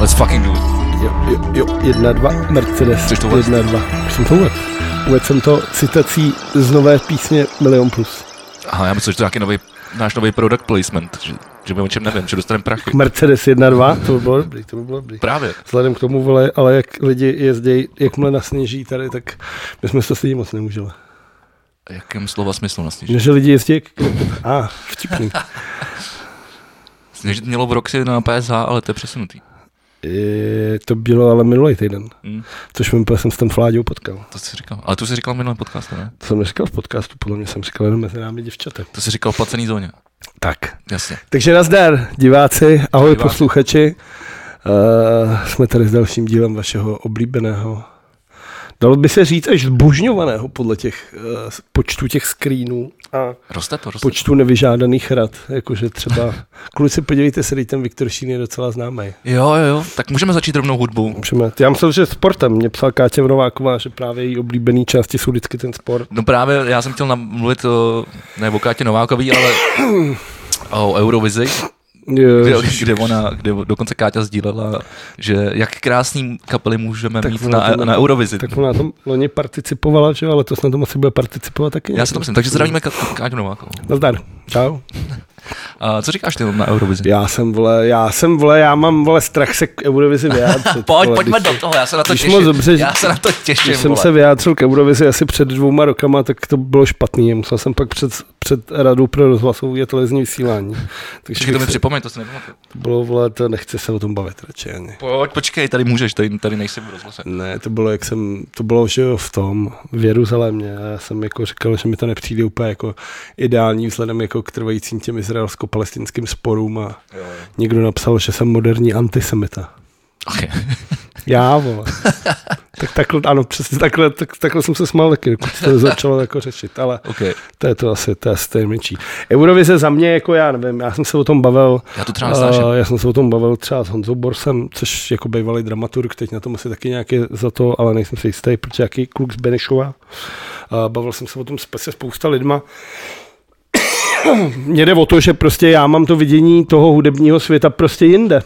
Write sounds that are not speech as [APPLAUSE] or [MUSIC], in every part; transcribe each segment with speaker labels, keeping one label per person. Speaker 1: Let's fucking do it.
Speaker 2: Jo, jo, jo, jedna, dva, Mercedes,
Speaker 1: Chceš to uvést?
Speaker 2: jedna, dva. Jsem to uvedl. Uvedl jsem to citací z nové písně Milion plus.
Speaker 1: Aha, já myslím, že to je nějaký nový, náš nový product placement, že, že my o čem nevím, že dostaneme prachy.
Speaker 2: Mercedes 1.2, to by bylo dobrý, to by bylo dobrý.
Speaker 1: Právě.
Speaker 2: Vzhledem k tomu, vole, ale jak lidi jezdí, jakmile nasněží tady, tak my jsme se s lidí moc nemůželi.
Speaker 1: Jakým slova smyslu vlastně, na sněžit?
Speaker 2: No, Že lidi jezdí jak... A, ah, vtipný.
Speaker 1: Sněžit mělo v Roxy na PSH, ale to je přesunutý.
Speaker 2: E, to bylo ale minulý týden,
Speaker 1: Hmm.
Speaker 2: což mi úplně jsem s ten Fláďou potkal.
Speaker 1: To jsi říkal. Ale tu jsi říkal v minulém podcastu, ne?
Speaker 2: To jsem neříkal v podcastu, podle mě jsem říkal jenom mezi námi děvčatem.
Speaker 1: To jsi říkal v placený zóně.
Speaker 2: Tak.
Speaker 1: Jasně.
Speaker 2: Takže nazdar, diváci, ahoj
Speaker 1: Diváci.
Speaker 2: diváci. posluchači. Uh, jsme tady s dalším dílem vašeho oblíbeného, dalo by se říct až zbožňovaného podle těch uh, počtu těch screenů a
Speaker 1: Roste to, roste.
Speaker 2: počtu nevyžádaných rad. Jakože třeba, [LAUGHS] kluci, podívejte se, teď ten Viktor Šín je docela známý.
Speaker 1: Jo, jo, jo. Tak můžeme začít rovnou hudbou.
Speaker 2: Můžeme, já myslel, že sportem. Mě psal Kátě Nováková, že právě její oblíbený části jsou vždycky ten sport.
Speaker 1: No právě, já jsem chtěl nam- mluvit o, ne o Kátě Novákový, ale o Eurovizi, kde,
Speaker 2: Jo,
Speaker 1: kde, ona, kde dokonce Káťa sdílela, že jak krásný kapely můžeme
Speaker 2: Tak
Speaker 1: mít
Speaker 2: ona
Speaker 1: na,
Speaker 2: to-
Speaker 1: na Eurovizi.
Speaker 2: tak ona na tom loni participovala, že? jo, ale to na tom asi bude participovat taky.
Speaker 1: Já si to myslím. Takže zdravíme Ka- Káťu Novákovou.
Speaker 2: Nazdar. Čau.
Speaker 1: A co říkáš ty na Eurovizi?
Speaker 2: Já jsem, vole, já jsem, vole, já mám, vole, strach se k
Speaker 1: [LAUGHS]
Speaker 2: Eurovizi vyjádřit.
Speaker 1: Pojď,
Speaker 2: vole,
Speaker 1: pojďme
Speaker 2: když-
Speaker 1: do toho, já se na to
Speaker 2: když
Speaker 1: těším.
Speaker 2: moc dobře, že-
Speaker 1: já se na to těším,
Speaker 2: Když jsem
Speaker 1: vole.
Speaker 2: se vyjádřil k Eurovizi asi před dvouma rokama, tak to bylo špatný. Musel jsem pak před, před radou pro rozhlasovou a
Speaker 1: [LAUGHS]
Speaker 2: televizní vysílání. Takže
Speaker 1: Počkej, to mi
Speaker 2: bych se,
Speaker 1: připomeň, to si nepamatuju.
Speaker 2: to bylo, vole, to nechci se o tom bavit radši ani.
Speaker 1: Pojď, počkej, tady můžeš, tady, tady nejsem v rozhlase.
Speaker 2: Ne, to bylo, jak jsem, to bylo, že jo, v tom, v Jeruzalémě. A Já jsem jako říkal, že mi to nepřijde úplně jako ideální vzhledem jako k trvajícím těm izraelsko-palestinským sporům a někdo napsal, že jsem moderní antisemita.
Speaker 1: [LAUGHS] Okay.
Speaker 2: Já,
Speaker 1: [LAUGHS]
Speaker 2: vole. tak takhle, ano, přesně takhle, tak, takhle jsem se smál taky, dokud to začalo jako řešit, ale
Speaker 1: Okay.
Speaker 2: to je to asi, to je asi to nejmenší. Eurovize za mě, jako já nevím, já jsem se o tom bavil,
Speaker 1: Já to třeba nesnáším.
Speaker 2: eh, já jsem se o tom bavil třeba s Honzou Borsem, což jako bývalý dramaturg, teď na tom asi taky nějaké za to, ale nejsem si jistý, protože jaký kluk z Benešova. Eh, Bavil jsem se o tom se spousta lidma. Mně jde o to, že prostě já mám to vidění toho hudebního světa prostě jinde.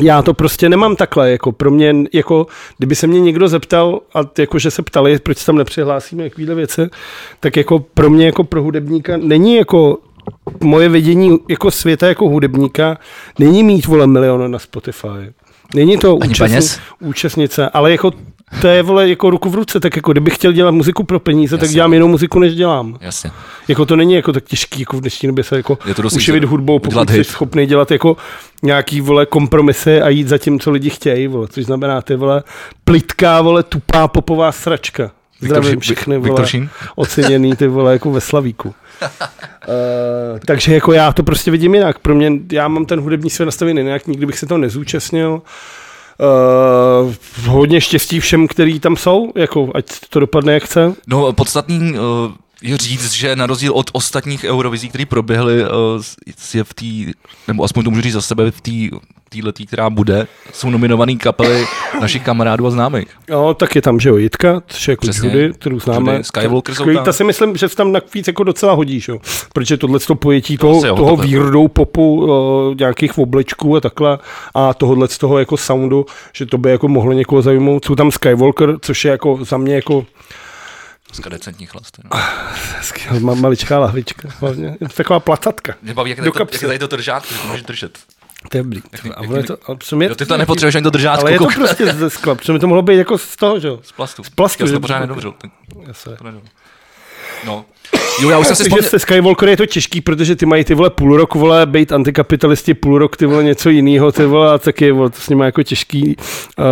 Speaker 2: Já to prostě nemám takhle, jako pro mě, jako kdyby se mě někdo zeptal, a t- jako že se ptali, proč se tam nepřihlásíme, jakýhle věci, tak jako pro mě, jako pro hudebníka, není jako moje vidění jako světa jako hudebníka, není mít vole milion na Spotify. Není to účastni,
Speaker 1: peněz?
Speaker 2: účastnice, ale jako to je vole jako ruku v ruce, tak jako kdybych chtěl dělat muziku pro peníze, tak
Speaker 1: Jasně.
Speaker 2: dělám jinou muziku, než dělám.
Speaker 1: Jasně.
Speaker 2: Jako to není jako tak těžký, jako v dnešní době se jako
Speaker 1: Je to dost
Speaker 2: uživit
Speaker 1: těžké.
Speaker 2: hudbou,
Speaker 1: Udělat
Speaker 2: pokud jsi
Speaker 1: hit.
Speaker 2: schopný dělat jako nějaký, vole, kompromisy a jít za tím, co lidi chtějí, vole, což znamená ty, vole, plitká, vole, tupá popová sračka.
Speaker 1: Viktor
Speaker 2: Zdravím
Speaker 1: Ši-
Speaker 2: všechny,
Speaker 1: Vik-
Speaker 2: vole,
Speaker 1: Viktor Šín?
Speaker 2: oceněný, ty vole, jako
Speaker 1: [LAUGHS]
Speaker 2: ve Slavíku. Uh, takže jako já to prostě vidím jinak. Pro mě, já mám ten hudební svět nastavený jinak, nikdy bych se to nezúčastnil. Uh, hodně štěstí všem, kteří tam jsou, jako ať to dopadne jak chce.
Speaker 1: No, podstatný uh, je říct, že na rozdíl od ostatních Eurovizí, které proběhly, uh, je v té, nebo aspoň to můžu říct za sebe, v té týletý, která bude, jsou nominovaný kapely našich kamarádů a známých.
Speaker 2: No, tak je tam, že jo, Jitka, což je jako
Speaker 1: Přesně.
Speaker 2: Judy, kterou známe.
Speaker 1: Judy, Skywalker jsou
Speaker 2: Takový-
Speaker 1: tam.
Speaker 2: Ta si myslím, že se tam navíc jako docela hodí, že jo. Protože tohle to pojetí toho,
Speaker 1: asi jo,
Speaker 2: toho
Speaker 1: tohle.
Speaker 2: výrdou popu, o, nějakých oblečků a takhle a tohohle z toho jako soundu, že to by jako mohlo někoho zajmout. Jsou tam Skywalker, což je jako za mě jako
Speaker 1: Dneska decentní chlast. No.
Speaker 2: hezky, ma- maličká lahvička, hlavně. Je to taková placatka.
Speaker 1: Mě baví, jak
Speaker 2: Do
Speaker 1: tady, to,
Speaker 2: kapsy.
Speaker 1: jak tady to držátko, že to můžeš držet.
Speaker 2: To je blík. A ono je to, ale přitom je,
Speaker 1: Jo, ty to nepotřebuješ ani to držátko.
Speaker 2: ale je to
Speaker 1: koukám.
Speaker 2: prostě ze skla, protože to mohlo být jako z toho, že jo.
Speaker 1: Z plastu. Z
Speaker 2: plastu,
Speaker 1: Já jsem
Speaker 2: že?
Speaker 1: to pořád nedobřel. Tak
Speaker 2: Jasně.
Speaker 1: to nedal. No. [COUGHS] Jo, já už jsem si
Speaker 2: že
Speaker 1: vzpomněl.
Speaker 2: se Skywalker je to těžký, protože ty mají ty vole půl rok, vole, být antikapitalisti, půl rok ty vole něco jiného, ty vole, a tak je vole, to s nimi jako těžký.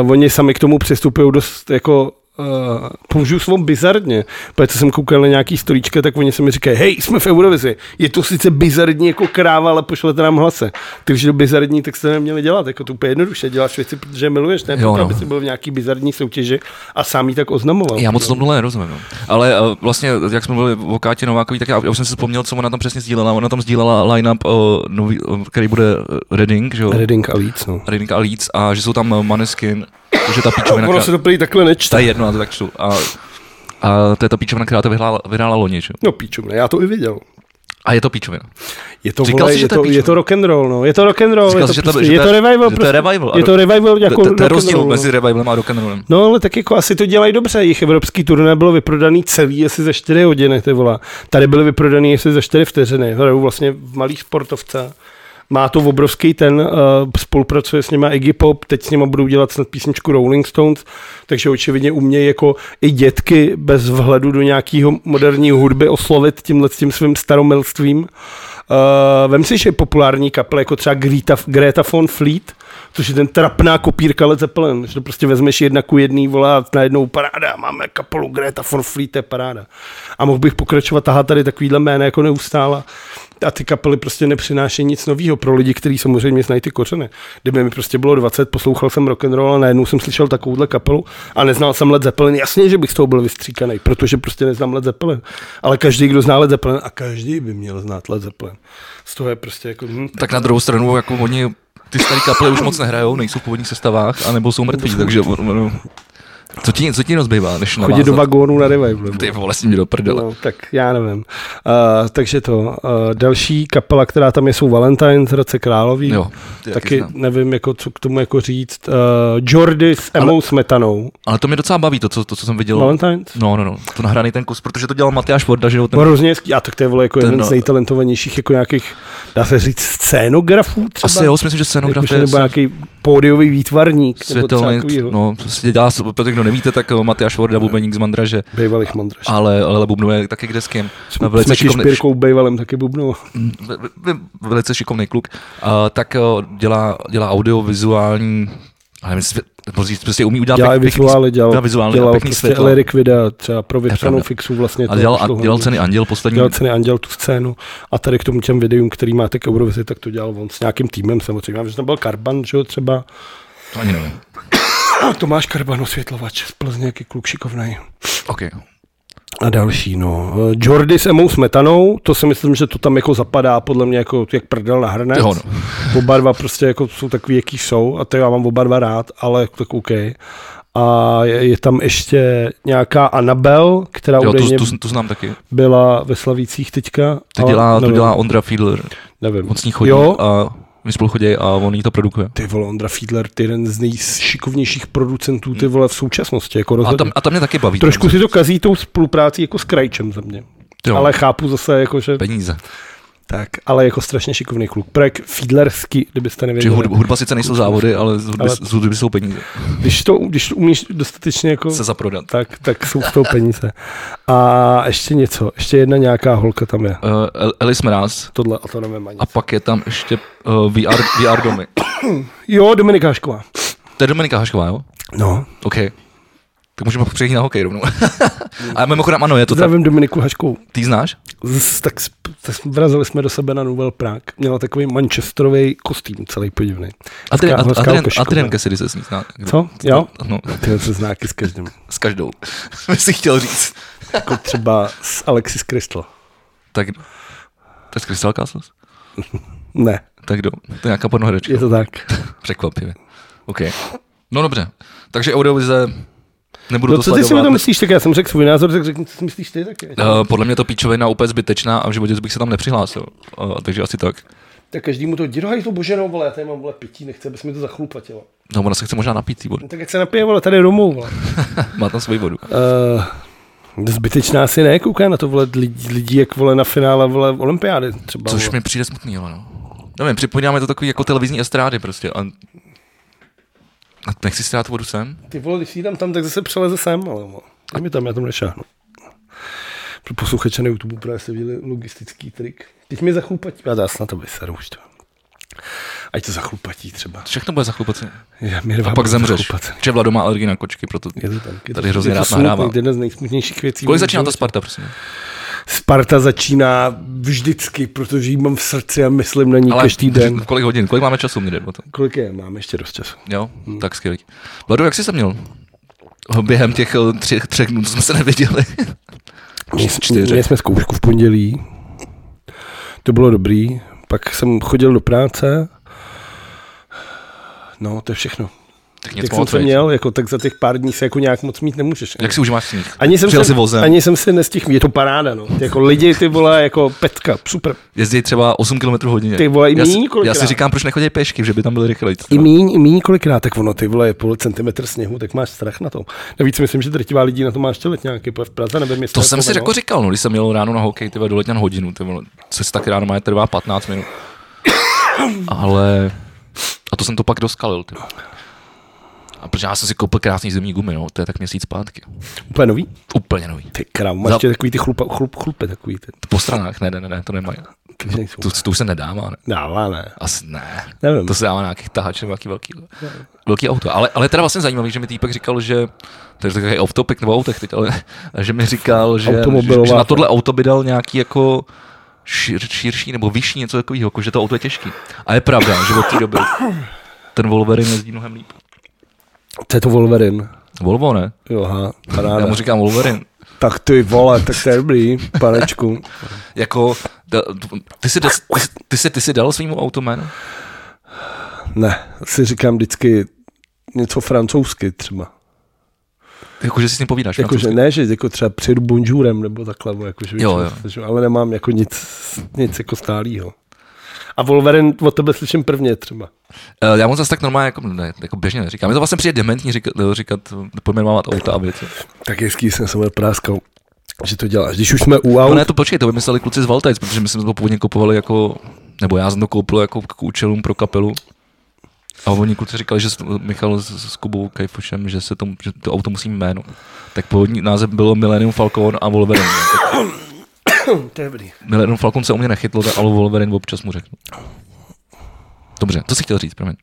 Speaker 2: Uh, oni sami k tomu přistupují dost jako Uh, použiju slovo bizarně, protože co jsem koukal na nějaký stolíčka, tak oni se mi říkají, hej, jsme v Eurovizi, je to sice bizarní jako kráva, ale pošlete nám hlase. Ty už je to bizarní, tak jste to neměli dělat, jako to úplně jednoduše, děláš věci, protože je miluješ, ne,
Speaker 1: Jo,
Speaker 2: proto,
Speaker 1: no.
Speaker 2: aby jsi byl v nějaký bizarní soutěži a sám jí tak oznamoval.
Speaker 1: Já moc tomu nerozumím. No. Ale uh, vlastně, jak jsme mluvili o Kátě Novákový, tak já, já už jsem si vzpomněl, co ona tam přesně sdílela. Ona tam sdílela line-up, uh, nový, uh, který bude eh, Reading, že jo?
Speaker 2: Reading a víc, no.
Speaker 1: Reading a Leeds a že jsou tam eh, Maneskin, že ta píčovina,
Speaker 2: [COUGHS] Ono
Speaker 1: krá...
Speaker 2: se to prý takhle nečte.
Speaker 1: ta je jedno, já to tak čtu. A, a to je ta píčovina, která to vyhrála, vyhrála loni, že? jo?
Speaker 2: No píču, ne, já to i viděl.
Speaker 1: A je to píčovina.
Speaker 2: Je to,
Speaker 1: Říkal
Speaker 2: vole,
Speaker 1: jsi, že
Speaker 2: je,
Speaker 1: to je
Speaker 2: to,
Speaker 1: píčovina.
Speaker 2: je to rock and roll, no. Je to rock and roll,
Speaker 1: Říkal
Speaker 2: je to,
Speaker 1: jsi, že to-
Speaker 2: prostě,
Speaker 1: že
Speaker 2: je
Speaker 1: to-
Speaker 2: to revival,
Speaker 1: že to je
Speaker 2: prostě.
Speaker 1: revival,
Speaker 2: Je to
Speaker 1: ale-
Speaker 2: revival jako
Speaker 1: To, to, to je
Speaker 2: rock and
Speaker 1: rozdíl
Speaker 2: rollu, no.
Speaker 1: mezi revivalem a rock'n'rollem.
Speaker 2: No ale tak jako asi to dělají dobře, jejich evropský turné bylo vyprodaný celý asi za 4 hodiny, ty vole. Tady byly vyprodaný asi za 4 vteřiny, hrajou vlastně v malých sportovce. Má to obrovský ten, uh, spolupracuje s nima Iggy Pop, teď s nima budou dělat snad písničku Rolling Stones, takže očividně umějí jako i dětky bez vhledu do nějakého moderního hudby oslovit tímhle s tím svým staromilstvím. Uh, vem si, že populární kaple, jako třeba Greta, Greta von Fleet, což je ten trapná kopírka Led Zeppelin, že to prostě vezmeš jedna ku jedný, volá najednou paráda, máme kapelu Greta von Fleet, to je paráda. A mohl bych pokračovat, tahá tady takovýhle jména jako neustála. A ty kapely prostě nepřinášejí nic nového pro lidi, kteří samozřejmě znají ty kořeny. Kdyby mi prostě bylo 20, poslouchal jsem rock and roll a najednou jsem slyšel takovouhle kapelu a neznal jsem Led Zeppelin. Jasně, že bych z toho byl vystříkaný, protože prostě neznám Led Zeppelin. Ale každý, kdo zná Led Zeppelin, a každý by měl znát Led Zeppelin. Z toho je prostě jako... Hm,
Speaker 1: Tak na druhou stranu, jako oni ty staré kapely už moc nehrajou, nejsou v původních sestavách, anebo jsou mrtví, takže no, co ti, co ti rozbývá, než
Speaker 2: chodit do
Speaker 1: navázat?
Speaker 2: vagónu na revival.
Speaker 1: Ty vole, si mě do prdele.
Speaker 2: No, tak já nevím. Uh, takže to. Uh, další kapela, která tam je, jsou Valentines, Hradce Králový.
Speaker 1: Jo, ty
Speaker 2: Taky
Speaker 1: znám.
Speaker 2: nevím, jako, co k tomu jako říct. Uh, Jordy s Emou Ale... Smetanou.
Speaker 1: Ale to mě docela baví, to, co, to, co jsem viděl.
Speaker 2: Valentines?
Speaker 1: No, no, no, to nahraný ten kus, protože to dělal Matyáš Vorda, že jo, ten
Speaker 2: Ten... Hrozně hezký. A tak to je vole, jako
Speaker 1: Ten,
Speaker 2: jeden
Speaker 1: no.
Speaker 2: z nejtalentovanějších jako nějakých, dá se říct, scénografů třeba.
Speaker 1: Asi jo, si myslím, že
Speaker 2: Jakože
Speaker 1: scenograf je
Speaker 2: nebo nějaký pódiový výtvarník.
Speaker 1: světelný,
Speaker 2: nebo no.
Speaker 1: no, prostě dělá, se- pro ty, kdo nevíte, tak eh, Matyáš Vorda, bubeník z Mandraže,
Speaker 2: Bývalých mandraž.
Speaker 1: ale, ale bubnuje taky kde s kým. A
Speaker 2: Jsme
Speaker 1: Velice šikovný,
Speaker 2: špírkou bývalem taky bubnou.
Speaker 1: Mm, ve- ve- ve- velice šikovný kluk, a, tak eh, dělá, dělá audiovizuální, ale nevím, svě- nebo říct, prostě umí udělat
Speaker 2: Dělá
Speaker 1: pěk- pěkný,
Speaker 2: vizuály, dělal,
Speaker 1: dělá vizuály a
Speaker 2: dělal
Speaker 1: pěkný
Speaker 2: prostě
Speaker 1: světla.
Speaker 2: lyric videa, třeba pro vyhranou
Speaker 1: pravda.
Speaker 2: fixu vlastně.
Speaker 1: ale
Speaker 2: to
Speaker 1: dělal,
Speaker 2: už
Speaker 1: a
Speaker 2: dlouho
Speaker 1: dělal
Speaker 2: není.
Speaker 1: ceny Anděl poslední,
Speaker 2: dělal ceny Anděl tu scénu a tady k tomu těm videům, který máte k Eurovizi, tak to dělal on s nějakým týmem samozřejmě. Já vím, že tam byl Karban, že jo, třeba.
Speaker 1: to ani nevím.
Speaker 2: Tomáš Karban, osvětlovač z Plzně, jaký kluk šikovnej.
Speaker 1: Ok,
Speaker 2: A další, no. Eh, Jordy s Emou Smetanou, to si myslím, že to tam jako zapadá, podle mě jako jak prdel na hrnec.
Speaker 1: Jo, no.
Speaker 2: Oba dva prostě jako jsou takový, jaký jsou, a to já mám oba dva rád, ale tak OK. A je, je tam ještě nějaká Anabel, která
Speaker 1: jo,
Speaker 2: údajně
Speaker 1: tu, tu, tu, znám taky.
Speaker 2: byla ve Slavících teďka.
Speaker 1: To
Speaker 2: ale
Speaker 1: dělá, to
Speaker 2: nevím,
Speaker 1: dělá Ondra Fiedler,
Speaker 2: nevím.
Speaker 1: on s ní chodí
Speaker 2: Jo?
Speaker 1: a my spolu chodí a on jí to produkuje.
Speaker 2: Ty vole, Ondra Fiedler, ty jeden z nejšikovnějších producentů, ty vole, v současnosti, jako
Speaker 1: Hmm. A
Speaker 2: rozhodně.
Speaker 1: tam, a tam mě taky baví.
Speaker 2: Trošku si to kazí tou spoluprácí jako s Krajčem za mě.
Speaker 1: jo,
Speaker 2: Ale chápu zase, jako, že...
Speaker 1: peníze.
Speaker 2: Tak, ale jako strašně šikovný kluk. Projekt Fiedlerský, kdybyste
Speaker 1: Či
Speaker 2: nevěděli.
Speaker 1: hudba, hudba sice nejsou závody, ale z hudby,
Speaker 2: Ale-
Speaker 1: ale... Z hudby jsou peníze.
Speaker 2: Když to, když to umíš dostatečně jako...
Speaker 1: Se zaprodat.
Speaker 2: Tak, tak jsou z toho peníze. A ještě něco, ještě jedna nějaká holka tam je.
Speaker 1: Uh, Elis Mraz
Speaker 2: Tohle, a to nevím ani.
Speaker 1: a pak je tam ještě uh, VR, VR domy.
Speaker 2: Jo, Dominika Hašková.
Speaker 1: To je Dominika Hašková, jo?
Speaker 2: No,
Speaker 1: OK. Tak můžeme přejít na hokej rovnou. [LAUGHS] ale mimochodem, ano, je to tak.
Speaker 2: zdravím Dominiku Haškovou.
Speaker 1: Ty znáš?
Speaker 2: Z, tak, s- tak jsme- vrazili jsme do sebe na Nouvel Prague. Měla takový manchesterový kostým celý podivný. Hezká- hezká
Speaker 1: A
Speaker 2: ukažka,
Speaker 1: Adrian
Speaker 2: no.
Speaker 1: Cassidy se s ní zná.
Speaker 2: Co? Jo?
Speaker 1: No,
Speaker 2: Ty se znáky s každým.
Speaker 1: s každou. [LAUGHS] Jsme si chtěl říct.
Speaker 2: Jako třeba s Alexis Crystal.
Speaker 1: Tak to je z Crystal Castles?
Speaker 2: Ne,
Speaker 1: Tak do. To je nějaká pornohračka.
Speaker 2: je to tak.
Speaker 1: Překvapivě. OK. No dobře. Takže Eurovize, nebudu
Speaker 2: No
Speaker 1: to
Speaker 2: co ty si o
Speaker 1: sledovat.
Speaker 2: tom myslíš, tak já jsem řekl svůj názor, tak řekni, co si myslíš ty taky.
Speaker 1: Eh, podle mě to píčovina úplně zbytečná a v životě bych se tam nepřihlásil. Eh, takže asi tak.
Speaker 2: Tak každému to dirhaj to boženou, vole, já tady mám vole pití, nechce, abys mi to zachlupatilo.
Speaker 1: No, ona se chce možná napít tý vody.
Speaker 2: No, tak jak se napije, vole, tady domů, vole.
Speaker 1: Má tam svoji vodu.
Speaker 2: Uh, zbytečná asi ne, kouká na to, vole, lidí, lidí jak vole na finále, vole, olympiády třeba.
Speaker 1: Což
Speaker 2: vole.
Speaker 1: mi přijde smutný, jo, no. Nevím, připomínáme to takový jako televizní estrády prostě. A... a nechci si dát vodu sem?
Speaker 2: Ty vole, když si ji dám tam, tak zase přeleze sem, ale vole. Dej mi tam, já tam nešáhnu. Pro posluchače na YouTube právě jste viděli logistický trik. Teď mi zachlupatí, já dá snad to vyseru už to. Ať to zachlupatí třeba.
Speaker 1: Všechno bude zachlupat.
Speaker 2: Já, mě
Speaker 1: A pak zemřeš. Že Vlado má alergii na kočky, proto...
Speaker 2: Je to tak. Je
Speaker 1: Tady
Speaker 2: to,
Speaker 1: hrozně
Speaker 2: je to
Speaker 1: rád
Speaker 2: smutný,
Speaker 1: nahrává.
Speaker 2: to je Jedna z nejsmutnějších věcí.
Speaker 1: Kolik
Speaker 2: v mém
Speaker 1: začíná ta
Speaker 2: životě.
Speaker 1: Sparta, prosím?
Speaker 2: Sparta začíná vždycky, protože ji mám v srdci a myslím na ní
Speaker 1: [LAUGHS]
Speaker 2: každý den.
Speaker 1: kolik hodin, kolik máme času, mě jde o to.
Speaker 2: Kolik je? Mám ještě dost času.
Speaker 1: Jo, hmm. tak skvělý. Vlado, jak jsi se měl? Během těch eh, tři, třech dnů, co jsme se neviděli.
Speaker 2: [LAUGHS] Měli
Speaker 1: Čtyři.
Speaker 2: měli jsme zkoušku v pondělí. To bylo dobrý. Pak jsem chodil do práce. No, to je všechno.
Speaker 1: Tak
Speaker 2: Jak
Speaker 1: něco
Speaker 2: jsem
Speaker 1: moc
Speaker 2: to
Speaker 1: veď.
Speaker 2: měl, jako, tak za těch pár dní se jako nějak moc mít nemůžeš.
Speaker 1: Jak si užíváš sníh?
Speaker 2: Ani jsem,
Speaker 1: Přijel
Speaker 2: se,
Speaker 1: si vozem.
Speaker 2: ani jsem se nestihl, je to paráda, no. Jako lidi, ty vole, jako petka, super.
Speaker 1: Jezdí třeba 8 km hodině.
Speaker 2: Ty vole, i
Speaker 1: já, si-
Speaker 2: míň
Speaker 1: já
Speaker 2: kolikrát.
Speaker 1: si říkám, proč nechodí pešky, že by tam byly rychleji.
Speaker 2: I míň, i míň kolikrát, tak ono, ty vole, je půl centimetr sněhu, tak máš strach na to. Navíc myslím, že drtivá lidí na to má ještě letňáky, protože v Praze nebo městě.
Speaker 1: To jsem si jako říkal, no, když jsem měl ráno na hokej, ty vole, do Letňan hodinu, ty vole, což tak ráno má trvá 15 minut. Ale, a to jsem to pak doskalil, ty vole. A protože já jsem si koupil krásný zimní gumy, no, to je tak měsíc zpátky.
Speaker 2: Úplně nový?
Speaker 1: Úplně nový.
Speaker 2: Ty krám, máš
Speaker 1: Za-
Speaker 2: ještě takový ty chlupa, chlup, chlupe, takový ty.
Speaker 1: Po stranách, ne, ne, ne, ne to nemají.
Speaker 2: ty nejsou.
Speaker 1: To, to už se nedává, ne?
Speaker 2: Dává, ne.
Speaker 1: Asi ne.
Speaker 2: Nevím.
Speaker 1: To se dává na nějakých tahačů, nějaký velký, velký auto. Ale, ale teda vlastně zajímavý, že mi týpek říkal, že to je takový off topic nebo o autech teď, ale že mi říkal, že, že,
Speaker 2: Automobilová
Speaker 1: že na
Speaker 2: aféra.
Speaker 1: tohle auto by dal nějaký jako šir, širší nebo vyšší něco takového, jako že to auto je těžký. A je pravda, že od té doby ten Wolverine jezdí mnohem líp.
Speaker 2: To je to Wolverine.
Speaker 1: Volvo, ne?
Speaker 2: Jo, ha,
Speaker 1: Já
Speaker 2: paráda.
Speaker 1: mu říkám Wolverine.
Speaker 2: Tak ty vole, tak to je dobrý, panečku.
Speaker 1: Jako, da- ty si, des- ty, si- ty, si, ty si dal svýmu autu jméno?
Speaker 2: Ne, si říkám vždycky něco francouzsky třeba.
Speaker 1: Jako, že si s ním povídáš.
Speaker 2: Jakože ne, že jako třeba přijedu bonjourem nebo takhle, bo jakože
Speaker 1: Jo,
Speaker 2: většinou slyším, ale nemám jako nic, nic jako stálýho. A Wolverine od tebe slyším prvně třeba.
Speaker 1: Eh, Já moc zase tak normálně jako, ne, jako běžně neříkám. Je to vlastně přijde dementní říkat, říkat pojmenovávat auta a věci.
Speaker 2: Tak hezký jsem se práskal, že to děláš. Když už jsme u aut,
Speaker 1: No ne, to počkej, to vymysleli kluci z Valtajc, protože my jsme to původně kupovali jako, nebo já jsem to koupil jako k účelům pro kapelu. A oni kluci říkali, že s- Michal s, s Kubou Kajfušem, že, se to, že to auto musí mít jméno. Tak původní název bylo Millennium Falcon a Wolverine. Tak
Speaker 2: to je dobrý.
Speaker 1: Millennium Falcon se u mě nechytlo, tak ale Wolverine občas mu řeknu. Dobře, to si chtěl říct, promiň.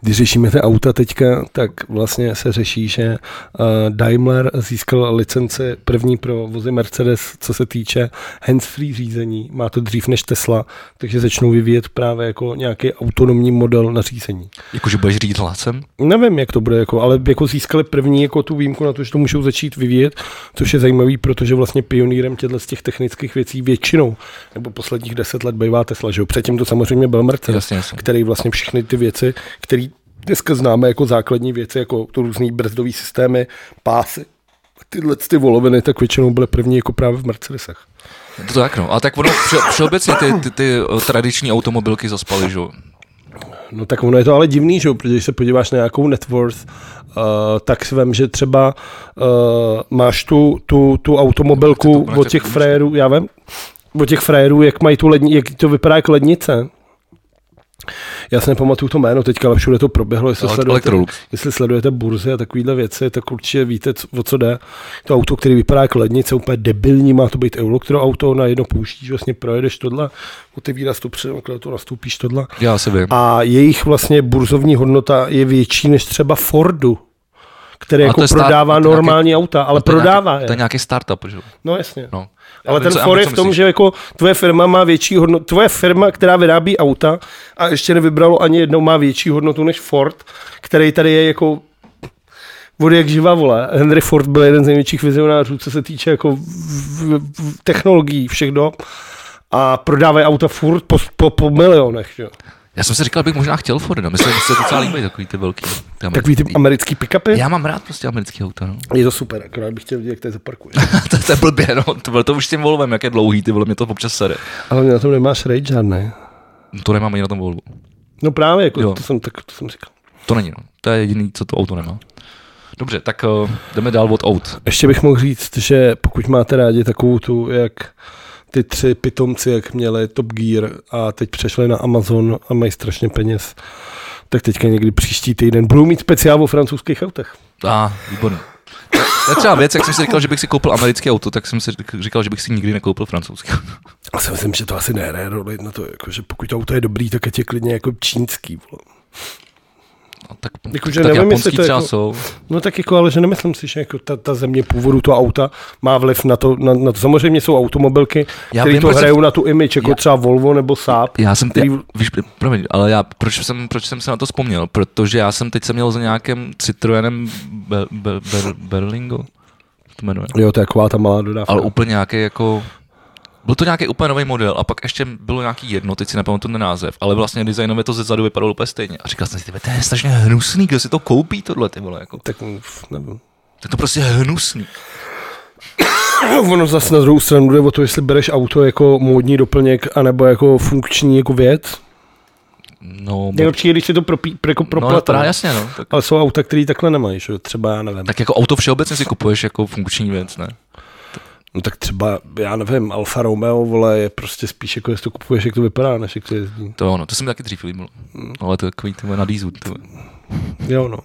Speaker 2: Když řešíme ty auta teďka, tak vlastně se řeší, že uh, Daimler získal licenci první pro vozy Mercedes, co se týče hands-free řízení. Má to dřív než Tesla, takže začnou vyvíjet právě jako nějaký autonomní model na řízení.
Speaker 1: Jakože budeš řídit hlasem?
Speaker 2: Nevím, jak to bude, jako, ale jako získali první jako tu výjimku na to, že to můžou začít vyvíjet, což je zajímavý, protože vlastně pionýrem těchto z těch technických věcí většinou, nebo posledních deset let bývá Tesla, že jo? Předtím to samozřejmě byl Mercedes,
Speaker 1: Jasně, jasně.
Speaker 2: který vlastně všechny ty věci, které dneska známe jako základní věci, jako to různý brzdový systémy, pásy, tyhle ty voloviny, tak většinou byly první jako právě v Mercedesech.
Speaker 1: To tak no, a tak ono vše, všeobecně ty, ty, ty eh, tradiční automobilky zaspaly, že jo.
Speaker 2: No tak ono je to ale divný, že jo, protože když se podíváš na nějakou net worth, uh, tak si vem, že třeba uh, máš tu, tu, tu
Speaker 1: To-
Speaker 2: automobilku
Speaker 1: to- to-
Speaker 2: od těch
Speaker 1: to-
Speaker 2: frajerů, já vím, od těch frajerů, jak mají tu ledni, jak to vypadá jak lednice. Já si nepamatuju to jméno teďka, ale všude to proběhlo, jestli,
Speaker 1: Ale-
Speaker 2: sledujete,
Speaker 1: Electrolux.
Speaker 2: jestli sledujete burzy a takovéhle věci, tak určitě víte, co, o co jde. To auto, který vypadá jak lednice, úplně debilní, má to být elektroauto, na jedno pouštíš, vlastně projedeš tohle, otevíráš to předem, to nastoupíš tohle.
Speaker 1: Já si vím.
Speaker 2: A jejich vlastně burzovní hodnota je větší než třeba Fordu, který
Speaker 1: A
Speaker 2: jako
Speaker 1: to je stát-
Speaker 2: prodává
Speaker 1: to je nějaký-
Speaker 2: normální auta, ale
Speaker 1: To je
Speaker 2: prodává
Speaker 1: nějaký, To je
Speaker 2: je.
Speaker 1: nějaký startup, že jo.
Speaker 2: No jasně.
Speaker 1: No.
Speaker 2: Ale
Speaker 1: Já
Speaker 2: ten
Speaker 1: vím, co-
Speaker 2: for
Speaker 1: já
Speaker 2: je
Speaker 1: vím,
Speaker 2: v
Speaker 1: co
Speaker 2: tom,
Speaker 1: myslíš.
Speaker 2: že jako tvoje firma má větší hodnotu, tvoje firma, která vyrábí auta a ještě nevybralo ani jednou, má větší hodnotu než Ford, který tady je jako od jak živa vole. Henry Ford byl jeden z největších vizionářů, co se týče jako v, v, v, technologií všech dob a prodávají auta furt po, po, po milionech. Že? jo.
Speaker 1: Já jsem si říkal, bych možná chtěl Forda. Myslím, že se docela líbí takový ty velký. Ty
Speaker 2: Takový ty
Speaker 1: americký.
Speaker 2: americký pick-upy.
Speaker 1: Já mám rád prostě americký auto, no. [LAUGHS]
Speaker 2: Je to super, akorát bych chtěl vidět, jak to je zaparkuješ.
Speaker 1: to, to, je blbě, no. To, bylo to už s tím Volvem, jak je dlouhý, ty vole, mě to občas sere.
Speaker 2: [LAUGHS] Ale na tom nemáš rage žádný.
Speaker 1: No, To nemám ani na tom Volvu.
Speaker 2: No právě, jako
Speaker 1: Jo.
Speaker 2: to jsem, tak, to jsem říkal.
Speaker 1: To není, no. To je jediný, co to auto nemá. Dobře, tak uh, jdeme dál od aut.
Speaker 2: Ještě bych mohl říct, že pokud máte rádi takovou tu, jak ty tři pitomci, jak měli Top Gear a teď přešli na Amazon a mají strašně peněz, tak teďka někdy příští týden budou mít speciál o francouzských autech.
Speaker 1: A, ah, výborně. To- To je třeba věc, jak jsem si říkal, že bych si koupil americké auto, tak jsem si říkal, že bych si nikdy nekoupil francouzské.
Speaker 2: Já si myslím, že to asi nehraje roli na to, jako, že pokud to auto je dobrý, tak ať je klidně jako čínský. Vole.
Speaker 1: No, tak,
Speaker 2: Jakože
Speaker 1: tak
Speaker 2: nevím, jestli
Speaker 1: japonský
Speaker 2: to
Speaker 1: třeba
Speaker 2: jako-
Speaker 1: jsou.
Speaker 2: No tak jako, ale že nemyslím si, že jako ta, ta země původu toho auta má vliv na to, na, na to. Samozřejmě jsou automobilky,
Speaker 1: Já
Speaker 2: které
Speaker 1: vím,
Speaker 2: to
Speaker 1: proč
Speaker 2: hrajou na tu image, jako třeba Volvo nebo Saab.
Speaker 1: Já jsem, ty,
Speaker 2: Který-
Speaker 1: víš, promiň, ale já, proč jsem, proč jsem se na to vzpomněl? Protože já jsem teď jsem měl za nějakým Citroenem Be, Be, Ber, Berlingo, jak to jmenuje.
Speaker 2: Jo, to je taková ta malá dodávka.
Speaker 1: Ale úplně nějaký jako byl to nějaký úplně nový model a pak ještě bylo nějaký jedno, teď si nepamatuju ten název, ale vlastně designově to zezadu vypadalo úplně stejně. A říkal jsem si, ty vole, to je strašně hnusný, kdo si to koupí tohle, ty vole, jako.
Speaker 2: Tak uf, nevím. [COUGHS]
Speaker 1: To je to prostě hnusný.
Speaker 2: Ono zase na druhou stranu jde o to, jestli bereš auto jako módní doplněk, anebo jako funkční jako věc.
Speaker 1: No,
Speaker 2: Nejlepší je, když si to propí, pro, jako
Speaker 1: no,
Speaker 2: proplete.
Speaker 1: no
Speaker 2: no.
Speaker 1: jasně, no. Tak,
Speaker 2: ale jsou auta, které takhle nemají, že? jo, třeba já nevím.
Speaker 1: tak, jako auto všeobecně si kupuješ jako funkční věc, ne?
Speaker 2: No tak třeba, já nevím, Alfa Romeo, vole, je prostě spíš jako, jestli to kupuješ, jak to vypadá, než jak to jezdí.
Speaker 1: To ono, to se mi taky dřív líbilo.
Speaker 2: Hmm.
Speaker 1: Ale to je takový ty vole, na dýzu, ty vole.
Speaker 2: Jo, no.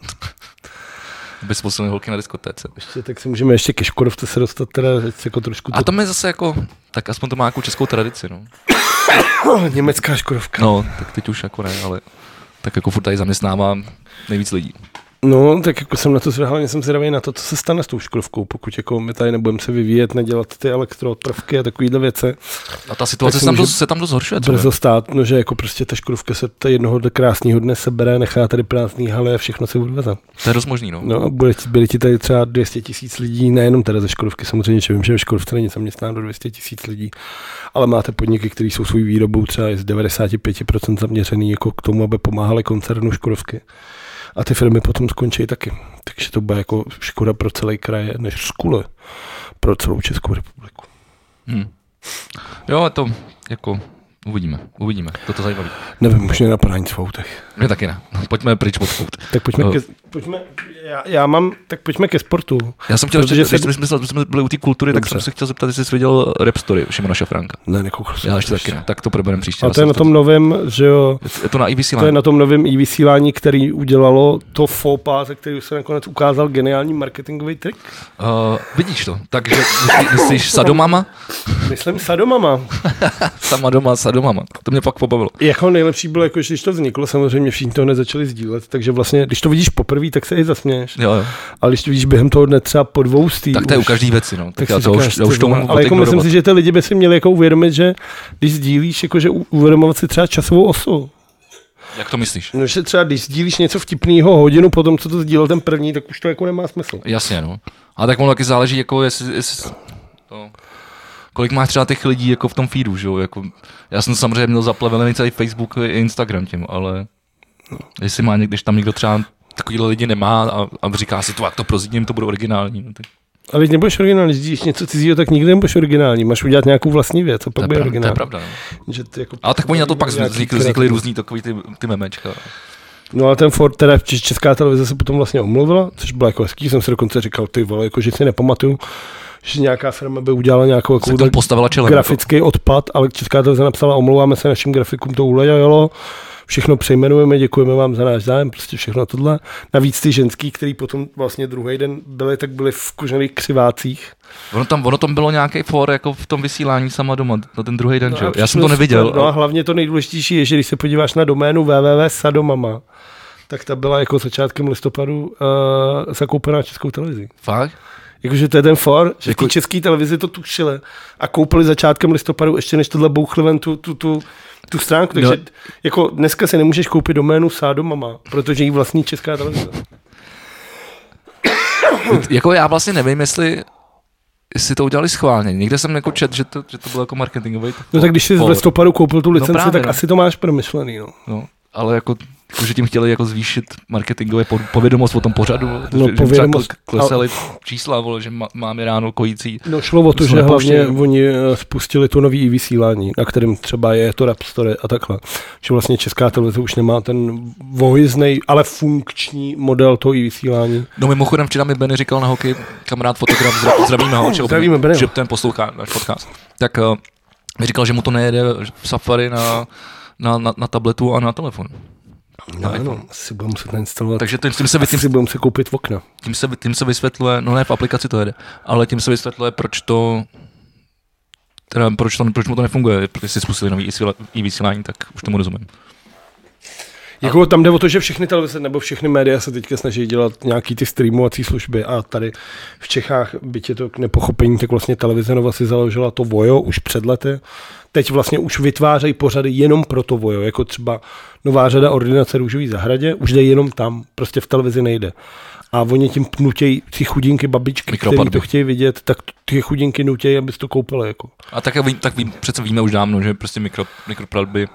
Speaker 1: bez posilné holky na diskotéce.
Speaker 2: Ještě, tak se můžeme ještě ke Škodovce se dostat, teda že se jako trošku
Speaker 1: A tam je zase jako, tak aspoň to má nějakou českou tradici, no.
Speaker 2: to... německá Škodovka.
Speaker 1: No, tak teď už jako ne, ale tak jako furt tady zaměstnávám nejvíc lidí.
Speaker 2: No, tak jako jsem na to zvědavý, jsem zvědavý na to, co se stane s tou Škodovkou, pokud jako my tady nebudeme se vyvíjet, nedělat ty elektroodpravky a takovýhle věci.
Speaker 1: A ta situace
Speaker 2: Tak
Speaker 1: se tam,
Speaker 2: může
Speaker 1: dost, se tam dost zhoršuje. co ne?
Speaker 2: brzo stát, no, že jako prostě ta Škodovka se ta jednoho dne- krásného dne sebere, nechá tady prázdný haly a všechno se odveze.
Speaker 1: To je dost možný, no.
Speaker 2: No a bude, ti- byli ti tady třeba 200 tisíc lidí, nejenom teda ze Škodovky, samozřejmě, že vím, že ve Škodovce není zaměstnáno do 200 tisíc lidí, ale máte podniky, které jsou svou výrobou třeba i z 95% zaměřený jako k tomu, aby pomáhali koncernu Škodovky. A ty firmy potom skončí taky. Takže to bude jako škoda pro celý kraj, než skule pro celou Českou republiku.
Speaker 1: Hm. Jo, ale to jako uvidíme, uvidíme, to to zajímavé.
Speaker 2: Nevím, možná napadá nic v autech.
Speaker 1: Mě taky ne, no, pojďme pryč odkud.
Speaker 2: Tak pojďme,
Speaker 1: No.
Speaker 2: ke, pojďme já, já, mám, tak pojďme ke sportu.
Speaker 1: Já jsem chtěl, ještě,
Speaker 2: Protože
Speaker 1: když jsme,
Speaker 2: se-
Speaker 1: jsme, jsme byli u té kultury, tak
Speaker 2: Dobře.
Speaker 1: jsem se chtěl zeptat, jestli jsi viděl Rap Story Šimona Šafránka.
Speaker 2: Ne, nekoukal jsem.
Speaker 1: Já ještě taky ne, tak to probereme příště.
Speaker 2: A
Speaker 1: Já
Speaker 2: to je
Speaker 1: jsem
Speaker 2: na tom novém, že jo,
Speaker 1: to- Je to na E IBC
Speaker 2: to je na tom novém i vysílání, který udělalo to faux pas, ze kterého se nakonec ukázal geniální marketingový trik.
Speaker 1: Uh, vidíš to, takže myslí- myslíš sadomama?
Speaker 2: Myslím sadomama.
Speaker 1: Sama doma, sadomama. To mě pak pobavilo.
Speaker 2: Jako nejlepší bylo, jako, že když to vzniklo, samozřejmě všichni to hned začali sdílet, takže vlastně, když to vidíš poprvé, tak se i zasměješ.
Speaker 1: Jo, jo.
Speaker 2: Ale když to vidíš během toho dne třeba po dvou stý,
Speaker 1: Tak to je u
Speaker 2: už-
Speaker 1: každý věci, no. Tak,
Speaker 2: tak
Speaker 1: já
Speaker 2: si
Speaker 1: to
Speaker 2: říkáš,
Speaker 1: už, já
Speaker 2: ty
Speaker 1: už to
Speaker 2: vole,
Speaker 1: mohu
Speaker 2: Ale jako myslím
Speaker 1: ignorovat.
Speaker 2: si, že ty lidi by si měli jako uvědomit, že když sdílíš, jako že u- uvědomovat si třeba časovou osu.
Speaker 1: Jak to myslíš?
Speaker 2: No, že třeba když sdílíš něco vtipného hodinu po tom, co to sdílel ten první, tak už to jako nemá smysl.
Speaker 1: Jasně, no. A tak ono taky záleží, jako jestli, jestli to, kolik máš třeba těch lidí jako v tom feedu, že jo? Jako, já jsem samozřejmě měl zaplevelený celý Facebook i Instagram tím, ale jestli má někdy, když tam někdo třeba takovýhle lidi nemá a, a říká si to, jak to prozidím, to bude originální. No, tak,
Speaker 2: Ale když nebudeš originální, když sdílíš něco cizího, tak nikdy nebudeš originální. Máš udělat nějakou vlastní věc a
Speaker 1: to,
Speaker 2: pak
Speaker 1: je
Speaker 2: bude
Speaker 1: pravda, to je
Speaker 2: originální.
Speaker 1: pravda. No.
Speaker 2: Že ty jako
Speaker 1: Ale tak oni na to pak
Speaker 2: nějaký
Speaker 1: vznikly,
Speaker 2: kreativní-
Speaker 1: vznikly různý takový ty, ty memečka.
Speaker 2: No a ten Ford, teda č- česká televize se potom vlastně omluvila, což bylo jako hezký, jsem si dokonce říkal, ty vole, jako že si nepamatuju, že nějaká firma by udělala nějakou
Speaker 1: Se k
Speaker 2: jako
Speaker 1: tomu postavila čelem. jako.
Speaker 2: grafický odpad, ale česká televize napsala, omlouváme se našim grafikům, to uleželo, všechno přejmenujeme, děkujeme vám za náš zájem, prostě všechno tohle. Navíc ty ženský, který potom vlastně druhý den byly, tak byly v kožených křivácích.
Speaker 1: Ono tam, ono tam bylo nějaký for jako v tom vysílání sama doma, na ten druhý den, no,
Speaker 2: a
Speaker 1: že jo? Já
Speaker 2: přišlo
Speaker 1: jsem to
Speaker 2: super.
Speaker 1: neviděl.
Speaker 2: No a
Speaker 1: ale-
Speaker 2: hlavně to nejdůležitější je, že když se podíváš na doménu www.sadomama, tak ta byla jako začátkem listopadu uh, zakoupená českou televizí.
Speaker 1: Fakt?
Speaker 2: Jakože to je ten for, že jako...
Speaker 1: Jako-
Speaker 2: v té české televizi to tušili a koupili začátkem listopadu, ještě než tohle bouchli ven tu, tu, tu, tu stránku. Takže
Speaker 1: No.
Speaker 2: no. jako dneska si nemůžeš koupit doménu Sádomama, protože jí vlastní česká televize.
Speaker 1: Jako já vlastně nevím, jestli jestli to udělali schválně. Někde jsem jako čet, že to, že to bylo jako marketingový.
Speaker 2: No tak když jsi v
Speaker 1: for.
Speaker 2: listopadu koupil tu licenci,
Speaker 1: právě,
Speaker 2: tak
Speaker 1: no.
Speaker 2: asi to máš promyšlený. No.
Speaker 1: No, ale jako, jako, že tím chtěli jako zvýšit marketingové po- povědomost o tom pořadu. No, že, že třeba
Speaker 2: povědomost,
Speaker 1: kl- klesaly čísla, vole, že ma- máme ráno kojící.
Speaker 2: No šlo o to,
Speaker 1: Jsou
Speaker 2: že hlavně
Speaker 1: nepouštějí.
Speaker 2: oni eh, spustili to nový i vysílání, na kterém třeba je to Rap Story a takhle. Že vlastně česká televize už nemá ten vohiznej, ale funkční model toho E i vysílání.
Speaker 1: No mimochodem včera mi Benny říkal na hokej, kamarád fotograf, zdra- zdravíme ho, čau,
Speaker 2: Zdravíme
Speaker 1: Benny,
Speaker 2: Benny.
Speaker 1: že ten poslouchá náš podcast. Tak eh, mi říkal, že mu to nejede v Safari na, na, na, na tabletu a na telefon.
Speaker 2: No, no, si budeme muset nainstalovat.
Speaker 1: Takže tím, tím, se, vy- tím,
Speaker 2: Asi budeme muset koupit okna.
Speaker 1: tím, se, tím se vysvětluje, no ne, v aplikaci to jede, ale tím se vysvětluje, proč to teda proč, to, proč mu to nefunguje, protože si spustili nový i vysíla- i vysílání, tak už tomu rozumím.
Speaker 2: Jako tam jde o to, že všechny televize nebo všechny média se teďka snaží dělat nějaký ty streamovací služby a tady v Čechách, byť je to k nepochopení, tak vlastně televize Nova si založila to Vojo už před lety. Teď vlastně už vytvářejí pořady jenom pro to Vojo, jako třeba nová řada ordinace Růžový zahradě, už jde jenom tam, prostě v televizi nejde. A oni tím nutějí ty chudinky babičky, které
Speaker 1: Mikropadby.
Speaker 2: to chtějí vidět, tak ty chudinky nutějí, aby to koupili. Jako.
Speaker 1: A tak, ví- tak ví, přece víme už dávno, že prostě mikro, mikroplatby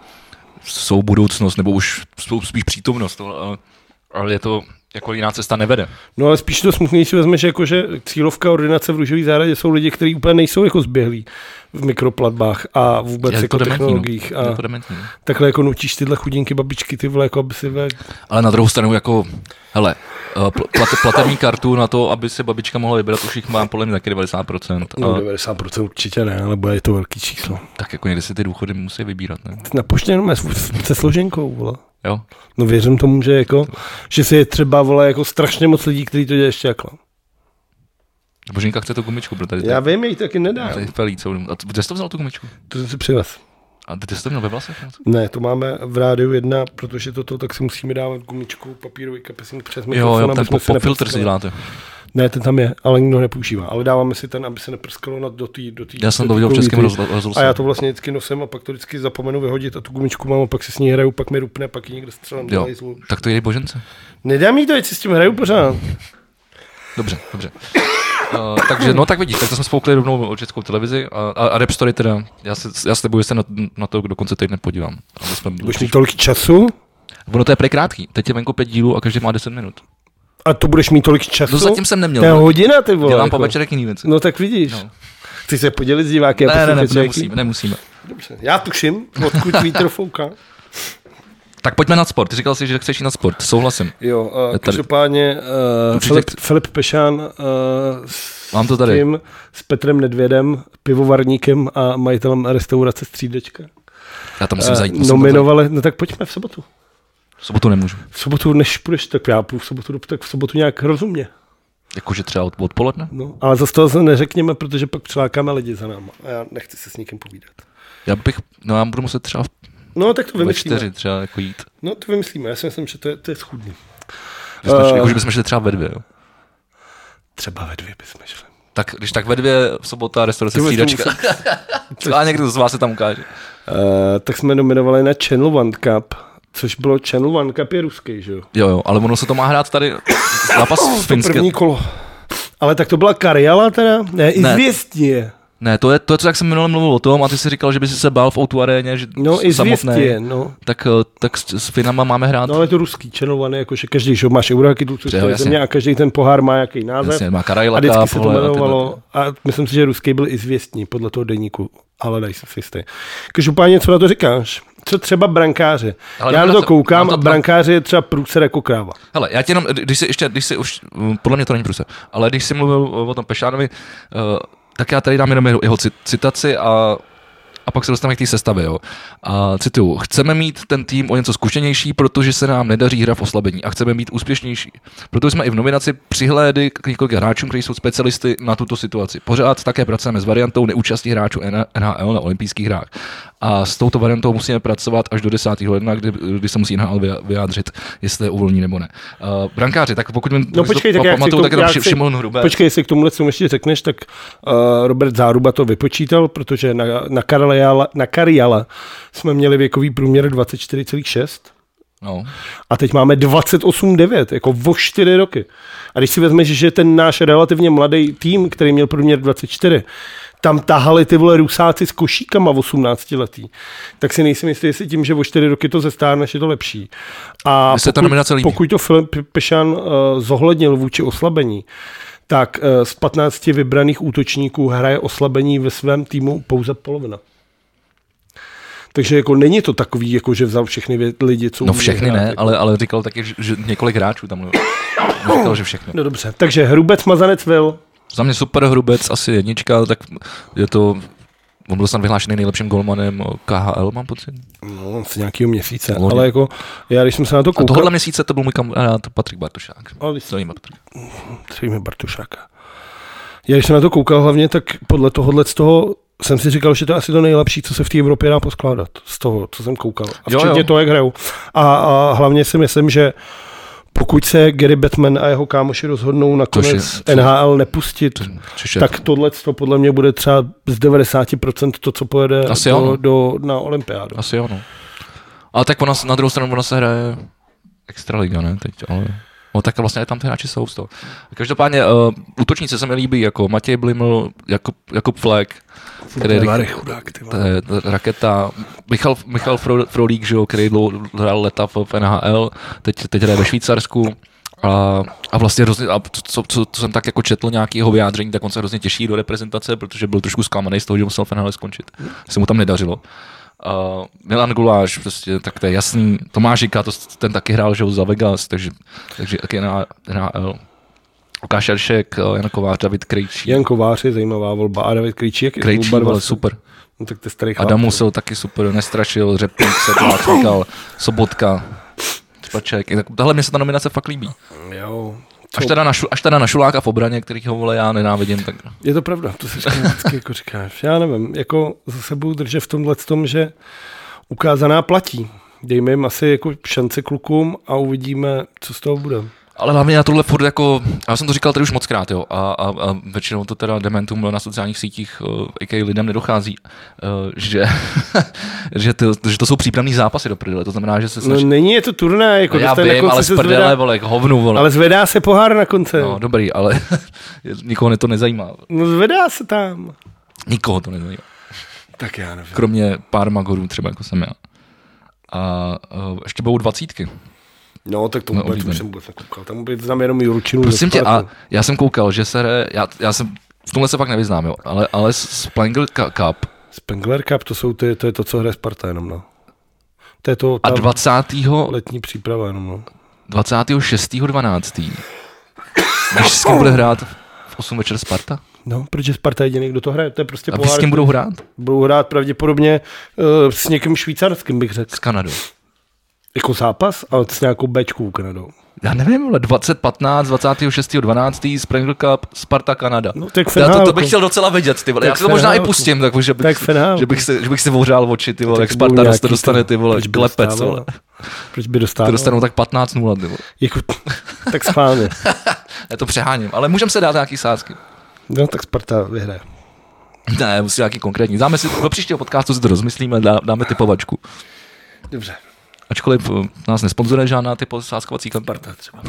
Speaker 1: jsou budoucnost, nebo už jsou spíš přítomnost, ale, ale je to jako jiná cesta nevede.
Speaker 2: No ale spíš to smutnější vezmeš, jako že cílovka ordinace v růžový zahradě jsou lidi, kteří úplně nejsou jako zběhlí v mikroplatbách a vůbec
Speaker 1: je
Speaker 2: jako
Speaker 1: to dementní,
Speaker 2: technologiích.
Speaker 1: no. Je
Speaker 2: A
Speaker 1: to dementní, no.
Speaker 2: takhle jako nutíš tyhle chudinky babičky, ty vole, jako aby si ve...
Speaker 1: Ale na druhou stranu jako, hele, eh, pl- plat, platební kartu na to, aby se babička mohla vybrat, už jich mám podle mě taky 90%. A
Speaker 2: No, 90% určitě ne, ale bude to velký číslo.
Speaker 1: tak jako někde si ty důchody musí vybírat, ne?
Speaker 2: Na poště jenom je s- se složenkou, vole.
Speaker 1: Jo?
Speaker 2: No věřím tomu, že jako, že si je třeba, vole, jako strašně moc lidí, kteří to dělají ještě jako.
Speaker 1: Boženka chce tu gumičku, protože tady,
Speaker 2: Já vím, jej taky nedá.
Speaker 1: tady pelí celou dobu. A co- kde jsi to vzal tu gumičku?
Speaker 2: To jsem si přivez.
Speaker 1: A kde jsi to měl ve vlasech?
Speaker 2: Ne, to máme v rádiu jedna, protože toto, tak si musíme dávat gumičku, papírový kapesník přes
Speaker 1: Jo,
Speaker 2: mikrofon,
Speaker 1: jo,
Speaker 2: aby
Speaker 1: ten
Speaker 2: jsme
Speaker 1: po,
Speaker 2: se
Speaker 1: po filtr si
Speaker 2: neprskali.
Speaker 1: děláte.
Speaker 2: Ne, ten tam je, ale nikdo ho nepoužívá. Ale dáváme si ten, aby se neprskalo na, do té... Do tý,
Speaker 1: Já jsem
Speaker 2: do
Speaker 1: to
Speaker 2: tý
Speaker 1: viděl v
Speaker 2: koulí,
Speaker 1: českém
Speaker 2: tý-
Speaker 1: rozhla- rozhlasu.
Speaker 2: A já to vlastně vždycky nosím a pak to vždycky zapomenu vyhodit a tu gumičku mám a pak si s ní hraju, pak mi rupne, pak ji někde střelám do
Speaker 1: Jo,
Speaker 2: hajzlu.
Speaker 1: tak to je božence.
Speaker 2: Nedám jí to, ať si s tím hraju pořád.
Speaker 1: Dobře, dobře. Uh, takže, no tak vidíš, tak to jsme spoukli rovnou o českou televizi a, a, a Repstory teda, já se, já se boju, že se na, na to dokonce teď nepodívám. Aby jsme
Speaker 2: Budeš mít tolik času
Speaker 1: ono to je prekrátký, teď je venku pět dílů a každý má 10 minut.
Speaker 2: a tu budeš mít tolik času.
Speaker 1: No zatím jsem neměl,
Speaker 2: To je
Speaker 1: no.
Speaker 2: hodina, ty vole.
Speaker 1: Dělám
Speaker 2: jako.
Speaker 1: po večerech jiný věci.
Speaker 2: No tak vidíš.
Speaker 1: No.
Speaker 2: Chci se podělit s diváky a
Speaker 1: ne, ne, ne,
Speaker 2: posluchači, jaký-
Speaker 1: nemusíme, nemusíme.
Speaker 2: Dobře, já tuším, odkud vítr fouká.
Speaker 1: Tak pojďme na sport, ty říkal jsi, že chceš jít na sport, souhlasím.
Speaker 2: Jo, uh,
Speaker 1: tady-
Speaker 2: každopádně uh,
Speaker 1: Určitě
Speaker 2: Filip,
Speaker 1: chci-
Speaker 2: Filip Pešán uh, s,
Speaker 1: Mám to tady.
Speaker 2: Tím, s Petrem Nedvědem, pivovarníkem a majitelem restaurace Střídečka.
Speaker 1: Já tam musím
Speaker 2: eh,
Speaker 1: zajít. musím tam zajít.
Speaker 2: nominovali, no tak pojďme v sobotu.
Speaker 1: V sobotu nemůžu.
Speaker 2: V sobotu, než půjdeš, tak já půjdu v sobotu, do- tak v sobotu nějak rozumně.
Speaker 1: Jakože třeba od, odpoledne?
Speaker 2: No, ale zase toho se neřekněme, protože pak přilákáme lidi za náma. A já nechci se s nikým povídat.
Speaker 1: Já bych, no já budu muset třeba v-
Speaker 2: No, tak to
Speaker 1: ve
Speaker 2: vymyslíme.
Speaker 1: čtyři třeba jako jít.
Speaker 2: No, to vymyslíme. Já si myslím, že to je, to je schudný.
Speaker 1: Že jsme
Speaker 2: Eh.
Speaker 1: šli- Jako, že bychom šli třeba ve dvě, jo.
Speaker 2: Třeba ve dvě bychom šli.
Speaker 1: Tak když tak ve dvě, v sobota, restaurace
Speaker 2: Ty vole, to
Speaker 1: střídačka. [LAUGHS] A někdo z vás se tam ukáže.
Speaker 2: Uh, tak jsme nominovali na Channel One Cup, což bylo Channel One Cup je ruský, že jo?
Speaker 1: Jo, jo, ale ono se to má hrát tady [COUGHS]
Speaker 2: [COUGHS]
Speaker 1: zápas v Finské.
Speaker 2: První kolo. Ale tak to byla Karjala teda? Ne, Izvěstě.
Speaker 1: Ne, to je, to je to, jak jsem minule mluvil o tom a ty si říkal, že by si se bál v o aréně, že
Speaker 2: No,
Speaker 1: s-
Speaker 2: Izvěstě, no.
Speaker 1: Tak, eh, tak s, s Finama máme hrát.
Speaker 2: No ale to ruský Channel One je jako, že každý, že jo, máš Eurohakidu, což
Speaker 1: Jo,
Speaker 2: je
Speaker 1: jasně.
Speaker 2: země a každý ten pohár má jaký název.
Speaker 1: Jasně, má
Speaker 2: a
Speaker 1: Karajla
Speaker 2: vždycky
Speaker 1: Cup,
Speaker 2: se to
Speaker 1: vole, a tyhle
Speaker 2: jmenovalo, a myslím si, že ruský byl Izvěstní podle toho deníku, ale daj se si jistý. Každopádně, co na to říkáš? Co třeba brankáři?
Speaker 1: Ale
Speaker 2: já
Speaker 1: jdeme
Speaker 2: na
Speaker 1: na
Speaker 2: to
Speaker 1: to-
Speaker 2: koukám
Speaker 1: na to-
Speaker 2: a brankáři je třeba průser jako kráva.
Speaker 1: Hele, já ti jenom, když si ještě, když si už, mm, podle mě to není průser, ale když jsi mluvil o o tom Pešánovi, eh, tak já tady dám jenom jeho, jeho ci- citaci a, a pak se dostaneme k té sestavě. Jo. A cituju, chceme mít ten tým o něco zkušenější, protože se nám nedaří hra v oslabení a chceme být úspěšnější. Proto jsme i v nominaci přihlédli k několika hráčům, kteří jsou specialisty na tuto situaci. Pořád také pracujeme s variantou neúčastí hráčů N- NHL na olympijských hrách. A s touto variantou musíme pracovat až do 10. ledna, kdy, kdy se musí NHL vyja- vyjádřit, jestli je uvolní nebo ne. Uh, brankáři, tak pokud mi
Speaker 2: No počkej, tak já chci, k
Speaker 1: pamatuju,
Speaker 2: tomu,
Speaker 1: tak je
Speaker 2: já
Speaker 1: tam Ši-
Speaker 2: chci,
Speaker 1: Šimon Hrubé.
Speaker 2: počkej, jestli k tomuhle co ještě řekneš, tak uh, Robert Záruba to vypočítal, protože na, na, Karjala, na Karjala jsme měli věkový průměr 24,6
Speaker 1: No.
Speaker 2: a teď máme 28,9, jako o 4 roky. A když si vezmeš, že ten náš relativně mladý tým, který měl průměr 24, tam tahali ty vole rusáci s košíkama 18 letý, tak si nejsem jistý, jestli tím, že o 4 roky to zestárneš, je to lepší. A
Speaker 1: Mně se ta nominace líbí.
Speaker 2: pokud to Filip Pešan uh, zohlednil vůči oslabení, tak eh, z 15 vybraných útočníků hraje oslabení ve svém týmu pouze polovina. Takže jako není to takový, jako že vzal všechny vě- lidi, co
Speaker 1: no
Speaker 2: umí
Speaker 1: všechny
Speaker 2: hrát,
Speaker 1: ne,
Speaker 2: jako.
Speaker 1: ale, ale říkal taky, že, že několik hráčů tam mluvil. Říkal, že všechny.
Speaker 2: No dobře, takže Hrubec Mazanec Vil.
Speaker 1: Za mě super hrubec, asi jednička, tak je to... On byl snad vyhlášený nejlepším golmanem KHL, mám pocit.
Speaker 2: No, z nějakého měsíce,
Speaker 1: Loni.
Speaker 2: ale jako já když jsem se na to
Speaker 1: A
Speaker 2: koukal,
Speaker 1: tohle měsíce to byl můj kamarád Patrik Bartošák.
Speaker 2: Ale vy jste-
Speaker 1: Zdravím, Patrik.
Speaker 2: Třeba Bartušáka. Já když jsem na to koukal hlavně, tak podle tohohle z toho jsem si říkal, že to je asi to nejlepší, co se v té Evropě dá poskládat z toho, co jsem koukal. A
Speaker 1: Jo,
Speaker 2: včetně
Speaker 1: jo.
Speaker 2: toho, jak hrajou. A, a hlavně si myslím, že pokud se Gary Batman a jeho kámoši rozhodnou nakonec
Speaker 1: je-
Speaker 2: NHL nepustit,
Speaker 1: Což je
Speaker 2: tak tohle to podle mě bude třeba z 90% to, co pojede
Speaker 1: Asi
Speaker 2: do,
Speaker 1: ano.
Speaker 2: do, na olympiádu.
Speaker 1: Asi jo, no. Ale tak ona, s- na druhou stranu ona se hraje Extraliga, ne, teď, ale... No tak vlastně tam ty hráči jsou z toho. Každopádně uh, útočníci se mi líbí, jako Matěj Bliml, Jakub, Jakub Flek, který je,
Speaker 2: Varech,
Speaker 1: rychl-
Speaker 2: chudák, ty
Speaker 1: to
Speaker 2: vole.
Speaker 1: je to je raketa, Michal, Michal Fro- Frolík, že jo, který dlouho hrál leta v v NHL, teď, teď hraje ve Švýcarsku. A, a vlastně hrozně, a co, co, co, jsem tak jako četl nějaký jeho vyjádření, tak on se hrozně těší do reprezentace, protože byl trošku zklamaný z toho, že musel v NHL skončit. Se mu tam nedařilo. Uh, Milan Guláš, prostě, tak to je jasný. Tomášika, to, s- ten taky hrál, že jo, za Vegas, takže, takže taky na NHL. Lukáš Jaršek, eh, Jan Kovář, David Krejčí.
Speaker 2: Jan Kovář je zajímavá volba a David Krejčík je
Speaker 1: Krejčí,
Speaker 2: oba dva
Speaker 1: ale
Speaker 2: jsou-
Speaker 1: super.
Speaker 2: No, tak to je starý chlap.
Speaker 1: Adam Musil taky super, nestrašil, Řepník, Sedlák, Fikal, Sobotka, Spaček. I tak- Tahle mě se ta nominace fakt líbí.
Speaker 2: Jo.
Speaker 1: Až teda, na, šu, až teda na Šuláka v obraně, kterých ho vole já nenávidím, tak
Speaker 2: Je to pravda, to si říká, vždycky jako říkáš. Já nevím, jako zase budu držet v tomhle tom, že ukázaná platí. Dejme jim asi jako šance klukům a uvidíme, co z toho bude. No,
Speaker 1: Ale hlavně já tohle furt jako, já jsem to říkal tady už moc krát, jo, a, a, a většinou to teda dementům na sociálních sítích, uh, i lidem nedochází, uh, že, [LAUGHS] že, to, že to jsou přípravný zápasy do prdele, to znamená, že se
Speaker 2: No
Speaker 1: snaží,
Speaker 2: není je to turnaj, jako
Speaker 1: no, já
Speaker 2: dostane na
Speaker 1: vím,
Speaker 2: konci
Speaker 1: ale z
Speaker 2: se
Speaker 1: prdele,
Speaker 2: zvedá,
Speaker 1: vole, k hovnu, vole,
Speaker 2: ale zvedá se pohár na konci.
Speaker 1: no
Speaker 2: No.
Speaker 1: dobrý, ale [LAUGHS] nikoho ne to nezajímá,
Speaker 2: no zvedá se tam.
Speaker 1: nikoho to nezajímá,
Speaker 2: Tak já nevím.
Speaker 1: kromě pár magorů třeba, jako jsem já. A uh, ještě budou dvacítky.
Speaker 2: No, tak to vůbec
Speaker 1: Neoblíbený.
Speaker 2: už jsem vůbec nekoukal. Tam by znám jenom Jurčinu.
Speaker 1: Prosím tě, a já jsem koukal, že se, hraje- já, já jsem, v tomhle se fakt nevyznám, jo, ale, ale Spangle Cup,
Speaker 2: Spengler Cup, to, jsou ty, to je to, co hraje Sparta jenom, no. To je to
Speaker 1: A
Speaker 2: ta
Speaker 1: 20.
Speaker 2: letní příprava jenom, no.
Speaker 1: 26.12. Víš, s kým bude hrát v 8 večer Sparta?
Speaker 2: No, protože Sparta je jediný, kdo to hraje. To je prostě
Speaker 1: A víš, s
Speaker 2: pohár,
Speaker 1: kým budou hrát?
Speaker 2: budou hrát pravděpodobně uh, s někým švýcarským, bych řekl.
Speaker 1: S Kanadou.
Speaker 2: Jako zápas, ale s nějakou bečkou Kanadou.
Speaker 1: Já nevím, ale 2015, 26.12. Springer Cup, Sparta, Kanada.
Speaker 2: No, tak
Speaker 1: já to, to
Speaker 2: finálku.
Speaker 1: bych chtěl docela vědět, ty vole.
Speaker 2: Tak
Speaker 1: Já si to možná i
Speaker 2: finálku.
Speaker 1: pustím, tak, že, bych,
Speaker 2: Tak finálku.
Speaker 1: že, bych se, že bych si vořál oči, ty vole, jak
Speaker 2: Tak
Speaker 1: Sparta
Speaker 2: budou
Speaker 1: dost-
Speaker 2: nějaký
Speaker 1: dostane,
Speaker 2: to-
Speaker 1: ty vole,
Speaker 2: proč by
Speaker 1: klepec,
Speaker 2: dostávala?
Speaker 1: vole.
Speaker 2: Proč by
Speaker 1: Ty
Speaker 2: dostával?
Speaker 1: dostanou tak 15-0, ty vole.
Speaker 2: Jako,
Speaker 1: [LAUGHS]
Speaker 2: tak schválně.
Speaker 1: Já to přeháním, ale můžeme se dát nějaký sázky.
Speaker 2: No, tak Sparta vyhraje.
Speaker 1: Ne, musí nějaký konkrétní. Dáme si, do příštího podcastu si to rozmyslíme, dá, dáme typovačku.
Speaker 2: Dobře.
Speaker 1: Ačkoliv eh, nás nesponzoruje žádná typo sáskovací kampaň.
Speaker 2: Sparta třeba.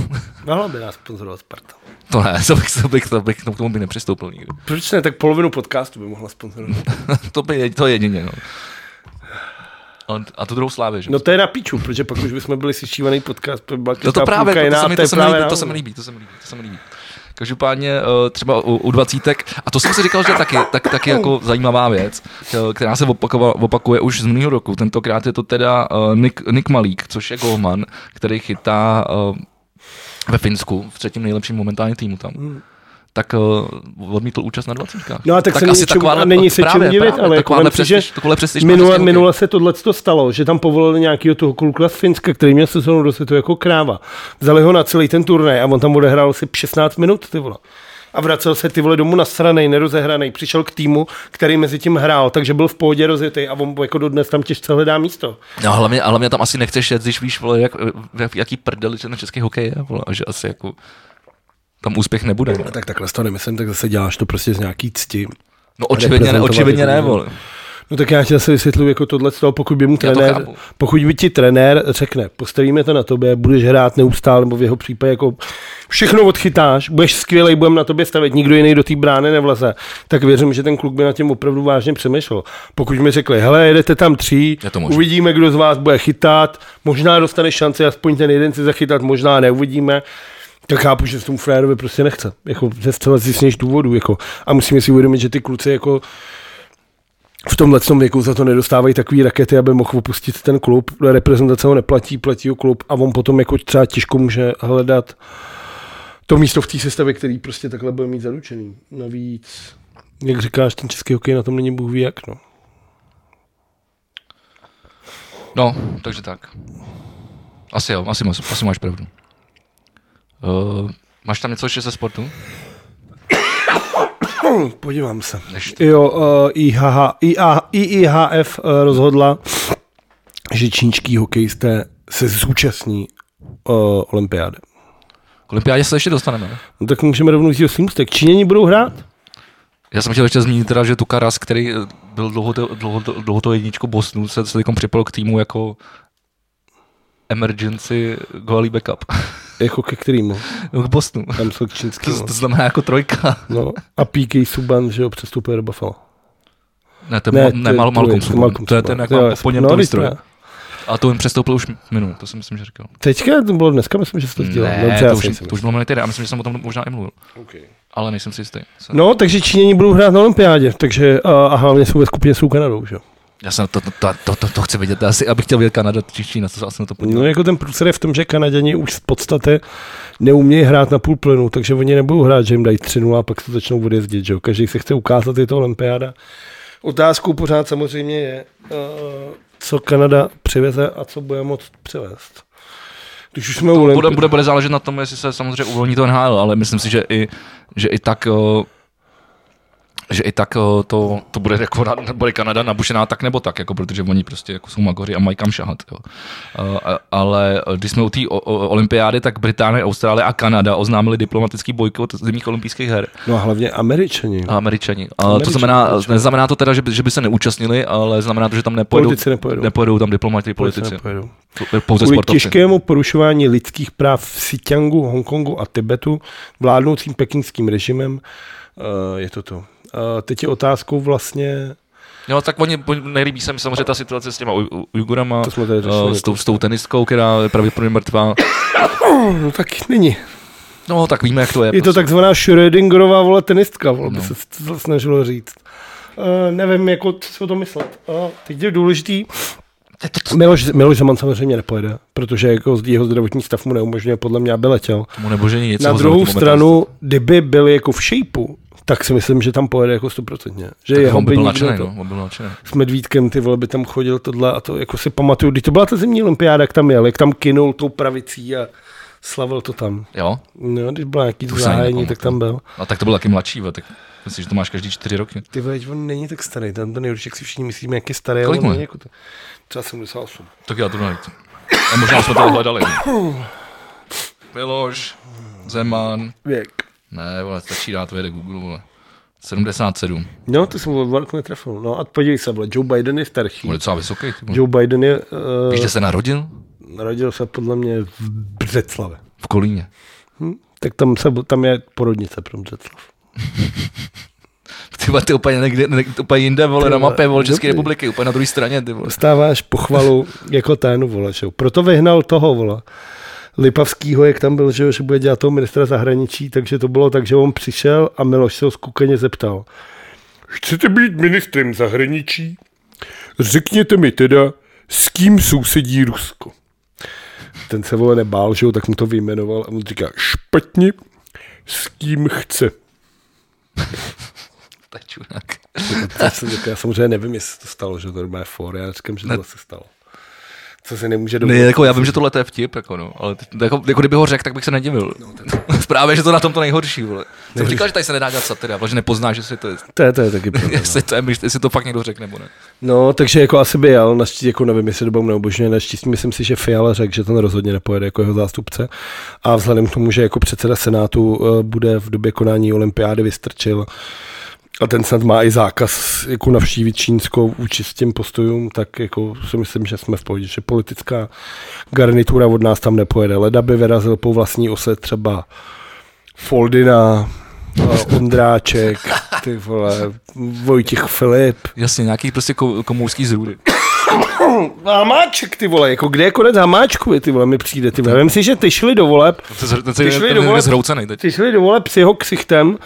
Speaker 2: Mohla by nás sponzorovat Sparta.
Speaker 1: [LAUGHS] To ne, to bych, to bych, to bych k tomu by nepřistoupil nikdy. [LAUGHS]
Speaker 2: Proč ne? Tak polovinu podcastu by mohla sponzorovat.
Speaker 1: to by je, to jedině, no. A- A tu druhou slávě, že?
Speaker 2: No to je na píču, protože pak už bychom byli sešívaný podcast, by byla
Speaker 1: No to
Speaker 2: každá
Speaker 1: právě,
Speaker 2: půlka
Speaker 1: to,
Speaker 2: jiná,
Speaker 1: to, se mi, to, se mi
Speaker 2: právě
Speaker 1: líbí,
Speaker 2: na-
Speaker 1: to se mi líbí, to se mi líbí, to se mi líbí. Každopádně eh, třeba u, u dvacítek, a to jsem si říkal, že taky, tak, taky jako zajímavá věc, eh, která se opakova, opakuje už z minulého roku. Tentokrát je to teda eh, Nick, Nick Malík, což je golman, který chytá eh, ve Finsku, v třetím nejlepším momentálně týmu tam. Tak eh, odmítl účast na dvacítkách.
Speaker 2: Hmm. No a tak, tak se asi čemu, a není se čemu divit, ale jako
Speaker 1: takováhle
Speaker 2: vem si, že
Speaker 1: přestiž, takováhle přestiž má
Speaker 2: minule,
Speaker 1: český hokej.
Speaker 2: minule se tohle to stalo, že tam povolili nějakého toho kluka z Finska, který měl sezónu do světu jako kráva. Vzali ho na celý ten turnaj a on tam odehrál asi 16 minut, ty vole. A vracel se ty vole domů nasranej, nerozehranej, přišel k týmu, který mezi tím hrál, takže byl v pohodě rozjetý a on jako dodnes tam těžce hledá místo.
Speaker 1: No, hlavně, ale mě tam asi nechceš jet, když víš, vole, jak, jak, jaký prdeli ten český hokej je, vole, a že asi jako tam úspěch nebude. No, Vole.
Speaker 2: Tak takhle to nemyslím, tak zase děláš to prostě z nějaký cti.
Speaker 1: No očividně ne, očividně ne, vole.
Speaker 2: No tak já ti zase vysvětluji jako tohle z toho, pokud by mu
Speaker 1: to
Speaker 2: trenér,
Speaker 1: chápu.
Speaker 2: pokud by ti trenér řekne, postavíme to na tobě, budeš hrát neustále, nebo v jeho případě jako všechno odchytáš, budeš skvělej, budeme na tobě stavět, nikdo jiný do té brány nevleze, tak věřím, že ten kluk by na tím opravdu vážně přemýšlel. Pokud mi řekli, hele, jedete tam tří,
Speaker 1: Je to možný.
Speaker 2: uvidíme, kdo z vás bude chytat, možná dostane šanci aspoň ten jeden si zachytat, možná neuvidíme, tak chápu, že se tomu frajerovi prostě nechce. Jako ze zcela zjistnějších důvodů. Jako. A musíme si uvědomit, že ty kluci jako v tomhle věku za to nedostávají takové rakety, aby mohl opustit ten klub. Reprezentace ho neplatí, platí ho klub a on potom jako třeba těžko může hledat to místo v té sestavě, který prostě takhle bude mít zaručený. Navíc, jak říkáš, ten český hokej na tom není bůh ví jak. No.
Speaker 1: No, takže tak. Asi jo, asi, máš- Eh, asi máš pravdu. Uh, máš tam něco ještě ze sportu?
Speaker 2: Podívám se. Jo, uh, IHH, IA, IIHF uh, rozhodla, že čínští hokejisté se zúčastní uh, olympiády.
Speaker 1: K olympiádě se ještě dostaneme.
Speaker 2: No tak můžeme rovnou vzít slímstek. Číňani budou hrát?
Speaker 1: Já jsem chtěl ještě zmínit teda, že Tukaras, který eh, byl dlouho, to- dlouho, to- dlouho to jedničko Bosnu, se, se teďkom připojil k týmu jako emergency goalie backup. [LAUGHS]
Speaker 2: Jako ke kterýmu?
Speaker 1: No, k Bosnu.
Speaker 2: Tam jsou k čínskýmu.
Speaker 1: To, to znamená jako trojka.
Speaker 2: No. A PK Subban, že jo, přestupuje do Buffalo.
Speaker 1: Ne, to je ne, ne,
Speaker 2: je
Speaker 1: mal, Malcolm
Speaker 2: druhý,
Speaker 1: Subban.
Speaker 2: Malcolm
Speaker 1: To je
Speaker 2: Subban.
Speaker 1: ten jako
Speaker 2: Jo,
Speaker 1: po něm
Speaker 2: no,
Speaker 1: to
Speaker 2: teď
Speaker 1: výstroj.
Speaker 2: ne.
Speaker 1: A to jim přestoupil už minul, to jsem myslím, že říkal.
Speaker 2: Teďka to bylo dneska, myslím, že jsi to sdělal.
Speaker 1: Ne,
Speaker 2: já
Speaker 1: to
Speaker 2: si
Speaker 1: už,
Speaker 2: myslím.
Speaker 1: to už bylo minulý týden, já myslím, že jsem o tom možná i mluvil. Ale nejsem si jistý. Se-
Speaker 2: No, takže Číňani budou hrát na olympiádě, takže a, a hlavně jsou ve skupině s Kanadou, že jo.
Speaker 1: Já jsem to, to, to, to, to, to chci vidět, já si, abych chtěl vidět Kanada, či Čína, to se asi na to podívám.
Speaker 2: No jako ten průser je v tom, že Kanaděni už z podstaty neumějí hrát na půl plynu, takže oni nebudou hrát, že jim dají 3-0 a pak se začnou odjezdit, že jo. Každý se chce ukázat, je to olympiáda. Otázkou pořád samozřejmě je, eh, co Kanada přiveze a co bude moct přivést. Když už jsme u
Speaker 1: Bude,
Speaker 2: olympi-
Speaker 1: bude, bude záležet na tom, jestli se samozřejmě uvolní to NHL, ale myslím si, že i, že i tak o, že i tak o, to, to bude, jako, na- bude Kanada nabušená tak nebo tak, jako, protože oni prostě jako jsou magoři a mají kam šahat. Jo. Eh, A- a- Ale když jsme u té o- o- olympiády, tak Británie, Austrálie a Kanada oznámili diplomatický bojkot zimních olympijských her.
Speaker 2: No a hlavně Američani.
Speaker 1: A Američani. A to
Speaker 2: Američani,
Speaker 1: znamená,
Speaker 2: Američani.
Speaker 1: neznamená to teda, že by, že by se neúčastnili, ale znamená to, že tam nepojedou,
Speaker 2: Politici nepojedou.
Speaker 1: nepojedou tam diplomati,
Speaker 2: Politici
Speaker 1: politici,
Speaker 2: nepojedou.
Speaker 1: To je pouze
Speaker 2: Kvůli
Speaker 1: sportovci.
Speaker 2: těžkému porušování lidských práv v Siťangu, Hongkongu a Tibetu vládnoucím pekingským režimem eh, je to to. Eh, Teď je otázkou vlastně,
Speaker 1: No, tak oni po- nejlíbí se mi samozřejmě ta situace s těma Uj- Uj- Ujgurama,
Speaker 2: To jsme tady řešili,
Speaker 1: eh, s, tou, s tou tenistkou, která je pravděpodobně mrtvá.
Speaker 2: no tak není.
Speaker 1: No, tak víme, jak to je.
Speaker 2: Je to
Speaker 1: prostě.
Speaker 2: takzvaná Schrödingerová vole tenistka, vole, by
Speaker 1: No.
Speaker 2: se to snažilo říct. Eh, nevím, jako, co si o tom myslet. Eh, teď je důležitý, Miloš, Miloš Zeman samozřejmě nepojede, protože jako jeho zdravotní stav mu neumožňuje podle mě, aby letěl.
Speaker 1: Tomu nebože nic.
Speaker 2: Na
Speaker 1: ho
Speaker 2: druhou
Speaker 1: zrovna
Speaker 2: stranu, kdyby byl jako v shapeu, tak si myslím, že tam pojede jako stoprocentně. Že
Speaker 1: Tak
Speaker 2: jeho
Speaker 1: on by
Speaker 2: by
Speaker 1: byl
Speaker 2: nikdo
Speaker 1: nadšený,
Speaker 2: to,
Speaker 1: no, on byl nadšený.
Speaker 2: s Medvídkem ty vole by tam chodil tohle a to jako si pamatuju, když to byla ta zimní olympiáda, jak tam jel, jak tam kinul tou pravicí a slavil to tam.
Speaker 1: Jo,
Speaker 2: No, když bylo nějaký
Speaker 1: To už se ani
Speaker 2: zahájení, tak
Speaker 1: nepamatuju.
Speaker 2: tam byl.
Speaker 1: a tak to byl taky mladší, ve, tak myslím, že to máš každý čtyři roky.
Speaker 2: Ty vole, on není tak starý, ten ten Jurček si všichni myslíme, jak je starý. ale
Speaker 1: Kolik
Speaker 2: on
Speaker 1: mu je?
Speaker 2: není Jako to, třeba 78.
Speaker 1: Tak já to najít. A možná jsme to hledali. Miloš, Zeman,
Speaker 2: Věk.
Speaker 1: ne, vole, stačí dát věde Google, vole. 77.
Speaker 2: No, to jsem ho velkou netrefil. No a podívej se, vole, Joe Biden je starší.
Speaker 1: On je docela vysoký. ty vole.
Speaker 2: Joe Biden je,
Speaker 1: Víš,
Speaker 2: uh,
Speaker 1: že se narodil?
Speaker 2: narodil se podle mě v Břeclave.
Speaker 1: V Kolíně.
Speaker 2: Hm? Tak tam, se, tam je porodnice pro Břeclav.
Speaker 1: Ty vole, ty úplně, někde, ne, úplně jinde, vole,
Speaker 2: Ty
Speaker 1: na
Speaker 2: vole,
Speaker 1: mapě, vole, České
Speaker 2: dobrý.
Speaker 1: republiky, úplně na druhé straně, ty vole.
Speaker 2: Dostáváš pochvalu jako ténu, vole, že? jo. Proto vyhnal toho, vole. Lipavskýho, jak tam byl, že, jo, že bude dělat toho ministra zahraničí, takže to bylo tak, že on přišel a Miloš se ho skukeně zeptal. Chcete být ministrem zahraničí? Řekněte mi teda, s kým sousedí Rusko? Ten se vole nebál, že jo, tak mu to vyjmenoval a on říká, špatně, s kým chce.
Speaker 1: To je čurák.
Speaker 2: Já jsem řekl, já samozřejmě nevím, jestli se to stalo, že to je normálně fór, já říkám, že to se stalo. Co se nemůže
Speaker 1: Ne,
Speaker 2: domluvit.
Speaker 1: jako já vím, že tohle to je vtip, jako no, ale t- jako, jako kdyby ho řekl, tak bych se nedivil.
Speaker 2: No,
Speaker 1: [LAUGHS] Právě, že to na tom to nejhorší, vole. Jsem říkal, že tady se nedá dělat satira, vole, že nepoznáš, jestli to je,
Speaker 2: To je, to je taky pravda.
Speaker 1: jestli to, je, myš- jestli to fakt někdo řekl nebo ne.
Speaker 2: [LAUGHS] No, takže jako asi by jel, naštěstí, jako nevím, jestli dobu neobožňuje, naštěstí myslím si, že Fiala řekl, že ten rozhodně nepojede jako jeho zástupce a vzhledem k tomu, že jako předseda Senátu eh, bude v době konání olympiády vystrčil a ten snad má i zákaz jako navštívit Čínsko vůči s těm postojům, tak jako si myslím, že jsme v pohodě, že politická garnitura od nás tam nepojede. Leda by vyrazil po vlastní ose třeba Foldina, eh, Ondráček, ty vole, Vojtěch Filip,
Speaker 1: Jasně, nějaký prostě ko- komůrský zrůdy.
Speaker 2: Hamáček, ty vole, jako kde je konec Hamáčkovi, ty vole, mi přijde, ty vole. Vem si, že ty šli do voleb,
Speaker 1: To se- to se-
Speaker 2: Ty
Speaker 1: ten
Speaker 2: šli
Speaker 1: je
Speaker 2: do vole-
Speaker 1: zhroucený teď.
Speaker 2: ty šli do voleb s jeho ksichtem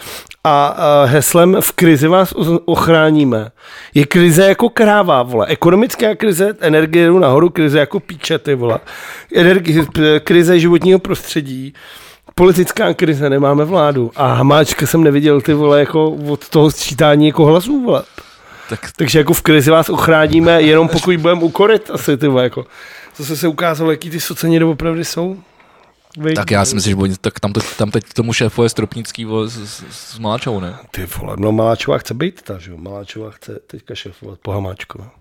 Speaker 2: a, a heslem v krizi vás o- ochráníme. Je krize jako kráva, vole. Ekonomická krize, energie jdu nahoru, krize jako píče, ty vole. Energie, p- krize životního prostředí, politická krize, nemáme vládu. A Hamáčka jsem neviděl, ty vole, jako od toho sčítání jako hlasů, vole.
Speaker 1: Tak
Speaker 2: Takže jako v krizi vás ochráníme, jenom pokud budeme ukorit asi, ty vole, jako. Zase se ukázalo, jaký ty soceni doopravdy jsou. Vej,
Speaker 1: Tak já si myslím, že bude, tak tam, te, tam teď tomu šéfu je Stropnický vole, s, s, s Máčou, ne?
Speaker 2: Ty vole, no Maláčová chce být ta, že jo? Maláčová chce teďka šéfovat po Hamáčkova.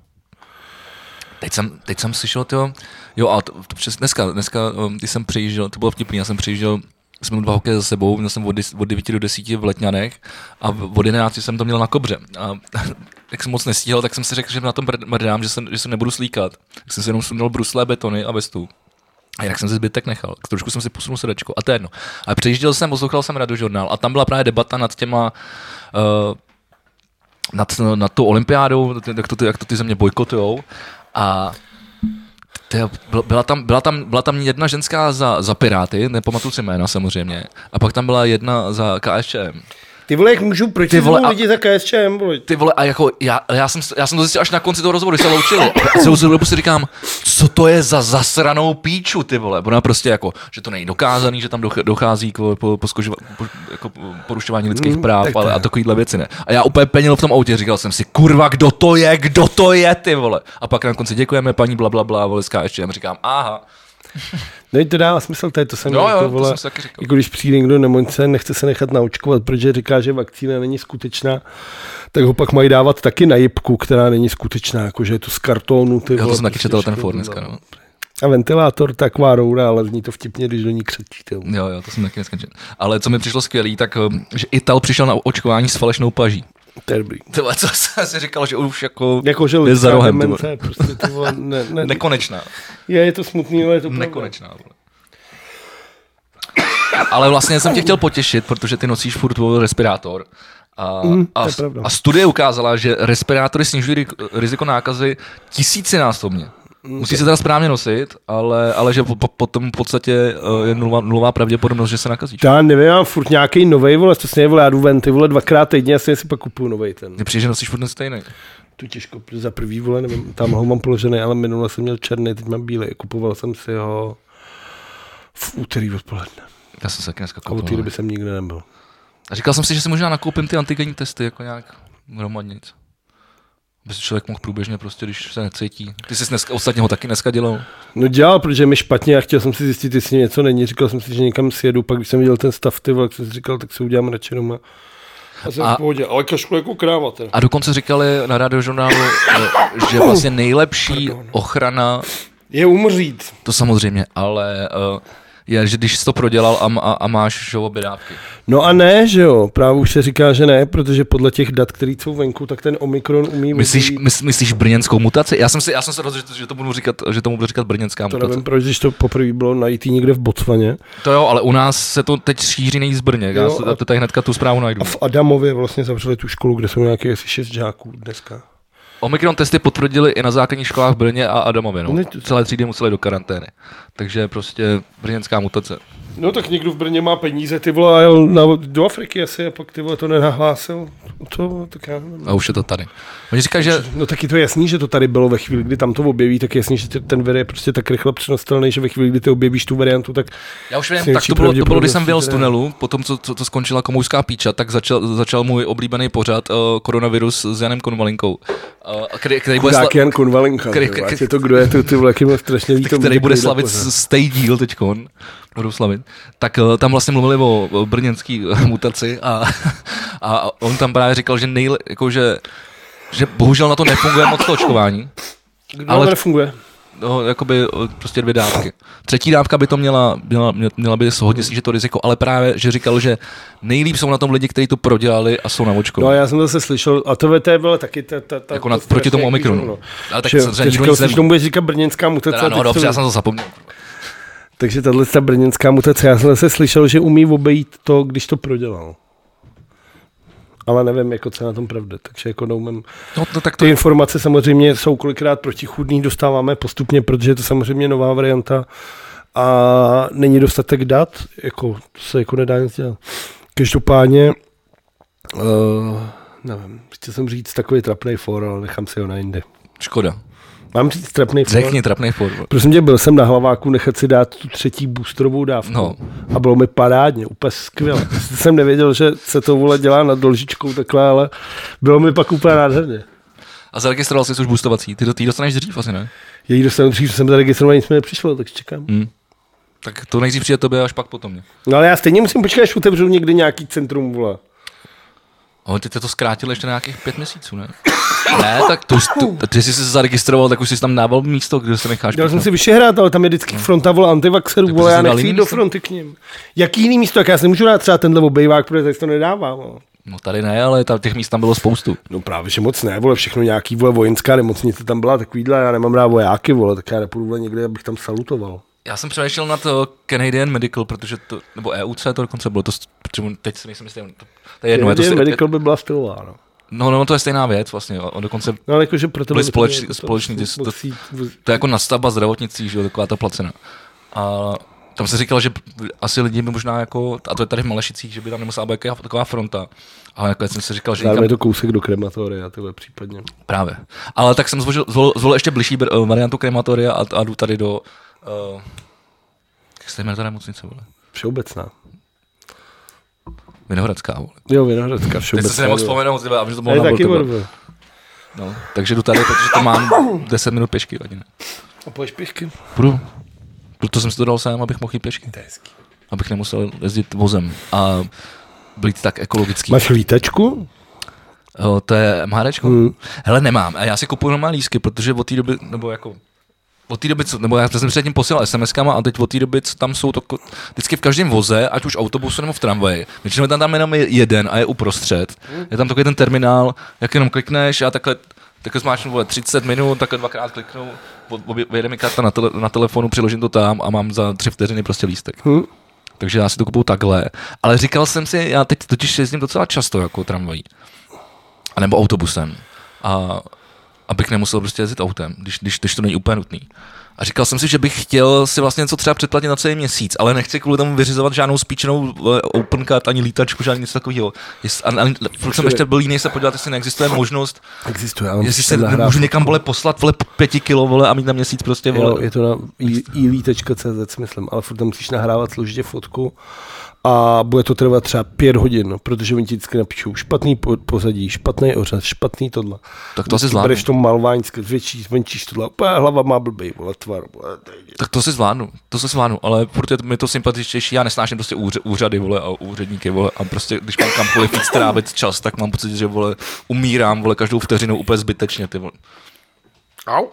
Speaker 1: Teď jsem, teď jsem slyšel, tyjo, jo, a to, to přes, dneska, dneska, um, když jsem přejížděl, to bylo vtipný, já jsem přejížděl, jsme měli dva hokeje za sebou, měl jsem od, des, od 9 do 10 v Letňanech a v- od 11 jsem to měl na kobře. A [LAUGHS] jak jsem moc nestíhal, tak jsem si řekl, že na tom mrd- mrdám, že, jsem, že se nebudu slíkat. Tak jsem si jenom sundal bruslé, betony a vestu. A jinak jsem si zbytek nechal. Trošku jsem si posunul sedačku. A to je jedno. A přejížděl jsem, poslouchal jsem radiožurnál a tam byla právě debata nad těma uh, nad, nad tou olympiádou, jak to, ty- jak to ty země bojkotujou. A to, byla, tam, byla, tam, byla tam jedna ženská za, za Piráty, nepamatuju si jména samozřejmě, a pak tam byla jedna za KSČM.
Speaker 2: Ty vole, jak můžu, proč
Speaker 1: Ty
Speaker 2: ty
Speaker 1: vole,
Speaker 2: vole, lidi za KSČM, vole?
Speaker 1: Ty vole, a jako, já, já, jsem, já jsem to zjistil až na konci toho rozhovoru, když se loučili. A celou dobu si říkám, co to je za zasranou píču, ty vole. Ona prostě jako, že to není dokázaný, že tam doch- dochází k po, po, poskožova- po, jako porušování lidských mm, práv
Speaker 2: tak to
Speaker 1: ale,
Speaker 2: je.
Speaker 1: a takovýhle věci, ne. A já úplně penil v tom autě, říkal jsem si, kurva, kdo to je, kdo to je, ty vole. A pak na konci děkujeme paní bla, bla, bla, vole, ještě říkám, aha.
Speaker 2: No, to dává smysl, to je to samé.
Speaker 1: Jo, jo,
Speaker 2: jako,
Speaker 1: to
Speaker 2: vole,
Speaker 1: jsem si taky říkal.
Speaker 2: Jako když přijde někdo nemocen, nechce se nechat naučkovat, protože říká, že vakcína není skutečná, tak ho pak mají dávat taky na jipku, která není skutečná, jakože je to z kartonu. Ty
Speaker 1: Jo, to
Speaker 2: vole,
Speaker 1: jsem taky
Speaker 2: prostě
Speaker 1: četl ten
Speaker 2: všechno
Speaker 1: for
Speaker 2: to
Speaker 1: dneska,
Speaker 2: dává.
Speaker 1: no.
Speaker 2: A ventilátor taková roura, ale zní to vtipně, když do ní křečíte.
Speaker 1: Jo, jo, to jsem taky neskončil. Ale co mi přišlo skvělý, tak um, že Ital přišel na očkování s falešnou paží.
Speaker 2: To je dobrý.
Speaker 1: Ty vole, co jsem si říkal, že už jako,
Speaker 2: Jakože
Speaker 1: je za
Speaker 2: lidská
Speaker 1: rohem. ty
Speaker 2: demence,
Speaker 1: vole.
Speaker 2: je prostě ty vole, ne, [LAUGHS] ne, ne,
Speaker 1: Nekonečná.
Speaker 2: je, je to smutný, ale je to pravda.
Speaker 1: Nekonečná.
Speaker 2: [COUGHS]
Speaker 1: Vole. Ale vlastně jsem tě chtěl potěšit, protože ty nosíš furt tvůj respirátor. A, mm, a,
Speaker 2: je pravda.
Speaker 1: a studie ukázala, že respirátory snižují rik- riziko nákazy tisícinásobně.
Speaker 2: Mm,
Speaker 1: Musí se teda správně nosit, ale, ale že po, po, potom v podstatě eh, je nulová, nulová pravděpodobnost, že se nakazíš.
Speaker 2: Já nevím, já mám furt nějaký novej, vole, přesně vole, já jdu ven, ty vole, dvakrát týdně, asi si pak kupuju novej ten.
Speaker 1: Mně přijde, že nosíš furt ten stejný.
Speaker 2: Tu těžko, protože za prvý, vole, nevím, tam ho mám položený, ale minule jsem měl černý, teď mám bílý, kupoval jsem si ho v úterý odpoledne.
Speaker 1: Já jsem se taky dneska
Speaker 2: A od té
Speaker 1: koupil. no.
Speaker 2: doby jsem nikde nebyl.
Speaker 1: A říkal jsem si, že si možná nakoupím ty antigenní testy jako nějak hromadně. Aby si člověk mohl průběžně prostě, když se necítí. Ty jsi dneska, ostatně ho taky dneska dělal.
Speaker 2: No dělal, protože mi špatně a chtěl jsem si zjistit, jestli něco není. Říkal jsem si, že někam sjedu, pak když jsem viděl ten stav, ty vole, jak jsem si říkal, tak si udělám radši doma. A jsem
Speaker 1: A-
Speaker 2: v pohodě, ale kašlu jako kráva teda.
Speaker 1: A dokonce říkali na radiožurnálu, eh, že vlastně nejlepší ochrana,
Speaker 2: Je umřít.
Speaker 1: to samozřejmě, ale eh, je, že když jsi to prodělal a, m- a, a máš žaloby dávky.
Speaker 2: No a ne, že jo, právě už se říká, že ne, protože podle těch dat, které jsou venku, tak ten Omikron umí
Speaker 1: Myslíš,
Speaker 2: vybít-
Speaker 1: mys, myslíš brněnskou mutaci? Já jsem, si, já jsem se rozhodl, že to- že to budu říkat, že tomu budu říkat brněnská
Speaker 2: to
Speaker 1: mutace.
Speaker 2: nevím, proč, když to poprvé bylo najítý někde v Botswaně.
Speaker 1: To jo, ale u nás se to teď šíří nejvíc z Brně. Já
Speaker 2: Jo,
Speaker 1: se,
Speaker 2: a-
Speaker 1: to tady hnedka tu zprávu najdu.
Speaker 2: A v Adamově vlastně zavřeli tu školu, kde jsou nějakých asi šest žáků dneska.
Speaker 1: Omikron testy potvrdili i na základních školách v Brně a Adamově. No.
Speaker 2: Ne, to-
Speaker 1: Celé třídy museli do karantény. Takže prostě brněnská mutace.
Speaker 2: No tak někdo v Brně má peníze, ty vole, a jel na, do Afriky asi a pak ty vole to nenahlásil. To, tak já nevím.
Speaker 1: A už je to tady. Oni říkají, že
Speaker 2: No tak je to jasný, že to tady bylo ve chvíli, kdy tam to objeví, tak je jasný, že t- ten vir je prostě tak rychle přenostelný, že ve chvíli, kdy ty objevíš tu variantu, tak
Speaker 1: Já už
Speaker 2: Největší
Speaker 1: vím, tak to bylo, to bylo, když jsem
Speaker 2: pravděpodobností
Speaker 1: vyjel z
Speaker 2: teda-
Speaker 1: tunelu, po tom, co, co, co skončila komoušská píča, tak začal, začal můj oblíbený pořad uh, koronavirus s Janem Konvalinkou, uh, který, který, bude,
Speaker 2: Chudák
Speaker 1: sla-
Speaker 2: Jan Konvalenka,
Speaker 1: Který-
Speaker 2: který, který,
Speaker 1: který-
Speaker 2: je to, kdo je to, ty vole, jak jim je strašně líto.
Speaker 1: který
Speaker 2: může
Speaker 1: bude
Speaker 2: projít na
Speaker 1: slavit
Speaker 2: pořád.
Speaker 1: stej díl teďkon, budou slavit, tak uh, tam vlastně mluvili o o brněnský eh, mutaci a, [LAUGHS] a on tam právě říkal, že, nejle, jako, že, že bohužel na to nefunguje moc to očkování.
Speaker 2: Kdo
Speaker 1: ale-
Speaker 2: ale nefunguje.
Speaker 1: No, jakoby eh, prostě dvě dávky. Třetí dávka by to měla, měla, mě- měla by hodně snížit to riziko, ale právě, že říkal, že nejlíp jsou na tom lidi, kteří to prodělali a jsou na očku.
Speaker 2: No a já jsem zase slyšel, a to VT byla taky ta, ta, ta
Speaker 1: Jako na-
Speaker 2: to
Speaker 1: proti
Speaker 2: strašně
Speaker 1: tomu
Speaker 2: jak
Speaker 1: Omikronu.
Speaker 2: výzvno.
Speaker 1: Ale tak
Speaker 2: Že jo,
Speaker 1: samozřejmě
Speaker 2: ty
Speaker 1: nikdo
Speaker 2: říkal
Speaker 1: nic
Speaker 2: jsi, že
Speaker 1: neví.
Speaker 2: tomu bude říkat brněnská mutace. a
Speaker 1: no,
Speaker 2: teď
Speaker 1: dobře,
Speaker 2: to-
Speaker 1: já jsem to zapomněl.
Speaker 2: Takže tahle ta brněnská mutace, já jsem zase slyšel, že umí obejít to, když to prodělal. Ale nevím, jako co je na tom pravda, takže jako neumím.
Speaker 1: No, no, tak to
Speaker 2: Ty
Speaker 1: je.
Speaker 2: informace samozřejmě jsou kolikrát protichůdný, dostáváme postupně, protože je to samozřejmě nová varianta a není dostatek dat, jako to se jako nedá nic dělat. Každopádně, uh, nevím, chtěl jsem říct takový trapný for, ale nechám si ho na jindy.
Speaker 1: škoda.
Speaker 2: Mám říct trapný for?
Speaker 1: Řekni trapný for.
Speaker 2: Prosím tě, byl jsem na hlaváku nechat si dát tu třetí boostrovou dávku.
Speaker 1: No.
Speaker 2: A bylo mi parádně, úplně skvěle. [LAUGHS] Sice jsem nevěděl, že se to vole dělá nad dolžičkou takhle, ale bylo mi pak úplně nádherně.
Speaker 1: A zaregistroval jsi už boostovací. Ty, do- ty ji dostaneš dřív asi, ne?
Speaker 2: Její dostanu dřív, jsem zaregistroval, nic mi nepřišlo, tak čekám.
Speaker 1: Hmm. Tak to nejdřív přijde tobě, až pak potom mě.
Speaker 2: No ale já stejně musím počkat, až otevřu někde nějaký centrum, vole.
Speaker 1: Ale ty jste to zkrátili ještě na nějakých pět měsíců, ne? [COUGHS] Ne, tak to, už- to, ty jsi se zaregistroval, tak už jsi tam dával místo, kde se necháš.
Speaker 2: Dal jsem
Speaker 1: píchnout.
Speaker 2: si Vyšehrad, ale tam je vždycky fronta, vole, antivaxerů,
Speaker 1: Tak
Speaker 2: vole,
Speaker 1: jsi
Speaker 2: já
Speaker 1: tam dal
Speaker 2: nechci
Speaker 1: jiný
Speaker 2: jít do
Speaker 1: místo?
Speaker 2: fronty k ním. Jaký jiný místo, jak já si nemůžu dát třeba tenhle obejvák, protože tady se to nedává, vole.
Speaker 1: No tady ne, ale ta, těch míst tam bylo spoustu.
Speaker 2: No právě, že moc ne, vole, všechno nějaký, vole, vojenská nemocnice tam byla, takovýhle, já nemám rád vojáky, vole, tak já nepůjdu vole, někde, abych tam salutoval.
Speaker 1: Já jsem přemýšlel na to Canadian Medical, protože to, nebo EUC to dokonce bylo, to, s- protože teď si nejsem jistý, to, to je jedno, je to, stej-
Speaker 2: Jeden medical by byla stylová, no.
Speaker 1: no, no, to je stejná věc vlastně, on dokonce,
Speaker 2: No ale jakože proto...
Speaker 1: Byly
Speaker 2: by to
Speaker 1: společ-
Speaker 2: mělo- to-
Speaker 1: společní
Speaker 2: to-
Speaker 1: dis-
Speaker 2: to-
Speaker 1: to-
Speaker 2: sít- v-
Speaker 1: to je jako nastavba zdravotnictví, že jo, taková ta placena. A tam se říkal, že asi lidi by možná jako, a to je tady v Malešicích, že by tam nemusela být jaká- taková fronta. Ale jako jsem si říkal, že
Speaker 2: Zároveň
Speaker 1: někam,
Speaker 2: je to kousek do krematoria, tyhle případně.
Speaker 1: právě. Ale tak jsem zvolil, zvolil, zvolil ještě blížší br- eh, variantu krematoria a, a jdu tady do, uh, jak se jmenuje ta nemocnice, vole?
Speaker 2: Všeobecná.
Speaker 1: Vinohradská, vole.
Speaker 2: Jo, Vinohradská,
Speaker 1: Teď
Speaker 2: všeobecná.
Speaker 1: jsem si nemohl
Speaker 2: vole.
Speaker 1: vzpomenout, tyhle, a že to
Speaker 2: To
Speaker 1: bylo
Speaker 2: je
Speaker 1: na
Speaker 2: taky
Speaker 1: Boltu, vole.
Speaker 2: orbe.
Speaker 1: No, takže jdu tady, protože to mám 10 minut pěšky hodiny.
Speaker 2: A pojď pěšky.
Speaker 1: Půjdu. Proto jsem si to dal sám, abych mohl jít pěšky.
Speaker 2: To je hezký.
Speaker 1: Abych nemusel jezdit vozem a být tak ekologický.
Speaker 2: Máš lítačku?
Speaker 1: O, to je MHDčko?
Speaker 2: Hmm.
Speaker 1: Hmm. Hele, nemám. A já si kupuju normální lísky, protože od té doby, nebo jako od té doby, co, nebo já jsem předtím posílal SMSkama a teď od té doby, co tam jsou to, ko- vždycky v každém voze, ať už autobusu nebo v tramvaji, většinou je tam, tam jenom jeden a je uprostřed. Je tam takový ten terminál, jak jenom klikneš a takhle, takhle zmáčnu vole 30 minut, takhle dvakrát kliknu, od- obě- vyjede mi karta na, tele, na telefonu, přiložím to tam a mám za tři vteřiny prostě lístek.
Speaker 2: Hm?
Speaker 1: Takže já si to kupuju takhle. Ale říkal jsem si, já teď totiž jezdím docela často jako tramvají. A nebo autobusem. A abych nemusel prostě jezdit autem, když, když, když to není úplně nutný. A říkal jsem si, že bych chtěl si vlastně něco třeba předplatit na celý měsíc, ale nechci kvůli tomu vyřizovat žádnou spíčenou eh, open card, ani lítačku, žádný něco takového. Jest- a- Ani, furt jsem ještě byl jiný se podívat, jestli neexistuje možnost,
Speaker 2: Existuje, ale
Speaker 1: jestli se můžu někam vole poslat vole pěti kilo vole a mít na měsíc prostě vole.
Speaker 2: Jo, je to na ilí.cz, myslím, ale furt tam musíš nahrávat složitě fotku a bude to trvat třeba pět hodin, protože oni ti vždycky napíšou špatný po- pozadí, špatný ořez, špatný tohle.
Speaker 1: Tak to asi
Speaker 2: Vždycky
Speaker 1: zvládnu.
Speaker 2: Bereš to malování, zvětší, zmenšíš tohle, úplně hlava má blbý, vole, tvar, vole, to je
Speaker 1: Tak to si zvládnu, to se zvládnu, ale furt je mi to sympatičtější, já nesnáším prostě úře, úřady, vole, a úředníky, vole, a prostě když mám kamkoliv víc trávit čas, tak mám pocit, že, vole, umírám, vole, každou vteřinou úplně zbytečně, ty vole.
Speaker 2: Au.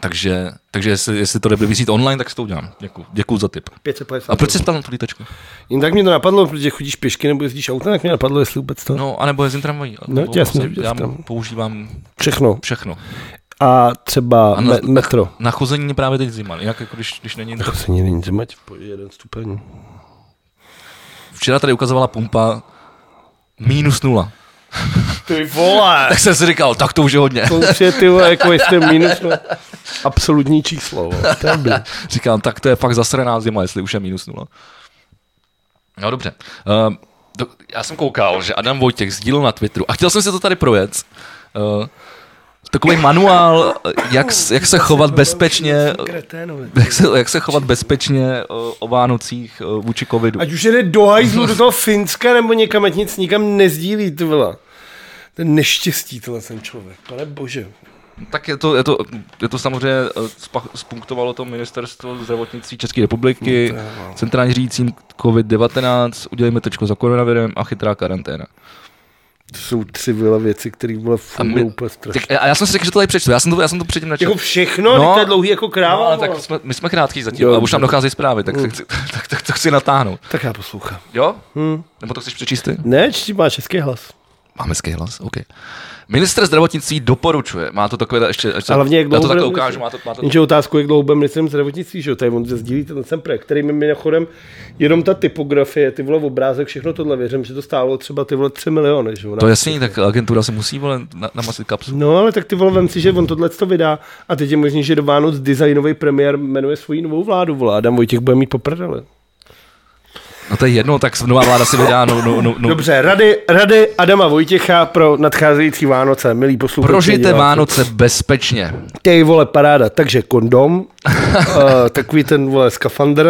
Speaker 1: Takže, takže jestli, jestli to nebude vysít online, tak si to udělám. Děkuju, děkuju za tip.
Speaker 2: 550.
Speaker 1: A proč jsi ptal na tu lítečku?
Speaker 2: Jen tak mě to napadlo, protože chodíš pěšky nebo jezdíš autem, tak mě napadlo, jestli vůbec to. No.
Speaker 1: No, anebo jezdím tramvají.
Speaker 2: No,
Speaker 1: nebo
Speaker 2: tě jasně,
Speaker 1: prostě já
Speaker 2: tam.
Speaker 1: používám
Speaker 2: Všechno.
Speaker 1: všechno.
Speaker 2: A třeba
Speaker 1: na-
Speaker 2: me- metro.
Speaker 1: Na chození je právě teď zima, jinak jako když, když není...
Speaker 2: To se není zimať, jeden stupeň.
Speaker 1: Včera tady ukazovala pumpa minus nula.
Speaker 2: Ty vole!
Speaker 1: Tak jsem si říkal, tak to už je hodně.
Speaker 2: To už je ty vole, jako jestli minus no, absolutní číslo. vole, To je blbý.
Speaker 1: Říkám, tak to je fakt zasraná zima, jestli už je minus nula. No dobře. Ehm, do- já jsem koukal, že Adam Vojtěch sdílel na Twitteru a chtěl jsem si to tady projet. Ehm, takový manuál, eh, jak, s- jak se chovat bezpečně, jak se, jak se chovat bezpečně eh, o Vánocích eh, vůči covidu.
Speaker 2: Ať už jede do hajzlu, do toho Finska nebo někam, ať nic nikam nezdílí, ty vole. Ten neštěstí, tohle ten člověk. Pane bože.
Speaker 1: Tak je to, je to, je to samozřejmě eh, spa- spunktovalo to ministerstvo zdravotnictví České republiky,
Speaker 2: No to je ono.
Speaker 1: centrální řídícím COVID-19, udělejme tečko za koronavirem a chytrá karanténa.
Speaker 2: To jsou tři vole věci, které vole
Speaker 1: A my-
Speaker 2: fungují úplně strašně.
Speaker 1: Tak, a já jsem si řekl, že to tady přečtu, já jsem to, já jsem to předtím načetl.
Speaker 2: Jako všechno,
Speaker 1: No,
Speaker 2: no, to je dlouhý jako kráva.
Speaker 1: No, ale
Speaker 2: vole.
Speaker 1: tak jsme, my jsme krátký zatím,
Speaker 2: Jo,
Speaker 1: jo, a už tam
Speaker 2: dobře.
Speaker 1: dochází zprávy, tak, se [LAUGHS] chci, tak, tak to chci natáhnout.
Speaker 2: tak já poslouchám.
Speaker 1: Jo?
Speaker 2: Hmm.
Speaker 1: Nebo to chceš přečíst ty?
Speaker 2: Ne, čtí má český hlas.
Speaker 1: Máme hezký hlas, OK. Minister zdravotnictví doporučuje, má to takové, ještě, ještě
Speaker 2: A hlavně, jak
Speaker 1: já
Speaker 2: dlouho
Speaker 1: to takhle
Speaker 2: budeme-
Speaker 1: ukážu, má to, má to
Speaker 2: Jenže otázku, jak dlouho budeme ministrem zdravotnictví, že jo? Tady on sdílí ten sem projekt, který mi mimochodem jenom ta typografie, ty vole obrázek, všechno tohle věřím, že to stálo třeba ty vole 3 miliony, že jo?
Speaker 1: to jasně, tak agentura se musí vole na- namasit kapsu.
Speaker 2: No, ale tak ty vole, vem si, že on tohle to vydá a teď je možný, že do Vánoc designový premiér jmenuje svoji novou vládu, vole, Adam Vojtěch bude mít poprdele.
Speaker 1: No to je jedno, tak nová vláda si vydá no, no, no, no.
Speaker 2: Dobře, rady, rady Adama Vojtěcha pro nadcházející Vánoce, milí posluchači.
Speaker 1: Prožijte
Speaker 2: diváci.
Speaker 1: Vánoce bezpečně.
Speaker 2: Ty vole, paráda.
Speaker 1: [LAUGHS]
Speaker 2: Takže kondom, uh, takový ten vole skafandr,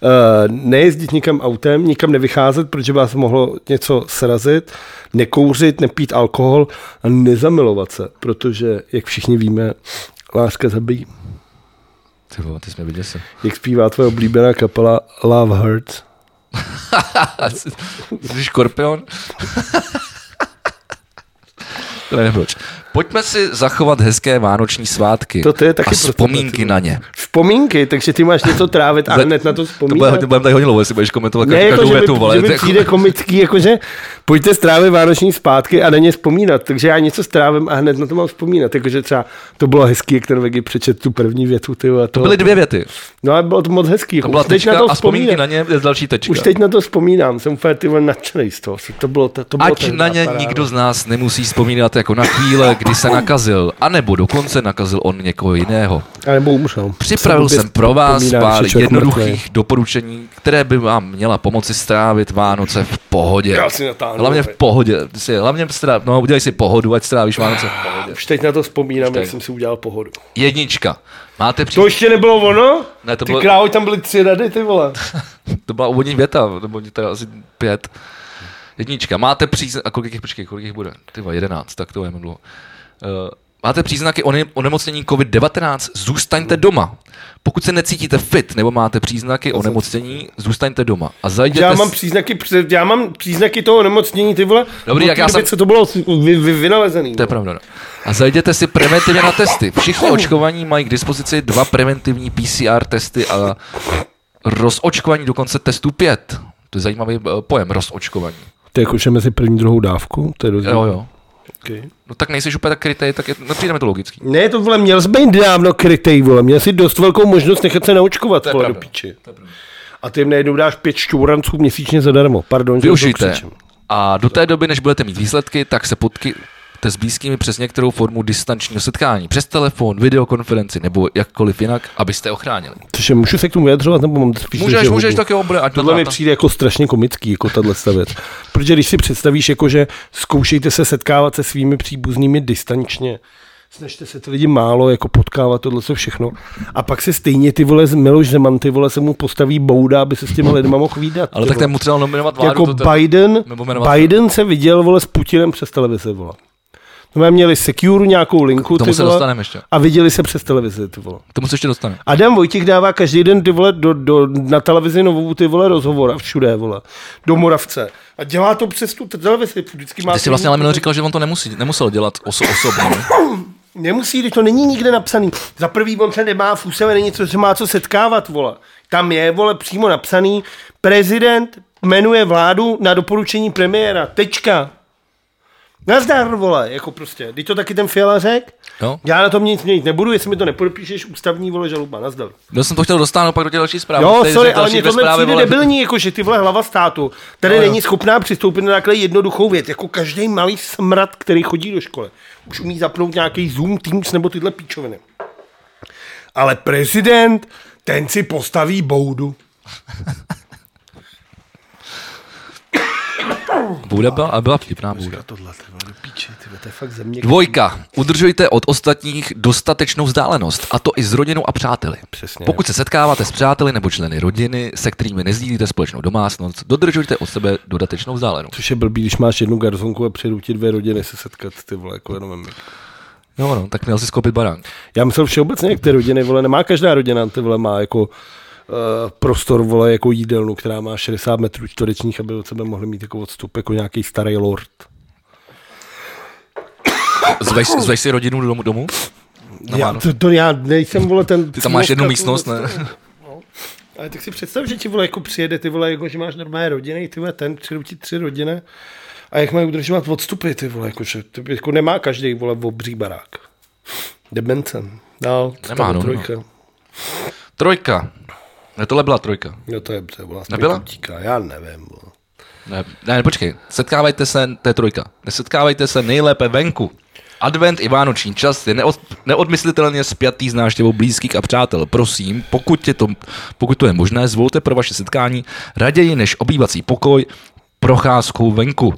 Speaker 2: uh, nejezdit nikam autem, nikam nevycházet, protože vás mohlo něco srazit, nekouřit, nepít alkohol a nezamilovat se, protože, jak všichni víme, láska zabíjí.
Speaker 1: Ty, vole, ty jsi mě vyděsil.
Speaker 2: Jak zpívá tvoje oblíbená kapela Love Hurts?
Speaker 1: Jsi škorpion? to nevím proč. Pojďme si zachovat hezké vánoční svátky
Speaker 2: To- to je taky
Speaker 1: a
Speaker 2: pro tebe,
Speaker 1: vzpomínky
Speaker 2: ty
Speaker 1: na ně.
Speaker 2: Vzpomínky, takže ty máš něco trávit a
Speaker 1: Za-
Speaker 2: hned na to
Speaker 1: To bude,
Speaker 2: vzpomínat.
Speaker 1: to budeme tady hodně dlouho, jestli budeš komentovat
Speaker 2: ne,
Speaker 1: každou,
Speaker 2: jako,
Speaker 1: každou
Speaker 2: že,
Speaker 1: větu,
Speaker 2: mi,
Speaker 1: vole.
Speaker 2: že mi
Speaker 1: Jako-
Speaker 2: přijde komický, jakože pojďte strávit vánoční zpátky a na ně vzpomínat. Takže já něco strávím a hned na to mám vzpomínat. Jakože třeba to bylo hezký, jak ten Vegi přečet tu první větu. Ty, vole, to,
Speaker 1: Byly dvě věty.
Speaker 2: No a bylo to moc hezký.
Speaker 1: To byla
Speaker 2: Už teď
Speaker 1: tečka
Speaker 2: na to
Speaker 1: a vzpomínky
Speaker 2: vzpomínám.
Speaker 1: na ně je další tečka.
Speaker 2: Už teď na to vzpomínám, jsem úplně ty vole nadšenej z toho. To bylo, to, to bylo
Speaker 1: Ať
Speaker 2: tehdy
Speaker 1: na ně
Speaker 2: paráda.
Speaker 1: nikdo z nás nemusí vzpomínat jako na chvíle, kdy se nakazil, anebo dokonce nakazil on někoho jiného.
Speaker 2: A nebo umřel.
Speaker 1: Připravil
Speaker 2: Jsem
Speaker 1: jsem pro vás
Speaker 2: vzpomínám,
Speaker 1: pár
Speaker 2: že člověk
Speaker 1: jednoduchých
Speaker 2: mrtvej.
Speaker 1: doporučení, které by vám měla pomoci strávit Vánoce v pohodě.
Speaker 2: Já si natáhnu.
Speaker 1: Hlavně v pohodě. Ty Si, hlavně stráv, no, udělej si pohodu, ať strávíš
Speaker 2: Ah.
Speaker 1: Vánoce v pohodě.
Speaker 2: Už teď na to vzpomínám, jak
Speaker 1: teď.
Speaker 2: jsem si udělal pohodu.
Speaker 1: Jednička. Máte při...
Speaker 2: To ještě nebylo ono?
Speaker 1: Ne, to
Speaker 2: ty
Speaker 1: bylo-
Speaker 2: krávoj, tam byly tři rady, ty vole.
Speaker 1: To byla úvodní věta, nebo teda asi pět. Jednička. Máte příznaky... A kolik jich, počkej, kolik jich bude? Ty vole, jedenáct, tak to je dlouho. Uh, máte příznaky one- onemocnění COVID-19? Zůstaňte doma. Pokud se necítíte fit nebo máte příznaky onemocnění, zůstaňte doma. A zajděte...
Speaker 2: Já mám
Speaker 1: s-
Speaker 2: příznaky, před- já mám příznaky toho nemocnění, ty vole.
Speaker 1: Dobrý,
Speaker 2: od
Speaker 1: jak
Speaker 2: té
Speaker 1: já
Speaker 2: doby,
Speaker 1: jsem-
Speaker 2: Co to bylo vy, vy, vynalezený.
Speaker 1: To je pravda. No. A zajděte si preventivně na testy. Všichni očkovaní mají k dispozici dva preventivní PCR testy a rozočkovaní dokonce testů pět. To je zajímavý eh, pojem, rozočkovaní.
Speaker 2: To je jako mezi první druhou dávku, to je dost.
Speaker 1: Jo, jo.
Speaker 2: Okay.
Speaker 1: No tak nejsi úplně tak krytej, tak je, no, přijde mi to logický.
Speaker 2: Ne, to vole, měl jsi být dávno krytej, vole. Měl jsi dost velkou možnost nechat se naočkovat,
Speaker 1: je
Speaker 2: vole, do
Speaker 1: pravda.
Speaker 2: píči. A ty jim najednou dáš pět šťouranců měsíčně zadarmo. Pardon, že
Speaker 1: Využijte.
Speaker 2: to křičím.
Speaker 1: A do té doby, než budete mít výsledky, tak se potkyte s blízkými přes některou formu distančního setkání. Přes telefon, videokonferenci nebo jakkoliv jinak, abyste je ochránili.
Speaker 2: Cože, můžu se k tomu vyjadřovat, nebo mám spíš
Speaker 1: Můžeš,
Speaker 2: že
Speaker 1: můžeš,
Speaker 2: hodně?
Speaker 1: tak jo, bude, ať to
Speaker 2: Tohle mi
Speaker 1: táta-
Speaker 2: přijde jako strašně komický, jako tahle věc. Protože když si představíš, jako že zkoušejte se setkávat se svými příbuznými distančně, snažte se ty lidi málo, jako potkávat tohle co všechno. A pak se stejně ty vole, Miloš Zeman, ty vole se mu postaví bouda, aby se s těmi lidmi mohl výdat.
Speaker 1: Ale tak ten mu třeba nominovat vládu.
Speaker 2: jako
Speaker 1: to, to,
Speaker 2: Biden,
Speaker 1: nebo jmenovat-
Speaker 2: Biden se viděl, vole, s Putinem přes televizi, vole. No, my měli Secure nějakou linku,
Speaker 1: K tomu
Speaker 2: ty
Speaker 1: se
Speaker 2: vole,
Speaker 1: dostaneme ještě.
Speaker 2: a viděli se přes televizi, ty vole.
Speaker 1: tomu se ještě dostane.
Speaker 2: Adam Vojtěch dává každý den ty vole, do, do, na televizi novou ty vole rozhovor a všude vole, do Moravce. A dělá to přes tu televizi, vždycky má...
Speaker 1: Ty jsi vlastně ale minule říkal, že on to nemusí, nemusel dělat oso- osobně. ne?
Speaker 2: Nemusí, když to není nikde napsaný. Za prvý on se nemá v úsevě, není co, že má co setkávat, vole. Tam je, vole, přímo napsaný, prezident jmenuje vládu na doporučení premiéra, tečka. Nazdar, vole, jako prostě. Když to taky ten Fiala řekl,
Speaker 1: Jo?
Speaker 2: já na tom nic měnit nebudu, jestli mi to nepodepíšeš, ústavní vole žaluba, nazdar.
Speaker 1: No jsem to chtěl dostáhnout pak do těch další zprávy.
Speaker 2: Jo,
Speaker 1: Tady
Speaker 2: sorry,
Speaker 1: další
Speaker 2: ale mě
Speaker 1: dvě
Speaker 2: tohle
Speaker 1: zprávy,
Speaker 2: přijde
Speaker 1: vole.
Speaker 2: debilní, jako že ty vole hlava státu tady
Speaker 1: Jo, jo.
Speaker 2: není schopná přistoupit na takhle jednoduchou věc, jako každý malý smrad, který chodí do školy. Už umí zapnout nějaký Zoom, Teams nebo tyhle píčoviny. Ale prezident, ten si postaví boudu.
Speaker 1: Bouda byla, a byla vtipná bouda.
Speaker 2: Tohle ty vole, do píče, ty vole, to je fakt země.
Speaker 1: Dvojka. Udržujte od ostatních dostatečnou vzdálenost, a to i s rodinou a přáteli.
Speaker 2: Přesně.
Speaker 1: Pokud se setkáváte s přáteli nebo členy rodiny, se kterými nezdílíte společnou domácnost, dodržujte od sebe dodatečnou vzdálenost.
Speaker 2: Což je blbý, když máš jednu garzonku a přijedou ti dvě rodiny se setkat, ty vole, jako jenom
Speaker 1: Jo, no, tak měl si skopit barán.
Speaker 2: Já myslel všeobecně, jak ty rodiny, vole, nemá každá rodina, ty vole, má jako eh, prostor, vole, jako jídelnu, která má 60 metrů čtverečních, aby od sebe mohli mít jako odstup, jako nějaký starý lord.
Speaker 1: Zveš, zveš si rodinu do domu? domů?
Speaker 2: já, to, to, já nejsem, vole, ten...
Speaker 1: No, Ty tam máš jednu místnost, ne?
Speaker 2: Ale tak si představ, že ti, vole, jako přijede, ty vole, jako, že máš normální rodiny, ty vole, ten, přijdou ti tři rodiny, a jak mají udržovat odstupy, ty vole, jako, že, to, jako nemá každý, vole, obří barák. Demencem. Dál, co
Speaker 1: Nemá,
Speaker 2: tam je
Speaker 1: no,
Speaker 2: trojka.
Speaker 1: Trojka. Ne, tohle byla trojka.
Speaker 2: No to je, to je vlastně
Speaker 1: Nebyla?
Speaker 2: Utíká, já nevím, vole.
Speaker 1: Ne, ne, počkej, setkávejte se, to je trojka, setkávejte se nejlépe venku. Advent i vánoční čas je neod, neodmyslitelně spjatý s návštěvou blízkých a přátel. Prosím, pokud, je to, pokud to je možné, zvolte pro vaše setkání raději než obývací pokoj procházkou venku.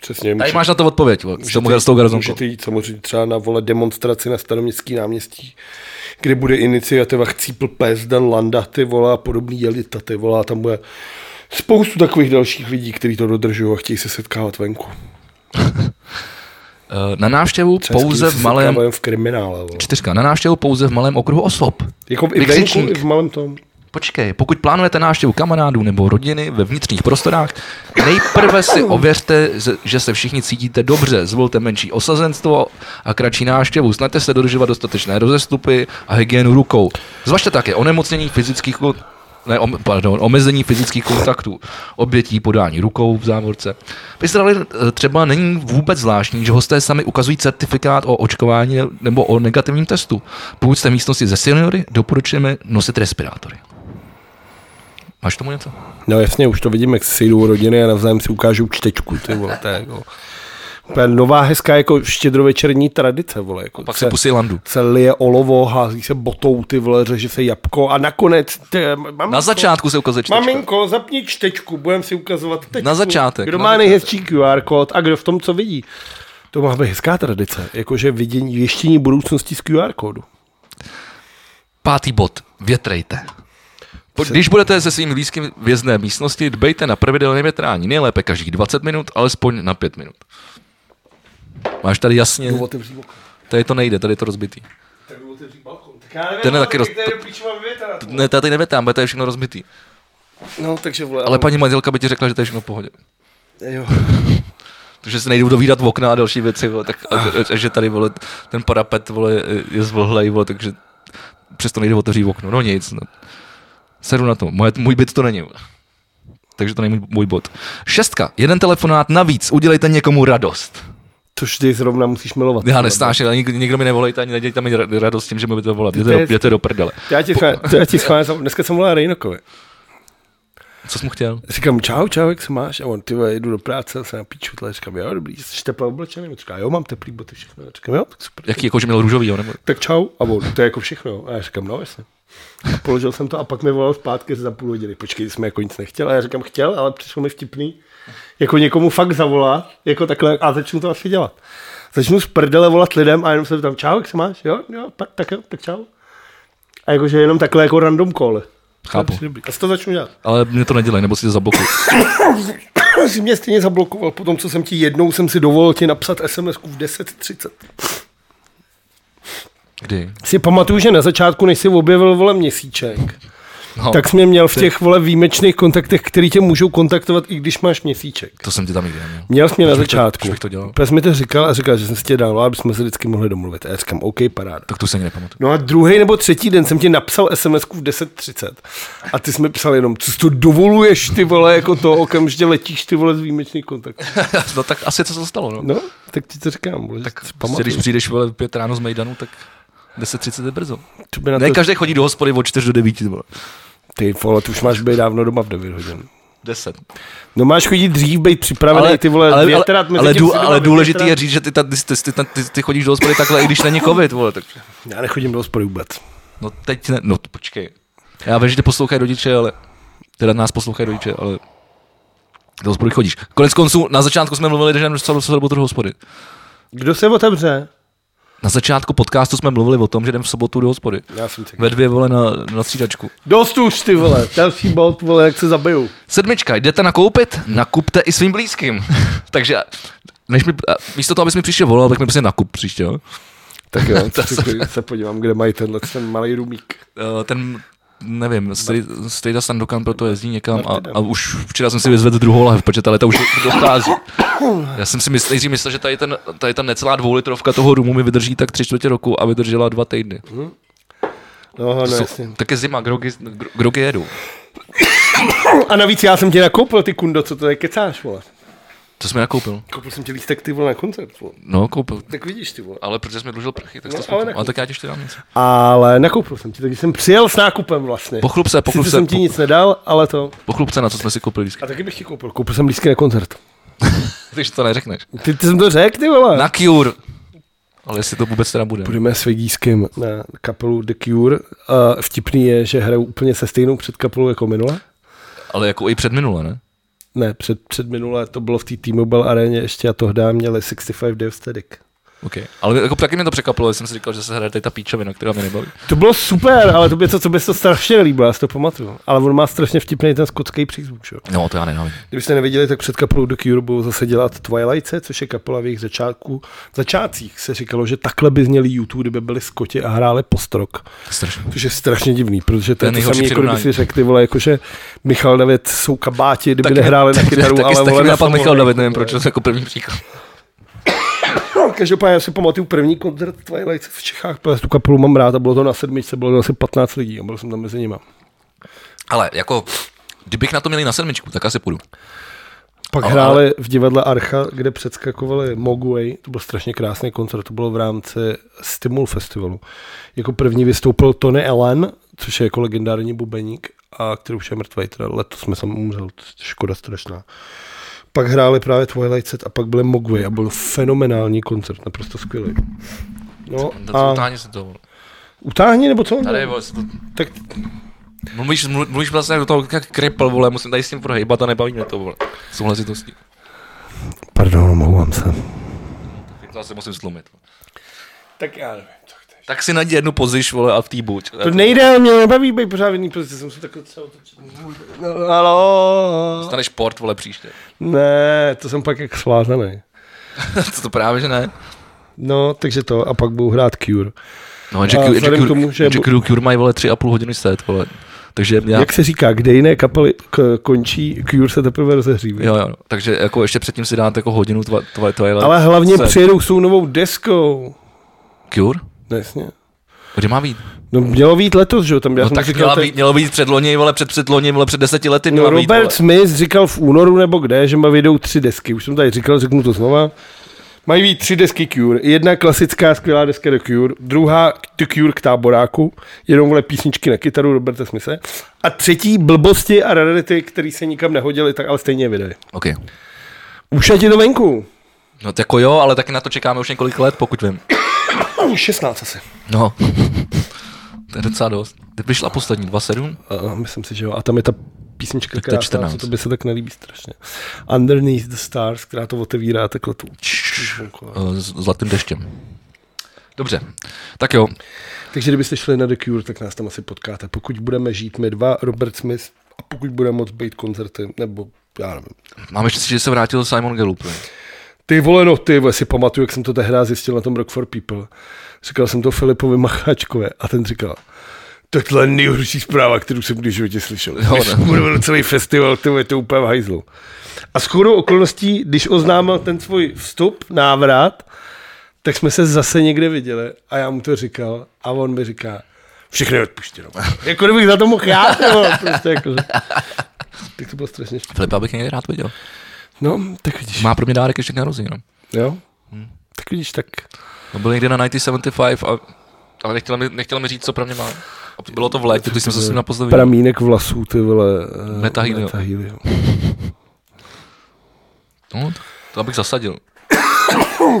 Speaker 2: Přesně.
Speaker 1: Tady
Speaker 2: může-
Speaker 1: máš na to odpověď, vole, k tomu s tou garzonkou.
Speaker 2: Můžete jít samozřejmě třeba na vole demonstraci na staroměstský náměstí, kde bude iniciativa Chcípl pes, Dan Landa, ty vole a podobný jelita, ty vole a tam bude spoustu takových dalších lidí, kteří to dodržují a chtějí se setkávat venku.
Speaker 1: Eh, Na návštěvu
Speaker 2: Český
Speaker 1: pouze
Speaker 2: si
Speaker 1: v malém...
Speaker 2: setkávají v kriminále. vole.
Speaker 1: Čtyřka. Na návštěvu pouze v malém okruhu osob.
Speaker 2: Jako i venku,
Speaker 1: Vykřičník.
Speaker 2: i v malém tom.
Speaker 1: Počkej, pokud plánujete návštěvu kamarádů nebo rodiny ve vnitřních prostorách, nejprve si ověřte, z- že se všichni cítíte dobře. Zvolte menší osazenstvo a kratší návštěvu. Snažte se dodržovat dostatečné rozestupy a hygienu rukou. Zvažte také onemocnění fyzických kon- ne, om, pardon, omezení fyzických kontaktů, obětí podání rukou v závorce. V Izraeli eh, třeba není vůbec zvláštní, že hosté sami ukazují certifikát o očkování nebo o negativním testu. Pokud jste v místnosti ze seniory, doporučujeme nosit respirátory. Máš tomu něco?
Speaker 2: No jasně, už to vidím, jak se sejdou rodiny a navzájem si ukážou čtečku,
Speaker 1: [LAUGHS]
Speaker 2: ty vole, to je jako... Úplně nová hezká jako štědrovečerní tradice, vole, jako
Speaker 1: Pak
Speaker 2: se,
Speaker 1: si pusí landu.
Speaker 2: se lije olovo, hází se botou, ty vole, řeže se jabko a nakonec, ty, maminko,
Speaker 1: Na začátku se ukazuje čtečka.
Speaker 2: maminko, zapni čtečku, budem si ukazovat tečku.
Speaker 1: Na začátek,
Speaker 2: Kdo
Speaker 1: na
Speaker 2: má
Speaker 1: začátek.
Speaker 2: nejhezčí QR kód a kdo v tom, co vidí. To má být hezká tradice, jakože vidění, věštění budoucnosti z QR kódu.
Speaker 1: Pátý bod. Větrejte. Po- Když budete se svým blízkým v jezdné místnosti, dbejte na pravidelné větrání. Nejlépe každých 20 minut, alespoň na 5 minut. Máš tady jasně,
Speaker 2: Otevří okno.
Speaker 1: tady to nejde, tady je to rozbitý.
Speaker 2: Tak jdu otevřít balkon. Tak já nevím,
Speaker 1: Ten je
Speaker 2: ale
Speaker 1: taky
Speaker 2: tak
Speaker 1: roz-
Speaker 2: tady do píči mám větrat, vole.
Speaker 1: Ne, tady nevětám, protože to je všechno rozbitý.
Speaker 2: No, takže vole,
Speaker 1: Ale paní manželka by ti řekla, že to je všechno v pohodě. [LAUGHS]
Speaker 2: Jo.
Speaker 1: Že se nejdou dovídat v okna a další věci, vole, tak, a,
Speaker 2: Ah.
Speaker 1: a, a, že tady vole, ten parapet vole, je zvlhlej, vole, takže přesto nejde otevřít okno. No nic. No. Seru na to. Moje, můj byt to není. vole. Takže to není můj- můj bod. Šestka. Jeden telefonát navíc. Udělejte někomu radost.
Speaker 2: Což ty zrovna musíš milovat.
Speaker 1: Já nesnáším, ale nik, nikdo mi nevolejte ani nedělejte mi ra- radost tím, že mi budete volat. Jděte, do- jděte do prdele.
Speaker 2: Já ti schválně, já ti schválně, zam- dneska jsem volal Rejnokovi.
Speaker 1: Co jsi mu chtěl?
Speaker 2: Říkám, čau, čau, jak se máš? A on, ty vole, jdu do práce, jsem na píču, tle, říkám, jo, dobrý, jsi teple oblečený? On říká, jo, mám teplý boty, všechno. Já říkám, jo, tak super.
Speaker 1: Jaký, jako, že měl růžový, jo? Nebo...
Speaker 2: Tak čau, a on, to je jako všechno. A já říkám, no, jasně. A položil jsem to a pak mi volal zpátky za půl hodiny. Počkej, jsme jako nic nechtěl. A já říkám, chtěl, ale přišlo mi vtipný. Jako někomu fakt zavolá, jako takhle, a začnu to asi dělat. Začnu z prdele volat lidem a jenom se tam, čau, jak se máš? Jo, jo, tak, tak jo, tak čau. A jakože jenom takhle jako random call.
Speaker 1: Chápu.
Speaker 2: A to začnu dělat.
Speaker 1: Ale mě to nedělej, nebo si to zablokuj.
Speaker 2: Jsi mě stejně zablokoval po tom, co jsem ti jednou jsem si dovolil ti napsat SMS v 10.30.
Speaker 1: Kdy?
Speaker 2: Si pamatuju, že na začátku, než jsi objevil vole měsíček,
Speaker 1: No,
Speaker 2: tak jsi mě měl v těch vole výjimečných kontaktech, který tě můžou kontaktovat, i když máš měsíček.
Speaker 1: to jsem ti tam no. nikdy neměl.
Speaker 2: Měl jsi mě na
Speaker 1: Proč bych to-
Speaker 2: začátku.
Speaker 1: proč bych to dělal?
Speaker 2: Pak jsi mi to říkal a říkal, že jsem si tě dal, aby jsme se vždycky mohli domluvit. A já říkám, OK, paráda.
Speaker 1: Tak to se ani nepamatuju.
Speaker 2: No a druhý nebo třetí den jsem ti napsal sms v 10.30 a ty jsi mi psal jenom, co si to dovoluješ, ty vole, jako to okamžitě letíš, ty vole, z výjimečných kontaktů.
Speaker 1: [LAUGHS] no tak asi to se stalo, no.
Speaker 2: No, tak ti to říkám, vole, tak
Speaker 1: Prostě, když přijdeš vole, v pět ráno z Mejdanu, tak 10.30 je brzo.
Speaker 2: To by na
Speaker 1: Ne,
Speaker 2: to,
Speaker 1: každý chodí do hospody od 4 do 9, vole.
Speaker 2: ty vole, ty už máš být dávno doma v 9 hodin.
Speaker 1: 10.
Speaker 2: No máš chodit dřív, být připravený, ty vole,
Speaker 1: ale, ale,
Speaker 2: větrat, mezi
Speaker 1: ale,
Speaker 2: tím
Speaker 1: dů,
Speaker 2: si doma
Speaker 1: ale důležitý je
Speaker 2: vyvětrat.
Speaker 1: říct, že ty, ta, ty, ty, ty, ty, ty, chodíš do hospody takhle, i když není covid, vole. Tak,
Speaker 2: Já nechodím do hospody vůbec.
Speaker 1: no teď ne, no počkej. Já vím, že ty poslouchají rodiče, ale teda nás poslouchají rodiče, ale do hospody chodíš. Konec konců, na začátku jsme mluvili, že jdeme celou do hospody.
Speaker 2: Kdo se otevře?
Speaker 1: Na začátku podcastu jsme mluvili o tom, že jdem v sobotu do hospody.
Speaker 2: Já jsem tak.
Speaker 1: Ve dvě vole na, na střídačku.
Speaker 2: Dost už, ty vole, další bod, vole, jak se zabiju.
Speaker 1: Sedmička, jdete nakoupit? Nakupte i svým blízkým. [LAUGHS] Takže než mi, a místo toho, abys mi příště volal, tak mi prostě nakup příště. Jo? [LAUGHS]
Speaker 2: Tak jo, se, se podívám, kde mají tenhle ten malý rumík.
Speaker 1: Eh, Ten, nevím, Strejda- Strejda Sandokan proto jezdí někam a, a, už včera jsem si vyzvedl druhou lahev, protože ta leta už dochází. Já jsem si myslel, nejdřív myslel, že tady, ten, tady ta necelá dvoulitrovka toho rumu mi vydrží tak tři čtvrtě roku a vydržela dva týdny.
Speaker 2: No, no,
Speaker 1: Co-
Speaker 2: jasně.
Speaker 1: Tak je zima, grogy, gro- grogy jedu.
Speaker 2: A navíc já jsem ti nakoupil ty kundo, co to je kecáš, vole.
Speaker 1: To jsme nakoupil.
Speaker 2: Koupil jsem ti lístek ty vole na koncert, vole.
Speaker 1: No, koupil.
Speaker 2: Tak vidíš ty vole.
Speaker 1: Ale protože jsme dlužil prchy, tak no,
Speaker 2: No, ale
Speaker 1: to ale,
Speaker 2: nakoupil.
Speaker 1: ale tak já ti ještě dám
Speaker 2: [LAUGHS]
Speaker 1: něco.
Speaker 2: Ale nakoupil jsem ti, takže jsem přijel s nákupem vlastně.
Speaker 1: Pochlup se, pochlup
Speaker 2: Sice
Speaker 1: se,
Speaker 2: jsem ti nic nedal, ale to.
Speaker 1: pochlup se, na co jsme si koupili lístky.
Speaker 2: A taky bych ti koupil. Koupil jsem lístky na koncert.
Speaker 1: Když to neřekneš.
Speaker 2: Ty, ty jsem to řekl, ty vole.
Speaker 1: Na Cure. Ale jestli to vůbec teda bude.
Speaker 2: Budeme s Vegíským na kapelu The Cure. A vtipný je, že hrajou úplně se stejnou před kapelou jako minule.
Speaker 1: Ale jako i před minule, ne?
Speaker 2: Ne, před, před minule to bylo v té T-Mobile aréně ještě a tohle měli 65 Devastatic.
Speaker 1: Okay. Ale jako taky mě to překvapilo, že jsem si říkal, že se hraje tady ta píčovina, která mě nebaví.
Speaker 2: To bylo super, ale to by to, co by se to strašně líbilo, já si to pamatuju. Ale on má strašně vtipný ten skotský přízvuk, že? jo.
Speaker 1: No, to já nenávidím.
Speaker 2: Kdybyste nevěděli, tak před kapelou do Cure budou zase dělat Twilights, což je kapela v jejich začátku. V začátcích se říkalo, že takhle by zněli YouTube, kdyby byli skoti a hráli postrok.
Speaker 1: To je strašné.
Speaker 2: Což je strašně divný, protože to
Speaker 1: To je
Speaker 2: je to
Speaker 1: nejhorší
Speaker 2: samý, jako kdyby
Speaker 1: přirovnání.
Speaker 2: si řekl, ty vole, jakože Michal David jsou kabáti, kdyby
Speaker 1: Taky-
Speaker 2: nehráli na
Speaker 1: taky-
Speaker 2: kytaru,
Speaker 1: taky,
Speaker 2: ale
Speaker 1: taky,
Speaker 2: vole
Speaker 1: taky
Speaker 2: na
Speaker 1: nápad Michal
Speaker 2: samohráči,
Speaker 1: David, nevím
Speaker 2: vole.
Speaker 1: proč, to je jako první příklad.
Speaker 2: No, Každopádně já si pamatuju první koncert Twilight v Čechách, protože tu kapelu mám rád a bylo to na sedmičce, bylo to asi 15 lidí a byl jsem tam mezi nimi.
Speaker 1: Ale jako, kdybych na to měl i na sedmičku, tak asi půjdu.
Speaker 2: Pak
Speaker 1: Ale-
Speaker 2: hráli v divadle Archa, kde předskakovali Mogwai, to byl strašně krásný koncert, to bylo v rámci Stimul Festivalu. Jako první vystoupil Tony Allen, což je jako legendární bubeník, a který už je mrtvý, teda letos jsme sami umřel, to je škoda strašná. Pak hráli právě Twilight Set a pak byly Mogwai a byl fenomenální koncert, naprosto skvělý. No
Speaker 1: To
Speaker 2: a
Speaker 1: totálně se to...
Speaker 2: utáhni nebo co?
Speaker 1: Tady, vole, se to...
Speaker 2: Tak
Speaker 1: Mluvíš, mlu- mluvíš vlastně do toho jak kripl, vole, musím tady s tím prohejbat a nebaví mě to, vole. Souhlasí to s tím.
Speaker 2: Pardon, omlouvám se.
Speaker 1: Já se musím slumit. vole.
Speaker 2: Tak já nevím, co chceš.
Speaker 1: Tak si najdi jednu poziš, vole, a v tý buď.
Speaker 2: To nejde, mě nebaví být pořád v jedný pozici, jsem se takhle třeba otočil. No, halo.
Speaker 1: Staneš port, vole, příště. [LAUGHS]
Speaker 2: Ne, to jsem pak jak svázaný.
Speaker 1: to, to právě, že ne.
Speaker 2: No, takže to, a pak budu hrát Cure.
Speaker 1: No, že
Speaker 2: A
Speaker 1: Cure, že
Speaker 2: vzhledem k tomu,
Speaker 1: Cure,
Speaker 2: že
Speaker 1: že Cure, Cure mají, vole, tři a půl hodiny set, vole. Takže já,
Speaker 2: Jak se říká, kde jiné kapely k- končí, Cure se teprve rozehříví.
Speaker 1: Jo, jo, takže jako ještě předtím si dáte jako hodinu tva, tva, Twilight.
Speaker 2: Ale hlavně
Speaker 1: set.
Speaker 2: přijedou s tou novou deskou.
Speaker 1: Cure?
Speaker 2: No, jasně.
Speaker 1: Kde má být?
Speaker 2: No mělo být letos, že jo, tam já
Speaker 1: No,
Speaker 2: jsem
Speaker 1: tak
Speaker 2: říkal,
Speaker 1: měla
Speaker 2: tak-
Speaker 1: být, mělo být před loni, vole, před předloni, vole, před deseti lety měla
Speaker 2: No,
Speaker 1: být, vole.
Speaker 2: Robert Smith říkal v únoru nebo kde, že mají vyjdou tři desky. Už jsem tady říkal, řeknu to znova. Mají být tři desky Cure. Jedna klasická skvělá deska do Cure, druhá The Cure k táboráku, jenom vole písničky na kytaru Roberta Smise. A třetí blbosti a rarity, které se nikam nehodily, tak ale stejně je vydali.
Speaker 1: OK.
Speaker 2: Už je ti to venku.
Speaker 1: No tak jako jo, ale taky na to čekáme už několik let, pokud vím.
Speaker 2: A už 16 asi.
Speaker 1: No. [LAUGHS] to je docela dost. Ty vyšla poslední, 2-7?
Speaker 2: A myslím si, že jo. A tam je ta písnička,
Speaker 1: Tak to je
Speaker 2: která to,
Speaker 1: 14.
Speaker 2: to by se tak nelíbí strašně. Underneath the Stars, která to otevírá takhle tu.
Speaker 1: Eh, s- Zlatým deštěm. Dobře, tak jo,
Speaker 2: Takže kdybyste šli na The Cure, tak nás tam asi potkáte. Pokud budeme žít my dva, Robert Smith, a pokud bude moc být koncerty, nebo já nevím.
Speaker 1: máme štěstí, že se vrátil Simon Gallup. ne?
Speaker 2: Ty vole, no ty, vole, si pamatuju, jak jsem to tehdy zjistil na tom Rock for People. Říkal jsem to Filipovi Macháčkové a ten říkal, tohle je nejhorší zpráva, kterou jsem kdy v životě slyšel.
Speaker 1: Jo,
Speaker 2: Když
Speaker 1: ne.
Speaker 2: budeme na celý festival, to je to úplně v hajzlu. A shodou okolností, když oznámil ten svůj vstup, návrat, tak jsme se zase někde viděli a já mu to říkal a on mi říká, všechno je odpuštěno. jako kdybych za to mohl já, nebo prostě jako, tak to bylo strašně špatný.
Speaker 1: Filipa bych někdy rád viděl.
Speaker 2: No, tak vidíš.
Speaker 1: Má pro mě dárek ještě k narozeninám.
Speaker 2: Jo? Tak vidíš, tak
Speaker 1: No byl někde na 1975 a ale nechtěl mi, nechtěl mi říct, co pro mě má. A bylo to v létě, když jsem se s ním naposledy viděl.
Speaker 2: pramínek vlasů, ty vole. eh,
Speaker 1: Meta Healy, jo.
Speaker 2: Meta Healy, jo.
Speaker 1: No, to- to abych zasadil.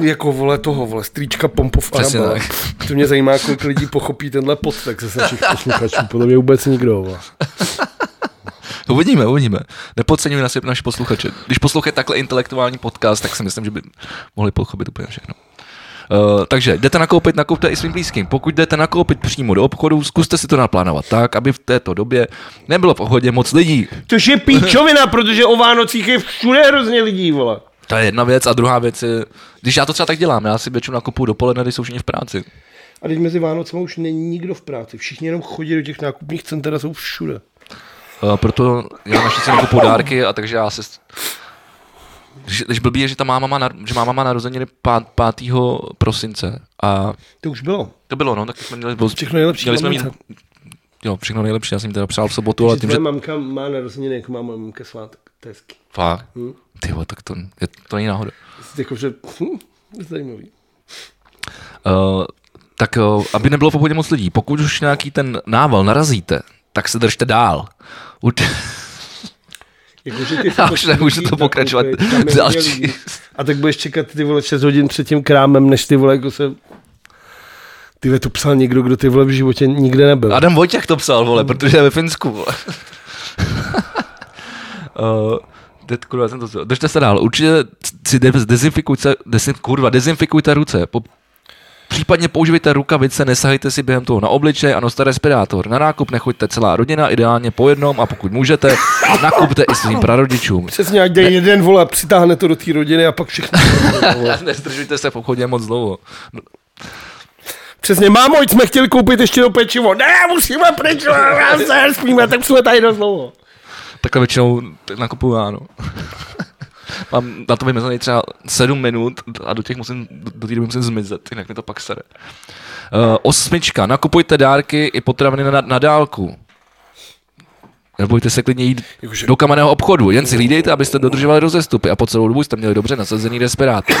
Speaker 2: jako vole toho, vole, strýčka Pompov
Speaker 1: Přesně
Speaker 2: Arabela.
Speaker 1: tak.
Speaker 2: [LAUGHS] To mě zajímá, kolik lidí pochopí tenhle podtek ze našich posluchačů. Podle mě vůbec nikdo. Vole.
Speaker 1: Uvidíme, uvidíme. Nepodceňuj nás naši posluchače. Když poslouchají takhle intelektuální podcast, tak si myslím, že by mohli pochopit úplně všechno. Uh, takže jdete nakoupit, nakupte i svým blízkým. Pokud jdete nakoupit přímo do obchodu, zkuste si to naplánovat tak, aby v této době nebylo v pohodě moc lidí.
Speaker 2: Což je píčovina, protože o Vánocích je všude hrozně lidí, vole.
Speaker 1: To je jedna věc. A druhá věc je, když já to třeba tak dělám, já si většinu nakupuju dopoledne, když jsou všichni v práci.
Speaker 2: A teď mezi Vánocema už není nikdo v práci. Všichni jenom chodí do těch nákupních center a jsou všude.
Speaker 1: Uh, proto já naštěstí nekupuju dárky a takže já se... s- Když, když blbý je, že ta máma má, nar- že máma má narozeniny pá- 5. prosince a
Speaker 2: To už bylo.
Speaker 1: to bylo, no, tak jsme měli, bo,
Speaker 2: Všechno nejlepší
Speaker 1: měli jsme mít,
Speaker 2: mamince.
Speaker 1: jo, všechno nejlepší, já jsem jim teda přál v sobotu, ale
Speaker 2: Ale
Speaker 1: tím, že...
Speaker 2: mamka má narozeniny, jako má moje mamka svátek. To je hezký.
Speaker 1: Fakt,
Speaker 2: Hmm.
Speaker 1: ty vole, tak to, je, to není náhoda.
Speaker 2: Jako, že, hm, zajímavý.
Speaker 1: Uh, tak uh, aby nebylo v obchodě moc lidí, pokud už nějaký ten nával narazíte, tak se držte dál. Určitě.
Speaker 2: Jakože Jako, ty
Speaker 1: [LAUGHS] Já už nemůžu
Speaker 2: fotografií
Speaker 1: to pokračovat
Speaker 2: nakoupit, tam je
Speaker 1: další.
Speaker 2: hodně lidí. A tak budeš čekat ty vole 6 hodin před tím krámem, než ty vole jako se... Ty vole, to psal někdo, kdo ty vole v životě nikde nebyl.
Speaker 1: Adam Vojtěch to psal, vole, protože je ve Finsku, vole. uh, Teď, kurva, jsem to zjel. Držte se dál. Určitě si de- dezinfikujte, desin, kurva, dezinfikujte ruce. Po, případně používejte rukavice, nesahejte si během toho na obličej a noste respirátor. Na nákup nechoďte celá rodina, ideálně po jednom a pokud můžete, nakupte i svým prarodičům.
Speaker 2: Přesně, ať dej jeden vole, přitáhne to do té rodiny a pak všichni.
Speaker 1: Nezdržujte se v obchodě moc dlouho.
Speaker 2: Přesně, mámo, jít jsme chtěli koupit ještě to pečivo. Ne, musíme pryč, já se spíme, tak jsme tady dost dlouho.
Speaker 1: Takhle většinou t- nakupuju já, no. Mám na to vymezený třeba 7 minut a do, těch musím, do do té doby musím zmizet, jinak mi to pak sere. Uh, osmička. Nakupujte dárky i potraviny na, na dálku. Nebojte se klidně jít
Speaker 2: Jakože-
Speaker 1: do kamenného obchodu. Jen si hlídejte, abyste dodržovali rozestupy a po celou dobu jste měli dobře nasazený respirátor.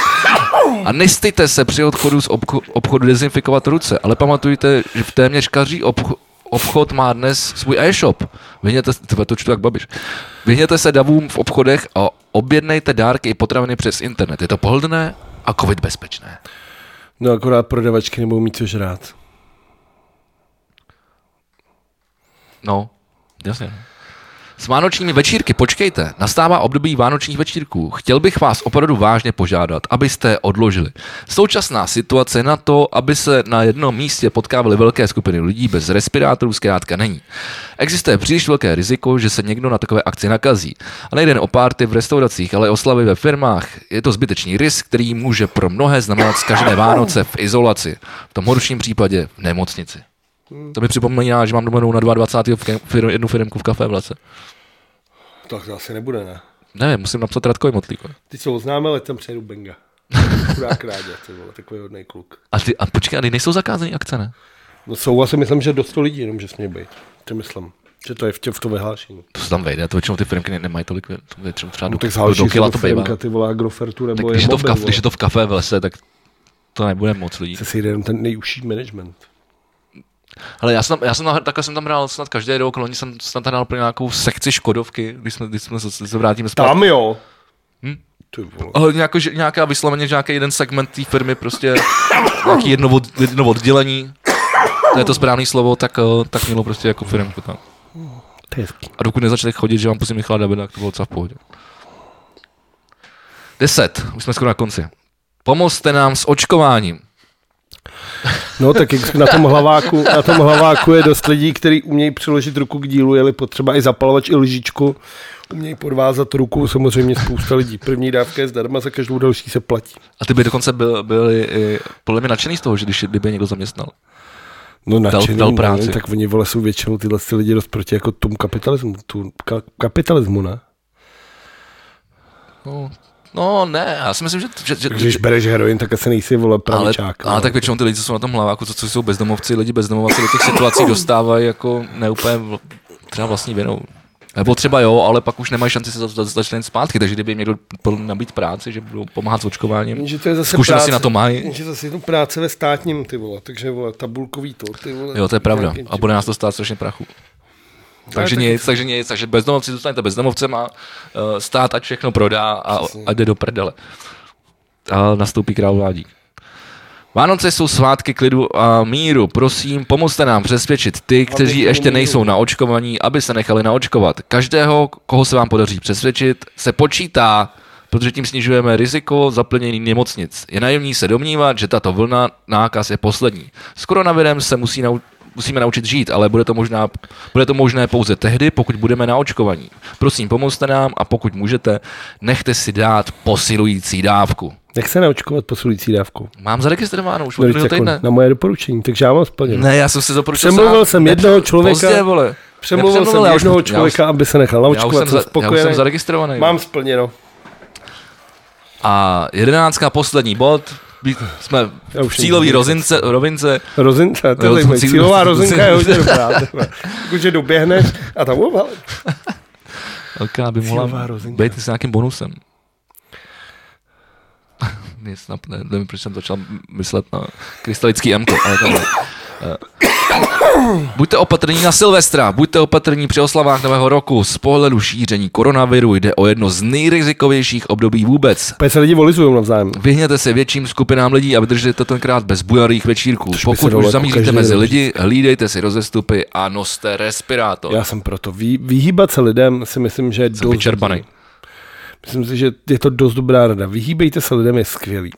Speaker 1: A nestyďte se při odchodu z obcho- obchodu dezinfikovat ruce, ale pamatujte, že v téměř každý obch- obchod má dnes svůj e-shop. Vyhněte, tyhle, to čtu jak babiš. Vyhněte se davům v obchodech a objednejte dárky i potraviny přes internet. Je to pohodlné a covid bezpečné.
Speaker 2: No akorát prodavačky nebudou mít co žrát.
Speaker 1: No, jasně. S vánočními večírky počkejte, nastává období vánočních večírků. Chtěl bych vás opravdu vážně požádat, abyste je odložili. Současná situace na to, aby se na jednom místě potkávaly velké skupiny lidí bez respirátorů, zkrátka není. Existuje příliš velké riziko, že se někdo na takové akci nakazí. A nejde jen o párty v restauracích, ale o slavy ve firmách. Je to zbytečný risk, který může pro mnohé znamenat zkažené Vánoce v izolaci, v tom horším případě v nemocnici. To mi připomíná, že mám dovolenou na 22. V ke- fir- jednu firmku v kafe v lese.
Speaker 2: Tak to asi nebude, ne?
Speaker 1: Nevím, musím napsat Radkovi Motlíkovi.
Speaker 2: Ty co oznámil, ať tam
Speaker 1: [LAUGHS]
Speaker 2: přejdu Benga. Chudák rádě, ty vole, takový hodnej kluk.
Speaker 1: A, ty, a počkej, ale nejsou zakázané akce, ne?
Speaker 2: No jsou asi, myslím, že do 100 lidí jenom, že smějí být. To myslím, že to je v, tě, v to vyhlášení.
Speaker 1: To se tam vejde, to většinou ty firmky ne- nemají tolik, to je třeba, třeba
Speaker 2: No,
Speaker 1: do,
Speaker 2: tak
Speaker 1: do,
Speaker 2: záleží,
Speaker 1: do
Speaker 2: jestli
Speaker 1: kila
Speaker 2: to
Speaker 1: to bývá.
Speaker 2: firmka, ty vole, Agrofertu,
Speaker 1: Tak
Speaker 2: nebo
Speaker 1: když je, to v
Speaker 2: Mobil,
Speaker 1: kafe, když je
Speaker 2: vole.
Speaker 1: to v kafe v lese, tak to nebude moc lidí.
Speaker 2: Se sejde jenom ten nejužší management.
Speaker 1: Ale já jsem, tam, já jsem tam, takhle jsem tam hrál snad každé rok, loni jsem snad tam hrál pro nějakou sekci Škodovky, když jsme, když jsme se, se vrátíme zpátky.
Speaker 2: Tam jo. Ty vole.
Speaker 1: Ale nějako, že, nějaká vysloveně, že nějaký jeden segment té firmy, prostě nějaký jedno, od, jedno oddělení, to je to správné slovo, tak, eh, tak mělo prostě jako firmku tam.
Speaker 2: To je hezký.
Speaker 1: A dokud nezačali chodit, že vám pustím Michala Davida, tak to bylo docela v pohodě. Deset, už jsme skoro na konci. Pomozte nám s očkováním.
Speaker 2: No tak jak na tom hlaváku, na tom hlaváku je dost lidí, kteří umějí přiložit ruku k dílu, jeli potřeba i zapalovač, i lžičku, umějí podvázat ruku, samozřejmě spousta lidí. První dávka je zdarma, za každou další se platí.
Speaker 1: A ty by dokonce byl, byli i podle mě nadšený z toho, že když kdyby je někdo zaměstnal.
Speaker 2: No nadšený,
Speaker 1: dal
Speaker 2: ne,
Speaker 1: práci.
Speaker 2: tak oni vole jsou většinou tyhle ty lidi dost proti jako tomu kapitalismu, tu ka, kapitalismu, ne?
Speaker 1: No, no ne, já si myslím, že... že, že
Speaker 2: Když bereš heroin, tak asi nejsi vole
Speaker 1: ale,
Speaker 2: pravičák.
Speaker 1: ale
Speaker 2: no.
Speaker 1: tak většinou ty lidi, co jsou na tom hlaváku, co, co jsou bezdomovci, lidi bezdomova se do těch situací dostávají jako neúplně vl- třeba vlastní vinou. Nebo třeba jo, ale pak už nemají šanci se za- za- začlenit zpátky, takže kdyby jim někdo pl- nabít práci, že budou pomáhat s očkováním,
Speaker 2: Jenže to je zase
Speaker 1: zkušenosti
Speaker 2: práce,
Speaker 1: na to mají.
Speaker 2: Jenže zase je to práce ve státním, ty vole, takže vole, tabulkový to, ty vole.
Speaker 1: Jo, to je pravda.
Speaker 2: nějakým No,
Speaker 1: A bude nás to stát strašně prachu. Takže
Speaker 2: tak-
Speaker 1: nic, takže nic, takže bezdomovci zůstanete bezdomovcem a uh, stát ať všechno prodá a, a jde do prdele. A nastoupí král vládík. Vánoce jsou svátky klidu a míru. Prosím, pomozte nám přesvědčit ty, kteří
Speaker 2: bylo
Speaker 1: ještě
Speaker 2: míru.
Speaker 1: nejsou naočkovaní, aby se nechali naočkovat. Každého, koho se vám podaří přesvědčit, se počítá, protože tím snižujeme riziko zaplnění nemocnic. Je naivní se domnívat, že tato vlna nákaz je poslední. S koronavirem se musí nau- musíme naučit žít, ale bude to, možná, bude to možné pouze tehdy, pokud budeme naočkovaní. Prosím, pomozte nám a pokud můžete, nechte si dát posilující dávku.
Speaker 2: Jak se naočkovat posilující dávkou?
Speaker 1: Mám zaregistrováno už
Speaker 2: No,
Speaker 1: od
Speaker 2: vždyť
Speaker 1: minulého
Speaker 2: jako
Speaker 1: No, týdne.
Speaker 2: na moje doporučení, takže já mám splněno.
Speaker 1: Ne, já jsem se zaporučil
Speaker 2: Přemluvil jsem jednoho člověka.
Speaker 1: Pozdě, vole.
Speaker 2: Přemluvil
Speaker 1: Nepřemluvil,
Speaker 2: jsem
Speaker 1: já už-
Speaker 2: jednoho
Speaker 1: já už-
Speaker 2: člověka, aby se nechal
Speaker 1: Já už, jsem,
Speaker 2: naočkovat,
Speaker 1: za,
Speaker 2: jsem
Speaker 1: já už jsem
Speaker 2: spokojený.
Speaker 1: zaregistrovaný.
Speaker 2: Mám splněno.
Speaker 1: A jedenáctka, poslední bod. Být- Jsme
Speaker 2: Já už
Speaker 1: v cílový
Speaker 2: nevím.
Speaker 1: rozince, rovince.
Speaker 2: Rozinka, to je
Speaker 1: Jo,
Speaker 2: zajímavé.
Speaker 1: cíl-
Speaker 2: Cílová rozinka je
Speaker 1: cíl-
Speaker 2: hodně dobrá. Takže doběhneš a tam oh, ale-
Speaker 1: Velká by
Speaker 2: Cílová
Speaker 1: mohla
Speaker 2: rozinka.
Speaker 1: být s nějakým bonusem. [LAUGHS] Nic, nap- ne, nevím, proč jsem začal myslet na krystalický M, ale to ne. Eh, Buďte opatrní na Silvestra, buďte opatrní při oslavách Nového roku. Z pohledu šíření koronaviru jde o jedno z nejrizikovějších období vůbec.
Speaker 2: Pak se lidi volizují navzájem.
Speaker 1: Vyhněte se větším skupinám lidí a vydržte tenkrát bez bujarých večírků.
Speaker 2: Což by se
Speaker 1: Pokud
Speaker 2: dalo
Speaker 1: už
Speaker 2: jako
Speaker 1: zamíříte
Speaker 2: každý
Speaker 1: mezi
Speaker 2: den
Speaker 1: lidi, hlídejte si rozestupy a noste respirátor.
Speaker 2: Já jsem proto. Vy, vyhýbat se lidem si myslím, že je
Speaker 1: Jsem vyčerpaný.
Speaker 2: Myslím si, že je to dost dobrá rada. Vyhýbejte se lidem, je skvělý.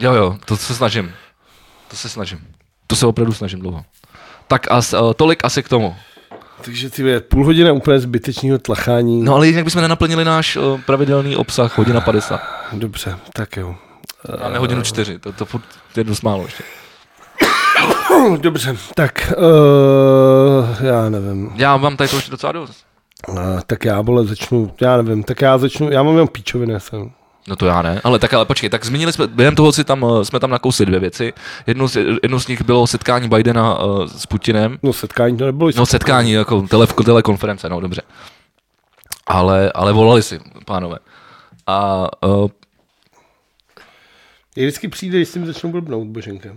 Speaker 1: Jo, jo, to se snažím. To se snažím. To se opravdu snažím dlouho. Tak a s- eh, tolik asi k tomu.
Speaker 2: Takže ty je půl hodina úplně zbytečného tlachání.
Speaker 1: No ale jinak bychom nenaplnili náš eh, pravidelný obsah hodina 50.
Speaker 2: Dobře, tak jo.
Speaker 1: Eh,
Speaker 2: [CLEARS THROAT]
Speaker 1: Máme hodinu 4, to, to furt je dost málo ještě.
Speaker 2: Dobře, tak uh, já nevím.
Speaker 1: Já mám tady to už docela dost.
Speaker 2: Uh, tak já vole začnu, já nevím, tak já začnu, já mám jenom píčoviny sem.
Speaker 1: No to já ne, ale tak ale počkej, tak zmínili jsme, během toho si tam, eh, jsme tam nakousli dvě věci. Jednu z, jednu z nich bylo setkání Bidena eh, s Putinem.
Speaker 2: No setkání to nebylo.
Speaker 1: No setkání, jako tele, telekonference, no dobře. Ale, ale volali si, pánové. A uh,
Speaker 2: Je vždycky přijde, když s tím začnu blbnout, boženka.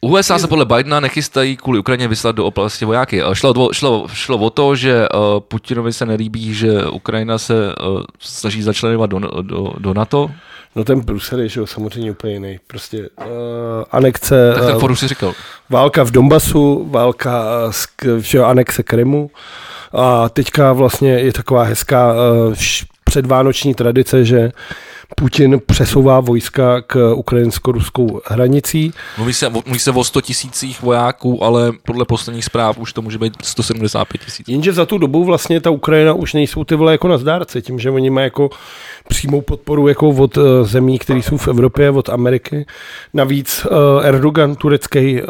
Speaker 1: USA se podle Bidena nechystají kvůli Ukrajině vyslat do oblasti vojáky. Eh, Šlo, o- šlo, šlo o to, že eh, Putinovi se nelíbí, že Ukrajina se eh, snaží začlenovat do, do, do NATO.
Speaker 2: No ten Brusel je, že jo, samozřejmě úplně jiný. Prostě uh, anekce,
Speaker 1: Tak ten
Speaker 2: eh,
Speaker 1: forum si říkal.
Speaker 2: válka v Donbasu, válka eh, z, k- že jo, anexe Krymu. A teďka vlastně je taková hezká eh, š- předvánoční tradice, že Putin přesouvá vojska k ukrajinsko-ruskou hranicí.
Speaker 1: Mluví se, o- mluví se o 100 tisících vojáků, ale podle posledních zpráv už to může být 175 tisíc.
Speaker 2: Jenže za tu dobu vlastně ta Ukrajina už nejsou ty vole jako na zdárce, tím, že oni mají jako přímou podporu jako od eh, zemí, které jsou v Evropě, od Ameriky. Navíc eh, Erdogan turecký eh,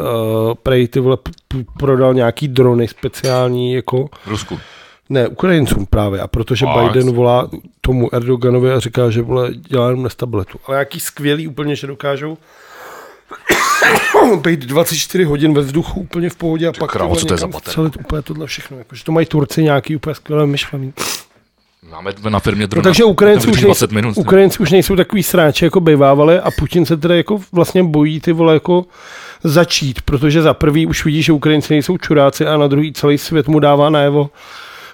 Speaker 2: prej ty vole p- p- prodal nějaký drony speciální jako
Speaker 1: V Rusku.
Speaker 2: ne, Ukrajincům právě. A protože
Speaker 1: A,
Speaker 2: Biden volá tomu Erdoganovi a říká, že vole, dělá jenom nestabilitu. Ale jaký skvělý úplně, že dokážou [COUGHS] být 24 hodin ve vzduchu úplně v pohodě a pak
Speaker 1: krávo,
Speaker 2: vole
Speaker 1: co to je za
Speaker 2: někam
Speaker 1: patent?
Speaker 2: střelit úplně tohle všechno. Jako, že to mají Turci nějaký úplně skvělé myšlený.
Speaker 1: Máme na firmě drona.
Speaker 2: No, takže Ukrajinci
Speaker 1: To
Speaker 2: už,
Speaker 1: vydrží 20 minut.
Speaker 2: nejsou, Ukrajinci už nejsou takový sráči, jako bývávali a Putin se teda jako vlastně bojí ty vole jako začít, protože za prvý už vidí, že Ukrajinci nejsou čuráci a na druhý celý svět mu dává najevo,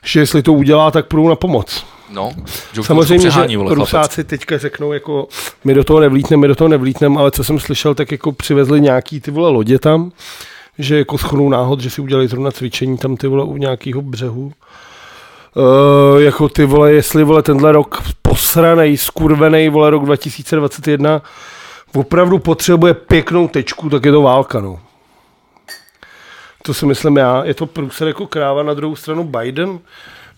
Speaker 2: že jestli to udělá, tak půjdou na pomoc.
Speaker 1: No, že už
Speaker 2: Samozřejmě,
Speaker 1: to přehání,
Speaker 2: že
Speaker 1: vole, Rusáci.
Speaker 2: Rusáci teďka řeknou, jako my do toho nevlítneme, my do toho nevlítneme, ale co jsem slyšel, tak jako přivezli nějaký ty vole lodě tam, že jako schodou náhod, že si udělali zrovna cvičení tam ty vole u nějakého břehu. Uh, jako ty vole, jestli vole tenhle rok posranej, skurvenej vole rok 2021 opravdu potřebuje pěknou tečku, tak je to válka, no. To si myslím já. Je to průser jako kráva, na druhou stranu Biden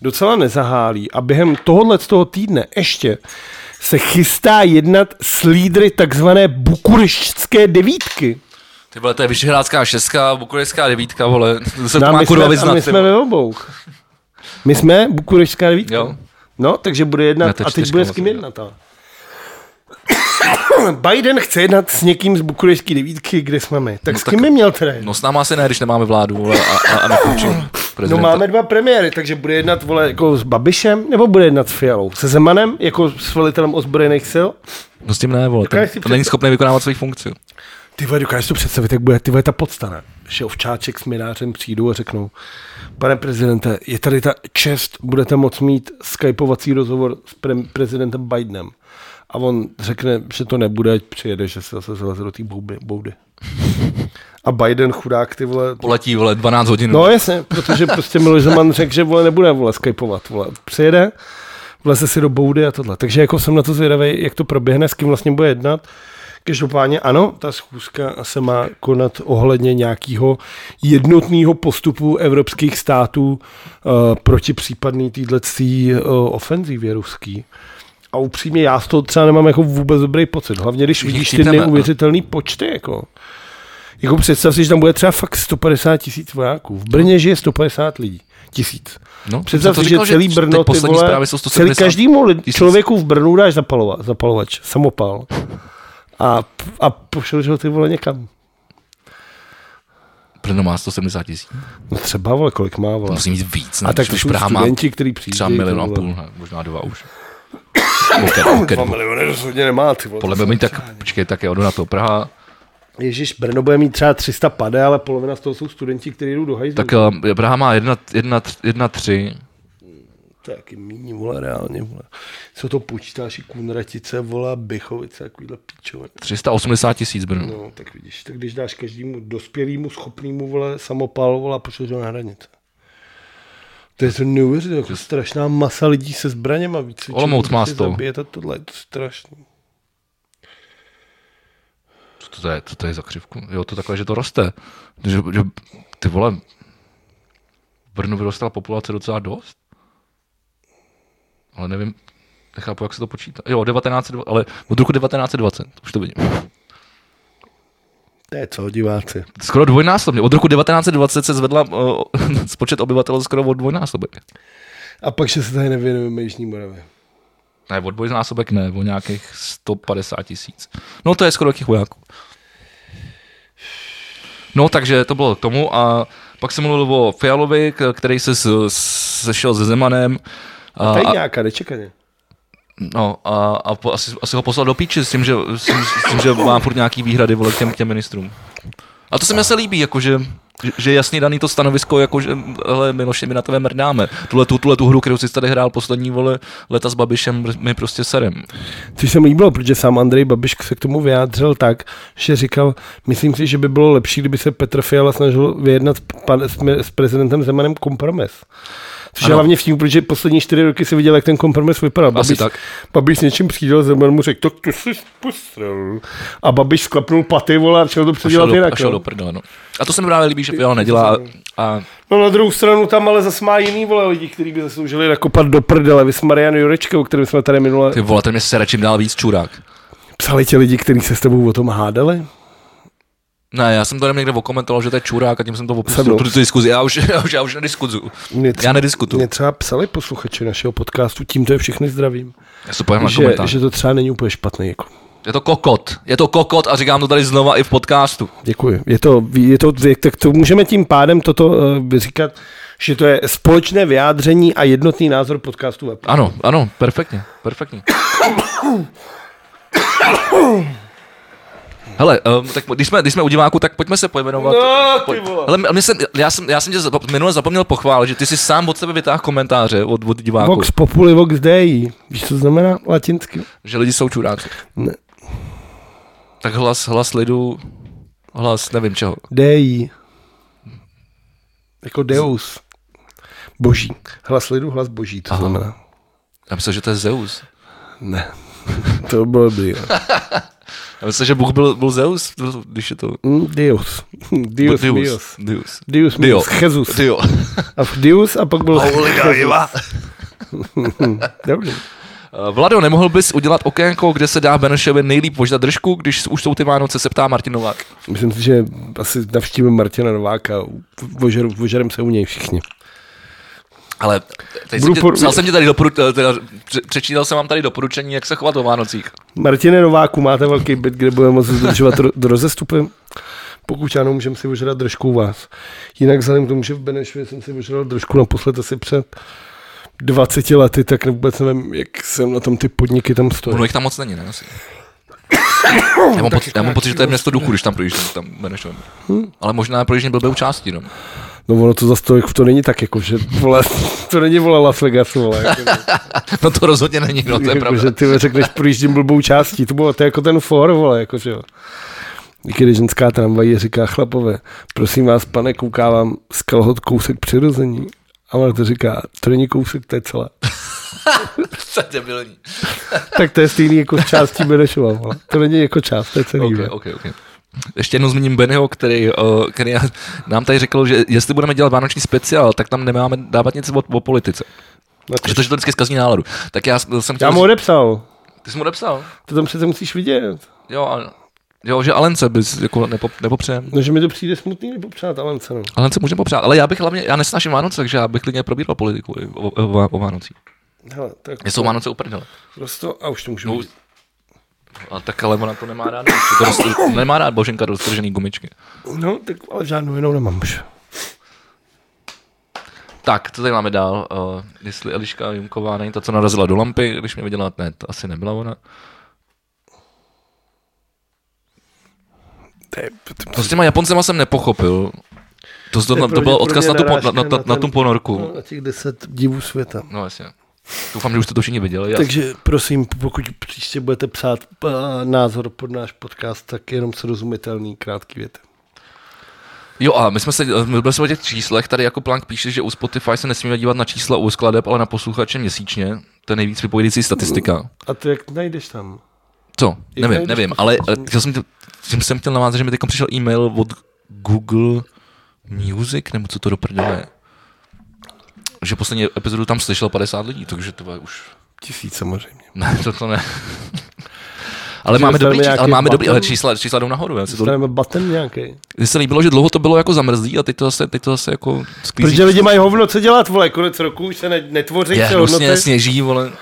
Speaker 2: docela nezahálí. A během tohohle z toho týdne ještě se chystá jednat s lídry takzvané bukureštské devítky.
Speaker 1: Ty vole, to je Vyšehrádská šestka, Bukurešská devítka, vole. To se
Speaker 2: No a
Speaker 1: to má
Speaker 2: my
Speaker 1: kurva
Speaker 2: jsme- a
Speaker 1: vyznat.
Speaker 2: my
Speaker 1: ty
Speaker 2: jsme
Speaker 1: vole.
Speaker 2: ve obou. My jsme bukureštská devítka.
Speaker 1: Jo.
Speaker 2: No, takže bude
Speaker 1: Ne,
Speaker 2: jednat.
Speaker 1: to je
Speaker 2: a teď
Speaker 1: čtyřka
Speaker 2: bude s kým
Speaker 1: vlastně,
Speaker 2: jednat. ale. [COUGHS] Biden chce jednat s někým z bukurešské devítky, kde jsme my. Tak
Speaker 1: No
Speaker 2: s
Speaker 1: tak-
Speaker 2: kým by měl teda jednat?
Speaker 1: No s náma asi ne, když nemáme vládu, vole, a, a, a nepůjčím
Speaker 2: No
Speaker 1: prezidenta.
Speaker 2: máme dva premiéry, takže bude jednat vole, jako s Babišem, nebo bude jednat s Fialou? Se Zemanem, jako s velitelem ozbrojených sil?
Speaker 1: No s tím ne, vole, ten,
Speaker 2: Dokážeš si
Speaker 1: ten není
Speaker 2: představit-
Speaker 1: schopný vykonávat svoji funkci.
Speaker 2: Ty vole, dokážeš si to představit, jak bude ty vole, ta podstana. Že ovčáček s minářem přijdou a řeknou, pane prezidente, je tady ta čest, budete moc mít skypovací rozhovor s pre- prezidentem Bidenem. A on řekne, že to nebude, ať přijede, že se zase zleze do té boudy- boudy. A Biden chudák, ty vole,
Speaker 1: Poletí, vole, 12 hodin.
Speaker 2: No jasně, protože prostě Miloš Zeman řekl, že vole nebude vole skypovat, vole. Přijede, vleze si do boudy a tohle. Takže jako jsem na to zvědavý, jak to proběhne, s kým vlastně bude jednat. Každopádně ano, ta schůzka se má konat ohledně nějakého jednotného postupu evropských států uh, proti případný týdletcí uh, ofenzívě ruský. A upřímně já z toho třeba nemám jako vůbec dobrý pocit. Hlavně když
Speaker 1: Všichni
Speaker 2: vidíš ty
Speaker 1: chcípeme, ano.
Speaker 2: neuvěřitelné počty. Jako. Jako představ si, že tam bude třeba fakt 150 tisíc vojáků. V Brně žije 150 lidí. Tisíc.
Speaker 1: no jsem
Speaker 2: Představ
Speaker 1: No. to
Speaker 2: si,
Speaker 1: říkal,
Speaker 2: že celý
Speaker 1: teď
Speaker 2: Brno, ty
Speaker 1: poslední
Speaker 2: vole,
Speaker 1: zprávy jsou
Speaker 2: celý
Speaker 1: 170
Speaker 2: každému lid-
Speaker 1: tisíc.
Speaker 2: člověku v Brnu dáš zapalova, zapalovač, samopal. A, a pošleš ho ty vole někam.
Speaker 1: Brno má 170 tisíc.
Speaker 2: No třeba, vole, kolik má, vole.
Speaker 1: Musí mít víc. Ne?
Speaker 2: A tak to
Speaker 1: Už
Speaker 2: jsou
Speaker 1: Praha má
Speaker 2: studenti, který přijde.
Speaker 1: třeba milion a půl, ne? možná dva už. Moket,
Speaker 2: Dva
Speaker 1: moket,
Speaker 2: miliony rozhodně nemá, ty vole.
Speaker 1: podle mě mít tak, počkej, tak jo, jdu na to Praha.
Speaker 2: Ježíš, Brno bude mít třeba 300 pade, ale polovina z toho jsou studenti, kteří jdou do hajzlu.
Speaker 1: Tak eh, Praha má 1,3.
Speaker 2: To je taky míní, vole, reálně, vole. Co to počítáš, i Kunratice, vole, Bychovice, takovýhle píčoviny.
Speaker 1: 380 tisíc Brno.
Speaker 2: No, tak vidíš, tak když dáš každému dospělému, schopnému, vole, samopal, vole, a pošleš ho na hranice. To je to neuvěřitelné, jako strašná masa lidí se zbraněma víc.
Speaker 1: Olomouc
Speaker 2: Čím
Speaker 1: má
Speaker 2: se
Speaker 1: sto.
Speaker 2: zabije, to tohle je to strašný.
Speaker 1: Co to je, co to je za křivku? Jo, to takhle, že to roste. Že, že, ty vole, v Brnu vyrostla populace docela dost. Ale nevím, nechápu, jak se to počítá. Jo, 1920, ale od roku 1920, už to vidím.
Speaker 2: To je co, diváci.
Speaker 1: Skoro dvojnásobně. Od roku 1920 se zvedla uh, [LAUGHS] počet obyvatel skoro o dvojnásobek.
Speaker 2: A pak, že se tady nevěnujeme Jižní Moravě.
Speaker 1: Ne, o dvojnásobek ne, o nějakých 150 tisíc. No to je skoro těch vojáků. No takže to bylo k tomu a pak jsem mluvil o Fialovi, k- který se s- s- sešel se Zemanem a,
Speaker 2: Tady
Speaker 1: a,
Speaker 2: nějaká, nečekaně.
Speaker 1: no, a, a po, asi, asi, ho poslal do píči s tím, že, s tím, s tím, že mám furt nějaký výhrady vole, k těm, k těm ministrům. A to se mi se líbí, jakože, že- že je jasně daný to stanovisko, jakože, hele, Miloše, my na tebe mrdáme. Tuhle tu, tuhle tu hru, kterou jsi tady hrál poslední, vole, leta s Babišem, my prostě serem.
Speaker 2: Což se mi líbilo, protože sám Andrej Babiš se k tomu vyjádřil tak, že říkal, myslím si, že by bylo lepší, kdyby se Petr Fiala snažil vyjednat s, pan, s, mi- s prezidentem Zemanem kompromis. Což je
Speaker 1: Ano.
Speaker 2: hlavně vtím, protože poslední čtyři roky se viděl, jak ten kompromis vypadal.
Speaker 1: Asi
Speaker 2: Babiš,
Speaker 1: tak.
Speaker 2: Babiš s něčím přijel, Zeman mu řekl, tak to jsi pustil. A Babiš sklapnul paty, vole, a šel to
Speaker 1: A šel
Speaker 2: předělat
Speaker 1: do,
Speaker 2: jinak.
Speaker 1: a šel
Speaker 2: no.
Speaker 1: do prdele, no. A to se mi právě líbí, že Fiala nedělá. A, a
Speaker 2: No na druhou stranu tam ale zase má jiný vole lidi, kteří by zasloužili nakopat do prdele. Vy s Marian Jurečka, o kterém jsme tady minule
Speaker 1: ty vole, ten mě sere čím dál víc čurák.
Speaker 2: psali ti lidi, kteří se s tebou o tom hádali.
Speaker 1: Ne, já jsem to jenom někde okomentoval, že to je čurák a tím jsem to
Speaker 2: Se mnou.
Speaker 1: opustil, tu, tu diskuzi. Já už, [LAUGHS] já už, já už nediskuzu.
Speaker 2: Mě třeba,
Speaker 1: Já nediskutuju.
Speaker 2: Mě třeba psali posluchači našeho podcastu, tímto je všechny zdravím,
Speaker 1: Já se pojím na
Speaker 2: že,
Speaker 1: komentář.
Speaker 2: že to třeba není úplně špatný. Jako.
Speaker 1: Je to kokot. Je to kokot a říkám to tady znova i v podcastu.
Speaker 2: Děkuji. Je to, je to, je, tak to můžeme tím pádem toto uh, říkat, že to je společné vyjádření a jednotný názor podcastu web.
Speaker 1: Ano, ano, perfektně, perfektně. Hele, um, tak když jsme, když jsme u diváku, tak pojďme se pojmenovat.
Speaker 2: No, ty
Speaker 1: Pojď-
Speaker 2: vole.
Speaker 1: Hele, mě jsem, já, jsem, já jsem tě zap- minule zapomněl pochválit, že ty jsi sám od sebe vytáhl komentáře od, od diváků,
Speaker 2: Vox populi, vox dei. Víš, co znamená latinsky?
Speaker 1: že lidi jsou čuráci.
Speaker 2: Ne.
Speaker 1: Tak hlas, hlas lidu, hlas nevím čeho.
Speaker 2: Dei. Jako deus. Boží. Hlas lidu, hlas boží, to
Speaker 1: Aha.
Speaker 2: znamená.
Speaker 1: Já myslím, že to je Zeus.
Speaker 2: Ne. [LAUGHS] to bylo dobrý. jo.
Speaker 1: Já myslím, že Bůh byl, byl Zeus, byl- když je to...
Speaker 2: Mm, Deus. Deus, Deus.
Speaker 1: Deus.
Speaker 2: Deus,
Speaker 1: Dio.
Speaker 2: Deus, Jesus.
Speaker 1: Dio.
Speaker 2: A v Deus a pak byl...
Speaker 1: [LAUGHS] Dio.
Speaker 2: Dobře.
Speaker 1: Eh, Vlado, nemohl bys udělat okénko, kde se dá Benešovi nejlíp poždat držku, když už jsou ty Vánoce, se ptá Martin Novák.
Speaker 2: Myslím si, že asi navštívím Martina Nováka. Vožer, vožerem se u něj všichni.
Speaker 1: Ale teď
Speaker 2: Budu
Speaker 1: jsem tě,
Speaker 2: por-
Speaker 1: psal jsem ti tady doporu, teda, pře- přečítal jsem vám tady doporučení, jak se chovat o Vánocích.
Speaker 2: Martine Nováku, máte velký byt, kde budeme moct zdržovat ro- do rozestupy? Pokud ano, můžeme si ožrat držku u vás. Jinak vzhledem k tomu, že v Benešově jsem si ožral držku naposled asi před 20 lety, tak vůbec nevím, jak jsem na tom ty podniky tam stojí.
Speaker 1: Ono jich tam moc není, ne?
Speaker 2: [COUGHS]
Speaker 1: Asi. Já mám, poc- já
Speaker 2: jako
Speaker 1: mám pocit, že to je město
Speaker 2: vlastně.
Speaker 1: duchu, když tam projíždím, tam Benešovem.
Speaker 2: Hm?
Speaker 1: Ale možná projíždím blbou částí, no. [LAUGHS]
Speaker 2: No ono to zase tolik, to není tak jako, že vole, [LAUGHS] to není vole Las Vegas, vole. Jako,
Speaker 1: No to rozhodně není, no, to je
Speaker 2: jako,
Speaker 1: pravda.
Speaker 2: že ty řekneš, projíždím blbou částí, to bylo to je jako ten for, vole, jako, že jo. I Když ženská tramvají říká chlapové, prosím vás, pane, koukávám z kalhot kousek přirození. A ona to říká, to není kousek, to je celé.
Speaker 1: [LAUGHS] To je debilní.
Speaker 2: Tak to je stejný jako z částí Benešova, vole. To není jako část, to je celý.
Speaker 1: Okay,
Speaker 2: Okay,
Speaker 1: okay, okay. Ještě jednou zmíním Bennyho, který, eh, který nám tady řekl, že jestli budeme dělat vánoční speciál, tak tam nemáme dávat nic o, o politice. Že to, že to vždycky zkazí náladu. Tak já jsem chtěl...
Speaker 2: Já mu odepsal.
Speaker 1: Ty jsi mu odepsal?
Speaker 2: To tam přece musíš vidět.
Speaker 1: Jo, a, jo že Alence bys jako nepop, nepopřejem.
Speaker 2: No, že mi to přijde smutný nepopřát Alence, no.
Speaker 1: Alence můžeme popřát, ale já bych hlavně, já nesnažím Vánoce, takže já bych klidně probíral politiku i o, o, o, o Vánocích.
Speaker 2: Hele, tak
Speaker 1: Mě jsou Vánoce uprdele.
Speaker 2: prosto, a už to můžu
Speaker 1: No,
Speaker 2: vidět.
Speaker 1: A tak ale ona to nemá rád. To prostě- [COUGHS] roztr- nemá rád Boženka roztržený gumičky.
Speaker 2: No, tak ale žádnou jinou nemám už.
Speaker 1: Tak, co tady máme dál? Uh, jestli Eliška Jumková není ta, co narazila do lampy, když mě viděla, ne, to asi nebyla ona.
Speaker 2: To je, to, to,
Speaker 1: To No, s těma Japoncema jsem nepochopil. To, to,
Speaker 2: To je
Speaker 1: to, to byl
Speaker 2: pravděpodobně
Speaker 1: odkaz na tu, po- na,
Speaker 2: narážka
Speaker 1: na, na,
Speaker 2: na
Speaker 1: na
Speaker 2: ten-
Speaker 1: tu ponorku.
Speaker 2: no, na těch deset divů světa.
Speaker 1: No jasně. Doufám, že už jste to všichni viděli. Já,
Speaker 2: Takže prosím, pokud příště budete psát eh, názor pod náš podcast, tak jenom srozumitelný, krátký věty.
Speaker 1: Jo a my jsme se, my byli jsme o těch číslech, tady jako Plank píše, že u Spotify se nesmíme dívat na čísla u skladeb, ale na posluchače měsíčně. To je nejvíc vypovědící statistika.
Speaker 2: A to jak najdeš tam?
Speaker 1: Co?
Speaker 2: Je
Speaker 1: nevím,
Speaker 2: tady
Speaker 1: nevím,
Speaker 2: dost-
Speaker 1: ale eh, chtěl jsem, tě- tím jsem chtěl navázat, že mi teď přišel e-mail od Google Music, nebo co to do prdele je. Že poslední epizodu tam slyšelo 50 lidí, takže to je už... [LAUGHS]
Speaker 2: Tisíc samozřejmě.
Speaker 1: Ne, to, to
Speaker 2: [LAUGHS]
Speaker 1: ne. ale
Speaker 2: Že
Speaker 1: máme dobrý,
Speaker 2: dostaneme
Speaker 1: čísla, ale
Speaker 2: nějaký
Speaker 1: máme dobrý, ale
Speaker 2: button?
Speaker 1: čísla, čísla jdou nahoru. Já si to,
Speaker 2: Dostaneme batem nějaký.
Speaker 1: mně se líbilo, že dlouho to bylo jako zamrzlý a teď to zase, teď to zase jako sklízí.
Speaker 2: Protože lidi mají hovno co dělat, vole, konec roku už se ne, netvoří,
Speaker 1: je,
Speaker 2: se
Speaker 1: hnusně
Speaker 2: hodnoty.
Speaker 1: sněží, vole.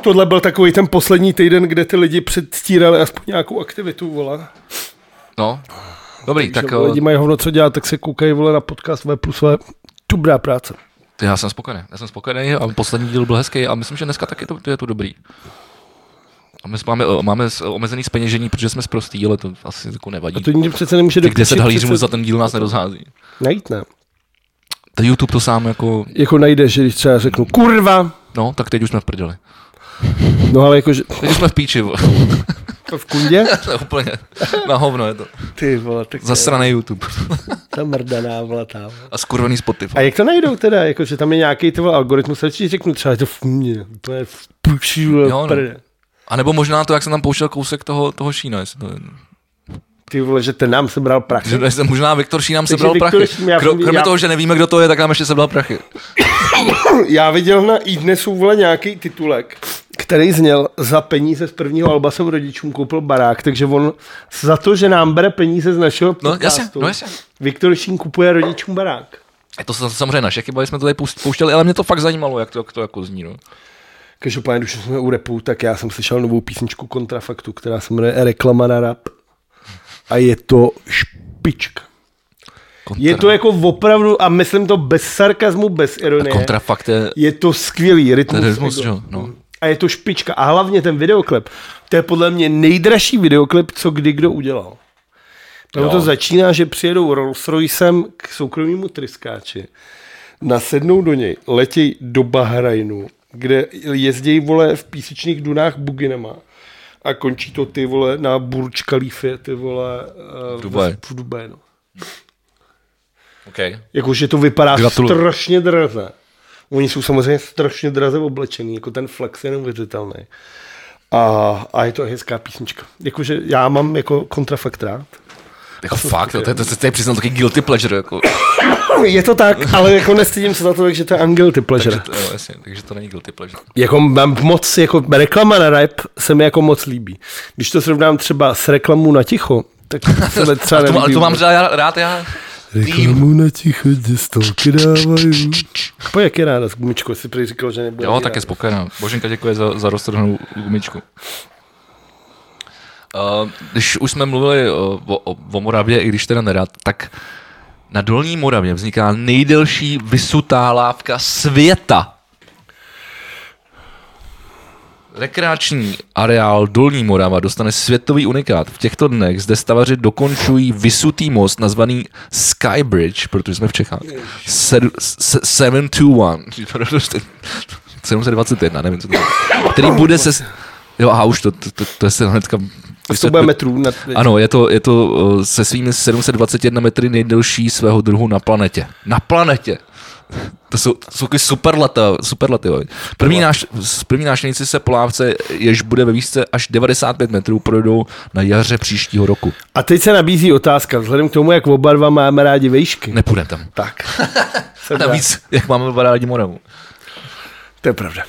Speaker 2: Tohle byl takový ten poslední týden, kde ty lidi předstírali aspoň nějakou aktivitu, vole.
Speaker 1: No, dobrý, tak eh,
Speaker 2: Tak, že, vole, lidi mají hovno co dělat, tak se koukají, vole, na podcast V plus V. Dobrá práce.
Speaker 1: eh, já jsem spokojený, já jsem spokojený a poslední díl byl hezký a myslím, že dneska taky to, je to dobrý. A my jsme- máme, eh, máme s- omezený speněžení, protože jsme zprostý, ale to asi jako nevadí.
Speaker 2: A to nikdy přece nemůže
Speaker 1: Těch 10 halířů
Speaker 2: přece-
Speaker 1: za ten díl nás nerozhází.
Speaker 2: Najít ne.
Speaker 1: To YouTube to sám jako,
Speaker 2: Jako najdeš, že když třeba řeknu kurva,
Speaker 1: no, tak teď už jsme v prdeli.
Speaker 2: no ale jakože
Speaker 1: Teď už jsme v píči, vole. [LAUGHS]
Speaker 2: v kundě.
Speaker 1: To je úplně na hovno je to.
Speaker 2: Ty vole, tak
Speaker 1: Zasraný YouTube.
Speaker 2: ta mrdaná vole tam.
Speaker 1: A skurvený Spotify.
Speaker 2: A jak to najdou teda? Jako, že tam je nějaký ty vole, algoritmus, a ti řeknu třeba, je to v mě, to je v průši, vole,
Speaker 1: Jo, no.
Speaker 2: prde.
Speaker 1: A nebo možná to, jak jsem tam pouštěl kousek toho, toho Šína, jestli to je.
Speaker 2: Ty vole, že ten nám sebral prachy.
Speaker 1: Že se- možná Viktor Ší nám
Speaker 2: Takže
Speaker 1: sebral
Speaker 2: Viktor
Speaker 1: prachy.
Speaker 2: Šín, já
Speaker 1: Kro,
Speaker 2: jsem-
Speaker 1: kromě
Speaker 2: já-
Speaker 1: toho, že nevíme, kdo to je, tak nám ještě sebral prachy.
Speaker 2: [LAUGHS] Já viděl na iDnesu vole nějaký titulek, který zněl za peníze z prvního alba jsem rodičům koupil barák, takže on za to, že nám bere peníze z našeho
Speaker 1: No
Speaker 2: podcastu,
Speaker 1: jasně, no jasně.
Speaker 2: Viktor Šín kupuje rodičům barák.
Speaker 1: Je to sa- samozřejmě naše chyba, že jsme to tady pust- pouštěli, ale mě to fakt zajímalo, jak to, jak to jako zní. No.
Speaker 2: Každopádně, když jsme u repu, tak já jsem slyšel novou písničku Kontrafaktu, která se jmenuje Reklama na rap. A je to špička.
Speaker 1: Kontra,
Speaker 2: Je to jako opravdu, a myslím to bez sarkazmu, bez ironie.
Speaker 1: kontrafakt je,
Speaker 2: Je to skvělý rytmus.
Speaker 1: Ten rytmus,
Speaker 2: ego.
Speaker 1: jo, no.
Speaker 2: A je to špička. A hlavně ten videoklip. To je podle mě nejdražší videoklip, co kdy kdo udělal. Tam
Speaker 1: Jo.
Speaker 2: to začíná, že přijedou Rolls Roycem k soukromímu tryskáči. Nasednou do něj, letějí do Bahrajnu, kde jezdějí, vole, v písečných dunách buginama. A končí to, ty vole, na Burj Khalifa, ty vole, eh, v
Speaker 1: Dubaji.
Speaker 2: V Dubaji, no.
Speaker 1: okay.
Speaker 2: Jakože Jako, to vypadá
Speaker 1: Gratuluju.
Speaker 2: strašně draze. Oni jsou samozřejmě strašně draze oblečený, jako ten flex je neuvěřitelný. A, a je to hezká písnička. Jakože já mám jako kontrafakt rád.
Speaker 1: jako fakt, jo, to, je, to, to, to je přiznal taky guilty pleasure. Jako.
Speaker 2: Je to tak, [LAUGHS] ale jako nestydím se za to, takže to je angel ty pleasure.
Speaker 1: Takže, to, jo, jasně, takže to není guilty pleasure.
Speaker 2: Jako mám moc, jako reklama na rap se mi jako moc líbí. Když to srovnám třeba s reklamou na ticho, tak se
Speaker 1: [LAUGHS]
Speaker 2: mi třeba
Speaker 1: Ale to, ale
Speaker 2: nelíbí
Speaker 1: to mám
Speaker 2: vůbec.
Speaker 1: třeba já, rád já.
Speaker 3: Reklamu na ticho, kde stovky dávají.
Speaker 2: Po Jako, jak je ráda, gumičko, si prý říkal, že nebude.
Speaker 1: Jo,
Speaker 2: ráda.
Speaker 1: tak je spokojená. Boženka děkuje za, za roztrhnou gumičku. Uh, když už jsme mluvili uh, o, o, o Moravě, i když teda nerad, tak na Dolní Moravě vzniká nejdelší vysutá lávka světa. Rekreační areál Dolní Morava dostane světový unikát. V těchto dnech zde stavaři dokončují vysutý most nazvaný Skybridge, protože jsme v Čechách. Sedu- se- [LAUGHS] 721. 721, nevím, co to je. Který bude se... Jo, aha, už to, to, to, to je se hnedka...
Speaker 2: To bude metrů. Na...
Speaker 1: Ano, je to, je to uh, se svými 721 metry nejdelší svého druhu na planetě. Na planetě! [LAUGHS] To jsou, to jsou superlata, superlativy. První, náš, s- první náštěvníci se po lávce, jež bude ve výšce až 95 metrů, projdou na jaře příštího roku.
Speaker 2: A teď se nabízí otázka, vzhledem k tomu, jak oba dva máme rádi vejšky.
Speaker 1: Nepůjdeme tam. [LAUGHS]
Speaker 2: Tak.
Speaker 1: A navíc, jak máme v rádi Moravu.
Speaker 2: To je pravda.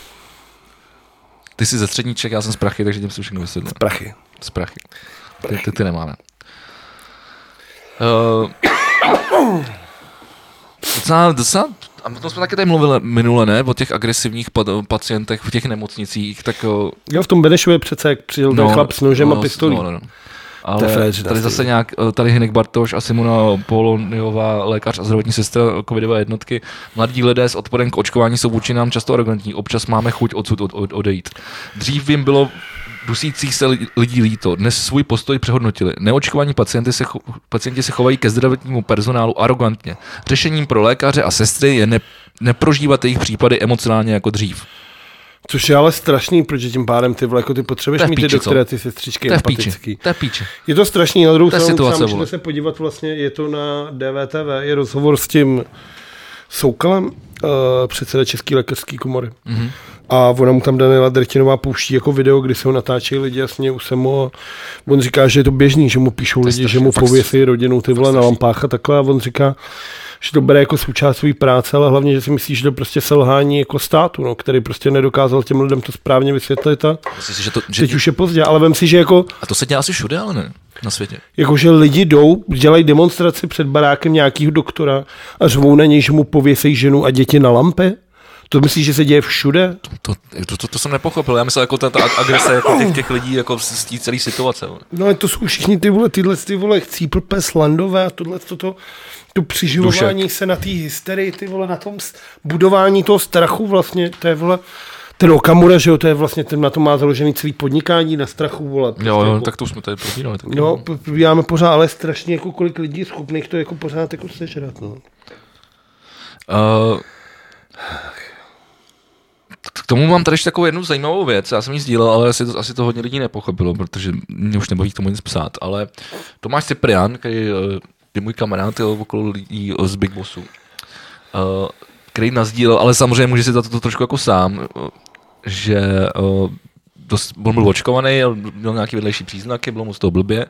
Speaker 1: Ty jsi ze střední Čech, já jsem z Prachy, takže tím si všechno vysvětlil.
Speaker 2: Prachy.
Speaker 1: Z Prachy. Ty, ty, ty nemáme. Uh, docela, docela, a o tom jsme také tady mluvili minule, ne? O těch agresivních pad, pacientech v těch nemocnicích, tak... Uh,
Speaker 2: Jo, v tom Benešově přece, jak přijel no, ten chlap s nožem no, a pistolí. No, no.
Speaker 1: no.
Speaker 2: To
Speaker 1: Ale
Speaker 2: je fréč,
Speaker 1: tady
Speaker 2: dá se
Speaker 1: zase nějak, eh, tady Hinek Bartoš a Simona Poloniová, lékař a zdravotní sestra eh, covidové jednotky. Mladí lidé s odporem k očkování jsou vůči nám často arrogantní, občas máme chuť odsud od, od, odejít. Dřív jim bylo dusících se li- lidí líto, dnes svůj postoj přehodnotili. Neočkovaní pacienty se, cho- pacienti se chovají ke zdravotnímu personálu arrogantně. Řešením pro lékaře a sestry je ne, neprožívat jejich případy emocionálně jako dřív.
Speaker 2: Což je ale strašný, protože tím pádem ty vole, jako ty potřebuješ
Speaker 1: To je v
Speaker 2: mít ty
Speaker 1: píči, co?
Speaker 2: doktora, ty sestřičky
Speaker 1: To je v píči.
Speaker 2: empatický.
Speaker 1: To je v píči.
Speaker 2: Je to strašný, na druhou
Speaker 1: To je
Speaker 2: stranu
Speaker 1: situace,
Speaker 2: třeba můžete
Speaker 1: vole.
Speaker 2: se podívat vlastně, je to na DVTV, je rozhovor s tím Soukalem, uh, předseda České lékařské komory.
Speaker 1: Mhm.
Speaker 2: Mm-hmm. A ona mu tam Daniela Drtinová pouští jako video, kdy se ho natáčejí lidi a smějí se mu. a On říká, že je to běžný, že mu píšou
Speaker 1: je
Speaker 2: lidi, že
Speaker 1: strašný,
Speaker 2: mu
Speaker 1: fakt
Speaker 2: pověsí rodinu ty vole na
Speaker 1: strašný.
Speaker 2: lampách a takhle. A on říká, že to bere jako součást své práce, ale hlavně, že si myslí, že to prostě selhání jako státu, no, který prostě nedokázal těm lidem to správně vysvětlit a
Speaker 1: Myslím si, že to, že,
Speaker 2: teď už je pozdě. Ale vem si, že jako
Speaker 1: a to se dělá asi všude, ale ne na světě.
Speaker 2: Jakože lidi jdou, dělají demonstraci před barákem nějakého doktora a řvou na něj, že mu pověsej ženu a děti na lampe? To myslíš, že se děje všude?
Speaker 1: To, to, to, to jsem nepochopil. Já myslel jako ta, ta agrese jako těch, těch lidí jako z z té celé situace. vole.
Speaker 2: No ale to jsou všichni ty vole, tyhle ty vole chcíplpe, slandové a tohle toto, to přiživování Dušek. se na té hysterii, ty vole, na tom s- budování toho strachu vlastně, to je vole, ten Okamura, že jo, to je vlastně, ten na tom má založený celý podnikání na strachu, vole. prostě
Speaker 1: Jo, jo,
Speaker 2: jako-
Speaker 1: tak to už jsme tady probírali. taky.
Speaker 2: No, p- probíráme pořád, ale strašně jako kolik lidí je schopných to jako pořád jako sežrat, no.
Speaker 1: Uh, k tomu mám tady ještě takovou jednu zajímavou věc. Já jsem ji sdílel, ale asi to, asi to hodně lidí nepochopilo, protože mě už nebaví k tomu nic psát. Ale Tomáš Cyprian, který eh, je můj kamarád, je okolo lidí eh, z Big Bossu, eh, který nazdílel, ale samozřejmě může si za to, to trošku jako sám, eh, že eh, dost, on byl očkovaný, měl nějaké vedlejší příznaky, bylo mu z toho blbě,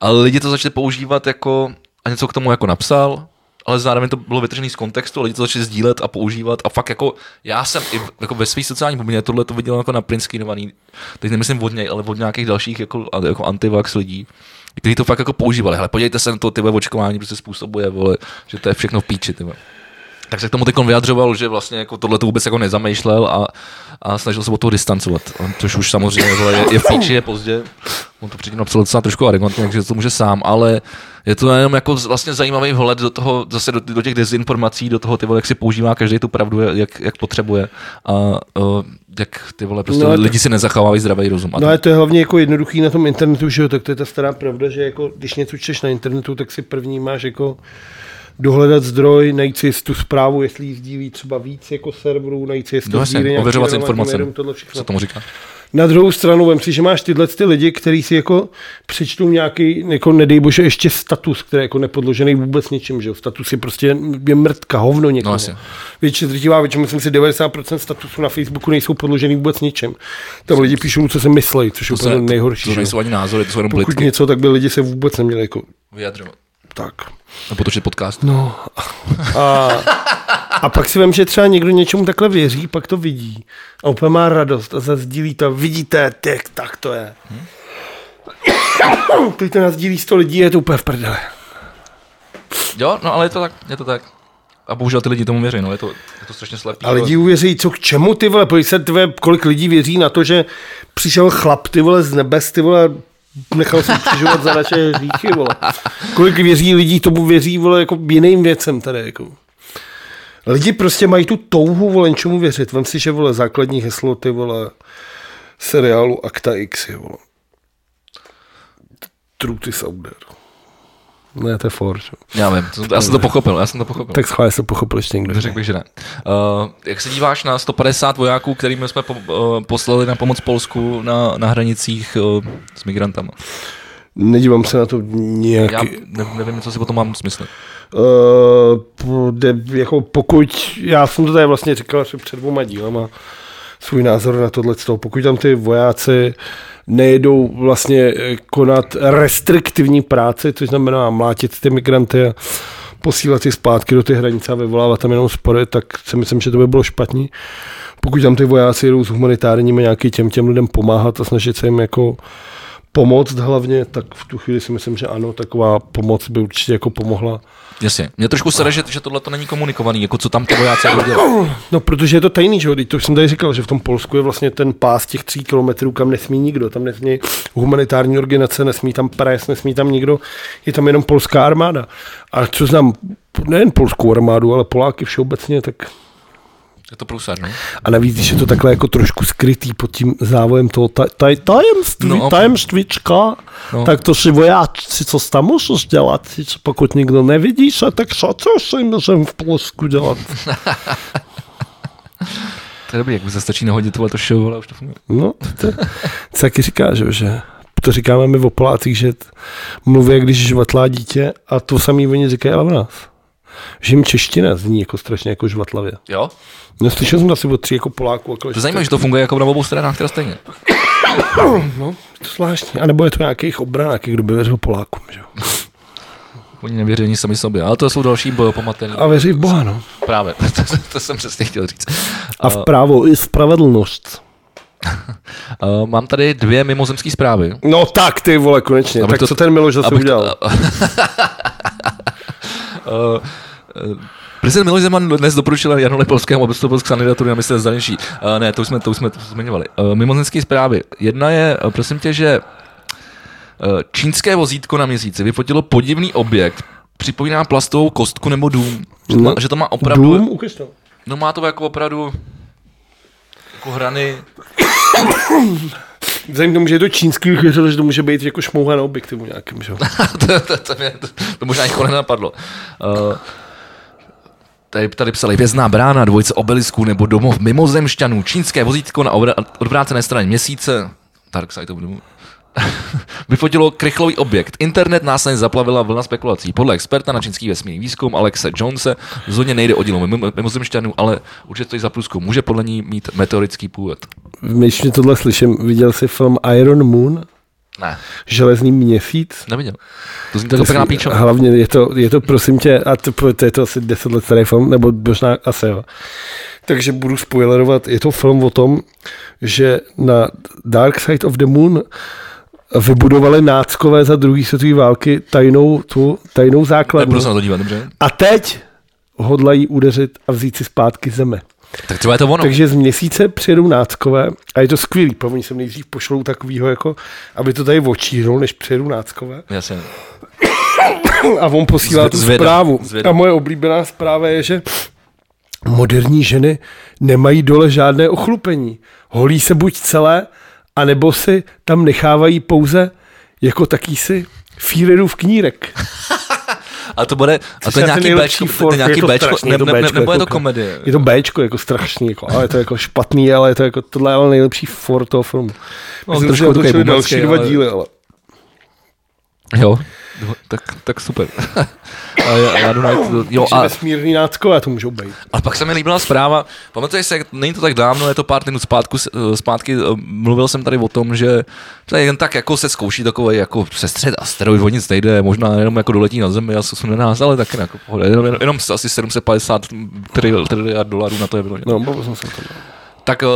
Speaker 1: ale lidi to začali používat jako, a něco k tomu jako napsal, ale zároveň to bylo vytržený z kontextu, a lidi to začali sdílet a používat a fakt jako já jsem i v- jako ve svých sociálních poměrech tohle to viděl jako na prinskinovaný, teď nemyslím od něj, ale od nějakých dalších jako, jako antivax lidí, kteří to fakt jako používali. Hele, podívejte se na to, ty vole, očkování prostě způsobuje, vole, že to je všechno v píči, ty vole. Tak se k tomu teď vyjadřoval, že vlastně jako tohle to vůbec jako nezamýšlel a, a snažil se od toho distancovat. A Což už samozřejmě vole, je, je v píči, je pozdě. On to předtím napsal docela trošku arrogantně, takže to může sám, ale je to jenom jako z- vlastně zajímavý vhled do toho, zase do, do těch dezinformací, do toho, ty vole, jak si používá každý tu pravdu, jak, jak potřebuje a uh, jak ty vole, prostě
Speaker 2: No,
Speaker 1: no,
Speaker 2: tak-
Speaker 1: lidi si nezachovávají zdravý rozum. A
Speaker 2: No ale to je hlavně jako jednoduchý na tom internetu, že jo, tak to je ta stará pravda, že jako když něco čteš na internetu, tak si první máš jako dohledat zdroj, najít si tu zprávu, jestli ji sdílí třeba víc jako serverů, najít si jestli
Speaker 1: No
Speaker 2: ji
Speaker 1: jasně,
Speaker 2: sdílí nějaký
Speaker 1: ověřovat si
Speaker 2: relevantní
Speaker 1: informace,
Speaker 2: médium,
Speaker 1: no.
Speaker 2: tohle všechno.
Speaker 1: co tomu říká?
Speaker 2: Na druhou stranu, vem si, že máš tyhle ty lidi, kteří si jako přečtou nějaký, jako nedej bože, ještě status, který je jako nepodložený vůbec ničím, že jo. Status je prostě je mrtka, hovno někoho.
Speaker 1: No, jasně.
Speaker 2: Většině drtivá, většinou myslím si 90% statusů na Facebooku nejsou podložený vůbec ničím. Tam lidi píšou, co si myslejí, což je
Speaker 1: To,
Speaker 2: úplně
Speaker 1: se-
Speaker 2: nejhorší.
Speaker 1: to,
Speaker 2: že
Speaker 1: to
Speaker 2: jo.
Speaker 1: nejsou ani názory, to jsou jenom
Speaker 2: Pokud
Speaker 1: politiky
Speaker 2: něco, tak by lidi se vůbec neměli jako
Speaker 1: vyjadřovat.
Speaker 2: tak.
Speaker 1: A potočit podcast.
Speaker 2: No. A, a pak si vím, že třeba někdo něčemu takhle věří, pak to vidí. A úplně má radost a zazdílí to. Vidíte, tak, tak to je. Teď to nazdílí 100 lidí a je to úplně v prdele.
Speaker 1: Jo, no ale je to tak, je to tak. A bohužel ty lidi tomu věří, no, je to, je to strašně slepý.
Speaker 2: A lidi uvěří, co k čemu ty vole, pojď se ty vole, kolik lidí věří na to, že přišel chlap ty vole z nebes, ty vole, nechal se přežovat za naše hříchy, vole. Kolik věří lidí, tomu věří, vole, jako jiným věcem tady, jako. Lidi prostě mají tu touhu, vole, něčemu věřit. Vem si, že, vole, základní heslo, ty vole, seriálu Akta X, je, vole. Truty Sauder. Ne, to je for, že? jo.
Speaker 1: Já vím, to, já jsem to pochopil, já jsem to pochopil.
Speaker 2: Tak schválně se pochopil ještě někdo.
Speaker 1: Řekl bych, že ne. Uh, jak se díváš na 150 vojáků, kterými jsme po, uh, poslali na pomoc Polsku na, na hranicích uh, s migrantama?
Speaker 2: Nedívám se na to nějak.
Speaker 1: Já ne, nevím, co si potom mám smyslet.
Speaker 2: Eh, po- de, jako pokud, já jsem to tady vlastně říkal asi před dvouma dílama, svůj názor na tohle, pokud tam ty vojáci nejedou vlastně eh, konat restriktivní práci, což znamená mlátit ty migranty a posílat je zpátky do ty hranice a vyvolávat tam jenom spory, tak si myslím, že to by bylo špatně. Pokud tam ty vojáci jedou s humanitárními nějaký těm, těm lidem pomáhat a snažit se jim jako pomoct hlavně, tak v tu chvíli si myslím, že ano, taková pomoc by určitě jako pomohla.
Speaker 1: Jasně, mě trošku sere, že, že tohle to není komunikovaný, jako co tam ty vojáci budou dělat.
Speaker 2: No, protože je to tajný, že jo? Teď to už jsem tady říkal, že v tom Polsku je vlastně ten pás těch tří kilometrů, kam nesmí nikdo. Tam nesmí humanitární organizace, nesmí tam pres, nesmí tam nikdo. Je tam jenom polská armáda. A co znám, nejen polskou armádu, ale Poláky všeobecně, tak
Speaker 1: Je to průsad, no?
Speaker 2: a navíc, když je to takhle jako trošku skrytý pod tím závojem toho taj, taj, tajemství,
Speaker 1: No,
Speaker 2: no,
Speaker 1: ok.
Speaker 2: tajemstvička,
Speaker 1: No.
Speaker 2: no. tak to si vojáci, co tam můžeš dělat, co pokud nikdo nevidí se, tak co, co si můžeme v Polsku dělat?
Speaker 1: To je dobrý, jak se stačí nahodit tohle to show, ale už to funguje.
Speaker 2: No, to, to taky říká, že, jo, že to říkáme my o Polácích, že t- mluví, když žvatlá dítě a to samý oni říkají ale o nás. Že jim čeština zní jako strašně jako žvatlavě.
Speaker 1: Jo?
Speaker 2: No, slyšel jsem asi o tři jako Poláků. Jako
Speaker 1: To je zajímavé, že to funguje jako na obou stranách teda stejně.
Speaker 2: No, to zvláštní. A nebo je to nějakých obranák, kdo by věřil Polákům, že jo.
Speaker 1: Oni nevěří ani sami sobě, ale to jsou další pomatený.
Speaker 2: A věří v Boha, no.
Speaker 1: Právě, [LAUGHS] to, to jsem přesně chtěl říct.
Speaker 2: A v právo i spravedlnost.
Speaker 1: Uh, mám tady dvě mimozemské zprávy.
Speaker 2: No tak, ty vole, konečně.
Speaker 1: Abych
Speaker 2: tak
Speaker 1: to-
Speaker 2: co ten Miloš zase
Speaker 1: abych to- Eh,
Speaker 2: udělal?
Speaker 1: [LAUGHS] Uh, uh, Prezident Miloš Zeman dnes doporučil Janu Lepolskému, aby vstoupil k kandidatury na ministra zahraničí. Uh, ne, to už jsme, to už jsme to zmiňovali. Uh, mimozenské zprávy. Jedna je, uh, prosím tě, že uh, čínské vozítko na měsíci vyfotilo podivný objekt, připomíná plastovou kostku nebo dům. Že to má, že to má opravdu...
Speaker 2: No. Dům? Ukaž to.
Speaker 1: No má to jako opravdu jako hrany.
Speaker 2: Vzhledem k tomu, že je to čínský, věřil, že to může být jako šmouha na objektivu nějakým, že jo.
Speaker 1: [LAUGHS] to, to, to, mě, to, to možná nikoho nenapadlo. Uh, tady, tady psali Vězná brána, dvojce obelisků nebo domov mimozemšťanů, čínské vozítko na obra- odvrácené straně měsíce, Dark Side of the Moon, [LAUGHS] vyfotilo krychlový objekt. Internet následně zaplavila vlna spekulací. Podle experta na čínský vesmírný výzkum Alexe Jonese rozhodně nejde o dílo mimo- mimozemšťanů, ale určitě to za průzkum. Může podle ní mít meteorický původ.
Speaker 2: Když mě tohle slyším, viděl jsi film Iron Moon?
Speaker 1: Ne,
Speaker 2: Železný měsíc?
Speaker 1: neviděl. To zní tak pěkná píčo.
Speaker 2: Hlavně je to, je to prosím tě, a to, to je to asi 10 let starý film, nebo možná asi jo. Takže budu spoilerovat, je to film o tom, že na Dark Side of the Moon vybudovali náckové za druhý světové války tajnou, tu, tajnou základnu.
Speaker 1: Nebudu se na to dívat, dobře?
Speaker 2: A teď hodlají udeřit a vzít si zpátky zeme.
Speaker 1: Tak třeba je to ono.
Speaker 2: Takže z měsíce přijedou náckové a je to skvělý, po oni sem nejdřív pošlou takovýho, jako, aby to tady očíhnul, než přijedou náckové. [CLEARS THROAT]
Speaker 1: Jasně.
Speaker 2: A on posílá
Speaker 1: Zve-
Speaker 2: tu
Speaker 1: zvedá,
Speaker 2: zprávu.
Speaker 1: zvedá.
Speaker 2: A moje oblíbená zpráva je, že moderní ženy nemají dole žádné ochlupení. Holí se buď celé, anebo si tam nechávají pouze jako takýsi fírerův knírek.
Speaker 1: A to bude, a to je
Speaker 2: Což asi
Speaker 1: nějaký
Speaker 2: nejlepší
Speaker 1: Bčko, to
Speaker 2: form,
Speaker 1: je nějaký
Speaker 2: je to
Speaker 1: Bčko,
Speaker 2: strašný,
Speaker 1: ne,
Speaker 2: je to
Speaker 1: ne, ne,
Speaker 2: Bčko,
Speaker 1: nebo je to
Speaker 2: jako-
Speaker 1: komedie.
Speaker 2: Je to Bčko, jako strašný, jako, ale je to jako špatný, ale je to jako tohle je ale nejlepší for toho filmu.
Speaker 1: No,
Speaker 2: Myslím,
Speaker 1: trošku
Speaker 2: že na to
Speaker 1: takový
Speaker 2: šly
Speaker 1: boomerský,
Speaker 2: další dva
Speaker 1: ale-
Speaker 2: díly, ale
Speaker 1: Jo, dvo- tak, tak super. [LAUGHS] a já, já jdu najít, to- jo, No
Speaker 2: a...
Speaker 1: a,
Speaker 2: vesmírný náckové to můžou být.
Speaker 1: a, pak se mi líbila zpráva, pamatuješ se, jak- není to tak dávno, je to pár týdnů zpátku, s- eh, zpátky, eh, mluvil jsem tady o tom, že tady jen tak jako se zkouší takové jako sestřed asteroid, o nic nejde, možná jenom jako doletí na Zemi a zkusne nás, ale taky jako pohoda, jenom, jenom, jenom asi 750 tril- triliard dolarů na to je vyloženo.
Speaker 2: No, bavil jsem se o tom.
Speaker 1: Tak eh,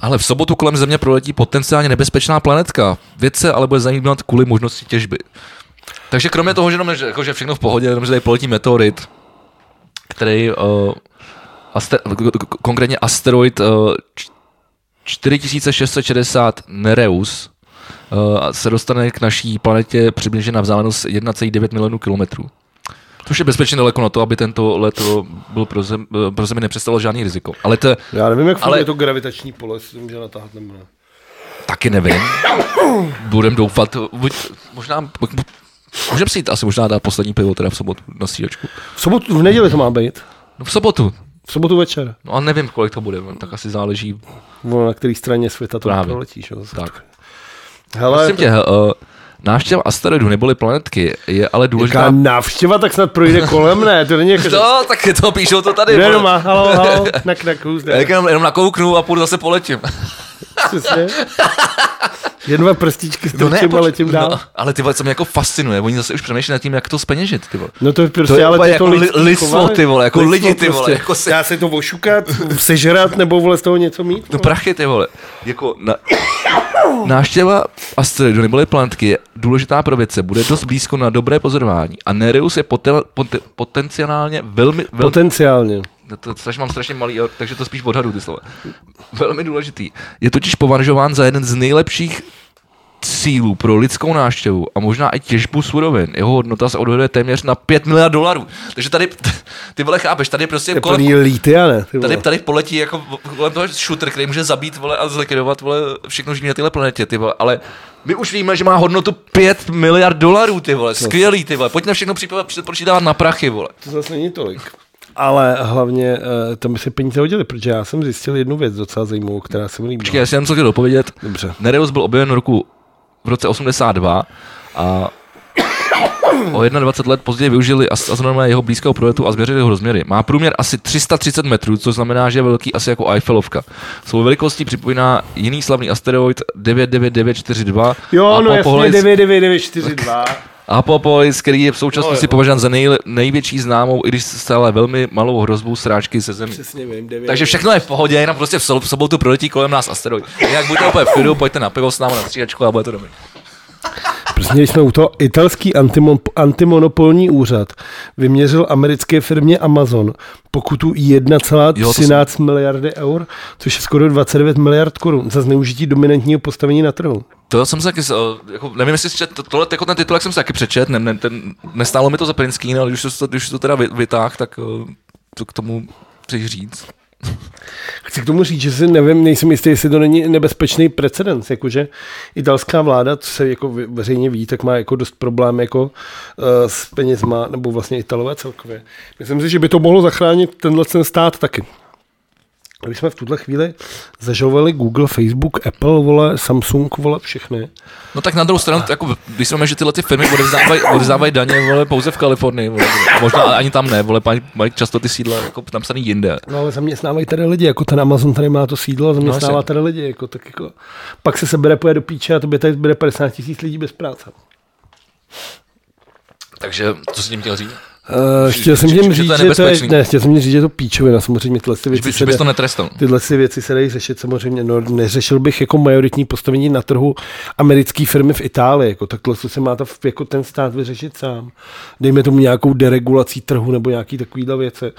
Speaker 1: ale v sobotu kolem Země proletí potenciálně nebezpečná planetka. Vědce ale bude zajímat kvůli možnosti těžby. Takže kromě toho, že, jenom, že, jako, že všechno v pohodě, jenom, že tady poletí meteorit, který uh, aster, k- k- konkrétně asteroid uh, 4660 Nereus uh, se dostane k naší planetě přibližně na vzdálenost 1,9 milionů kilometrů. Což je bezpečně daleko na to, aby tento let eh, byl pro, zem, eh, pro Zemi nepředstavil žádný riziko. Ale to je
Speaker 2: Já nevím, jak
Speaker 1: Ale-
Speaker 2: ale... je to gravitační pole, jestli to může natáhat nebo ne.
Speaker 1: Taky nevím. Budem doufat, buď, možná, můžeme si jít asi možná dát poslední pivo teda v sobotu na střídačku.
Speaker 2: V sobotu, v neděli to má být.
Speaker 1: No v sobotu,
Speaker 2: V sobotu večer.
Speaker 1: no a nevím, kolik to bude, tak asi záleží.
Speaker 2: Ono, na které straně světa to
Speaker 1: Právě.
Speaker 2: proletíš. Jo, zase.
Speaker 1: Tak.
Speaker 2: Hele,
Speaker 1: Prosím tě, uh, návštěva asteroidu neboli planetky je ale
Speaker 2: Jaká
Speaker 1: důležitá.
Speaker 2: návštěva, tak snad projde kolem, ne? To není jako...
Speaker 1: [LAUGHS]
Speaker 2: že-
Speaker 1: To, tak to píšou to tady.
Speaker 2: Jde
Speaker 1: vole.
Speaker 2: doma, halo, halo, knak, knak, who's
Speaker 1: Já [LAUGHS]
Speaker 2: there?
Speaker 1: jenom, jenom nakouknu a půjdu zase poletím.
Speaker 2: Přesně. Jen dva prstíčky strčím a
Speaker 1: poč-
Speaker 2: letím dál.
Speaker 1: No, ale ty vole, co mě jako fascinuje, oni zase už přemýšlí nad tím, jak to speněžit, ty vole.
Speaker 2: No to je prostě,
Speaker 1: To je
Speaker 2: ale
Speaker 1: úplně
Speaker 2: ty to
Speaker 1: jako
Speaker 2: lidský
Speaker 1: li- lidstvo,
Speaker 2: chování.
Speaker 1: ty vole, jako
Speaker 2: Lidstvo prostě.
Speaker 1: lidi, ty vole, jako se-
Speaker 2: Dá se to ošukat, sežrat nebo vole z toho něco mít?
Speaker 1: No prachy, ty vole. Jako na... Náštěva asteroidu neboli planetky je důležitá pro vědce. Bude dost blízko na dobré pozorování. A Nereus je poten, poten, potenciálně velmi... velmi
Speaker 2: Potenciálně.
Speaker 1: to, to, strašně mám strašně malý, jo, takže to spíš odhadu ty slova. Velmi důležitý. Je totiž považován za jeden z nejlepších cílů pro lidskou náštěvu a možná i těžbu surovin. Jeho hodnota se odhaduje téměř na 5 miliard dolarů. Takže tady, [LAUGHS] ty vole, chápeš, tady prostě
Speaker 2: Je
Speaker 1: kolem,
Speaker 2: plný lítia, ne? Ty
Speaker 1: Tady,
Speaker 2: vole.
Speaker 1: tady poletí jako v- kolem toho shooter, který může zabít vole, a zlikvidovat vole, všechno živý na téhle planetě, ty vole. ale my už víme, že má hodnotu 5 miliard dolarů, ty vole, skvělý, ty vole, pojďme všechno připa- přepočítávat na prachy, vole.
Speaker 2: To zase není tolik. Ale hlavně eh, tam by se peníze hodily, protože já jsem zjistil jednu věc docela zajímavou, která se mi líbí.
Speaker 1: Počkej, já jsem co chtěl dopovědět.
Speaker 2: Dobře.
Speaker 1: Nereus byl objeven roku, v roce 82 a o 21 let později využili as- astronomé jeho blízkého projektu a změřili jeho rozměry. Má průměr asi 330 metrů, což znamená, že je velký asi jako Eiffelovka. Svou velikostí připomíná jiný slavný asteroid 99942
Speaker 2: Jo, no jasně,
Speaker 1: Apopolis-
Speaker 2: 99942.
Speaker 1: Apopolis, který je v současnosti považován za nej- největší známou, i když stále velmi malou hrozbou srážky ze Země.
Speaker 2: Přesně vím,
Speaker 1: Takže všechno je v pohodě, jenom prostě v sol- v sobotu proletí kolem nás asteroid. Jak buďte úplně v klidu, pojďte na pivo s námi na střídačku a bude to dobrý.
Speaker 2: Přesně jsme u toho. Italský antimon, antimonopolní úřad vyměřil americké firmě Amazon pokutu
Speaker 1: Jo, to
Speaker 2: 1,13 miliardy eur, což je skoro 29 miliard korun za zneužití dominantního postavení na trhu.
Speaker 1: To jsem se taky, s- o, jako, nevím, jestli jsi čet, to, tohle, jako ten titulek jsem se taky přečet, ne, ne, ten, nestálo mi to za Prinský, ale když to, když to teda vy- vytáh, tak o, to k tomu chceš říct.
Speaker 2: Chci k tomu říct, že si nevím, nejsem jistý, jestli to není nebezpečný precedens, jakože italská vláda, co se jako ve- veřejně ví, tak má jako dost problém jako uh, s penězma, nebo vlastně Italové celkově. Myslím si, že by to mohlo zachránit tenhle ten stát taky. My jsme v tuhle chvíli zažalovali Google, Facebook, Apple, vole, Samsung, vole, všechny.
Speaker 1: No tak na druhou stranu, jako, když jsme že tyhle ty firmy odevzdávají, odevzdávají daně vole, pouze v Kalifornii, vole, a možná ani tam ne, vole, mají- mají často ty sídla jako, napsaný jinde.
Speaker 2: No ale zaměstnávají tady lidi, jako ten Amazon tady má to sídlo a zaměstnává
Speaker 1: jasně.
Speaker 2: tady lidi, jako, tak jako, pak se sebere, pojede do píče a to by tady bude 50 tisíc lidí bez práce.
Speaker 1: Takže co jsi tím chtěl říct?
Speaker 2: Uh, chtěl jsem
Speaker 1: že- že-
Speaker 2: tím
Speaker 1: že
Speaker 2: říct,
Speaker 1: to je
Speaker 2: že to je,
Speaker 1: nebezpečný.
Speaker 2: ne, chtěl jsem tím říct, že je to píčovina, samozřejmě tyhle ty
Speaker 1: Že, by,
Speaker 2: věci
Speaker 1: že
Speaker 2: se
Speaker 1: bys to
Speaker 2: ne,
Speaker 1: netrestal.
Speaker 2: tyhle ty věci se dají řešit samozřejmě, no, neřešil bych jako majoritní postavení na trhu americké firmy v Itálii, jako takhle co se má ta, jako ten stát vyřešit sám. Dejme tomu nějakou deregulací trhu nebo nějaký takovýhle věci.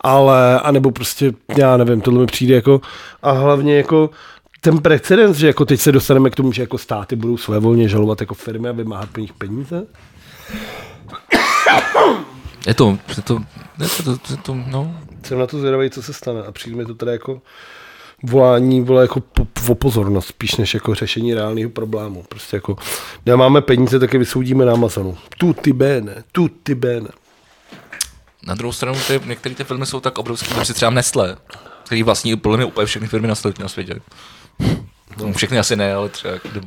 Speaker 2: Ale, anebo prostě, já nevím, tohle mi přijde jako, a hlavně jako, ten precedens, že jako teď se dostaneme k tomu, že jako státy budou svévolně žalovat jako firmy a vymáhat po nich peníze,
Speaker 1: Je to, je to, je to, je to, je to no,
Speaker 2: Jsem na to zvědavý, co se stane. A přijde mi to teda jako volání vole jako po, o pozornost, spíš než jako řešení reálného problému. Prostě jako, nemáme peníze, tak je vysoudíme na Amazonu. Tu ty bene, tu ty bene.
Speaker 1: Na druhou stranu, ty, některé ty filmy jsou tak obrovský, že si třeba Nestlé, který vlastní podle mě úplně všechny firmy na světě. Na světě. No, všechny asi ne, ale třeba jako do-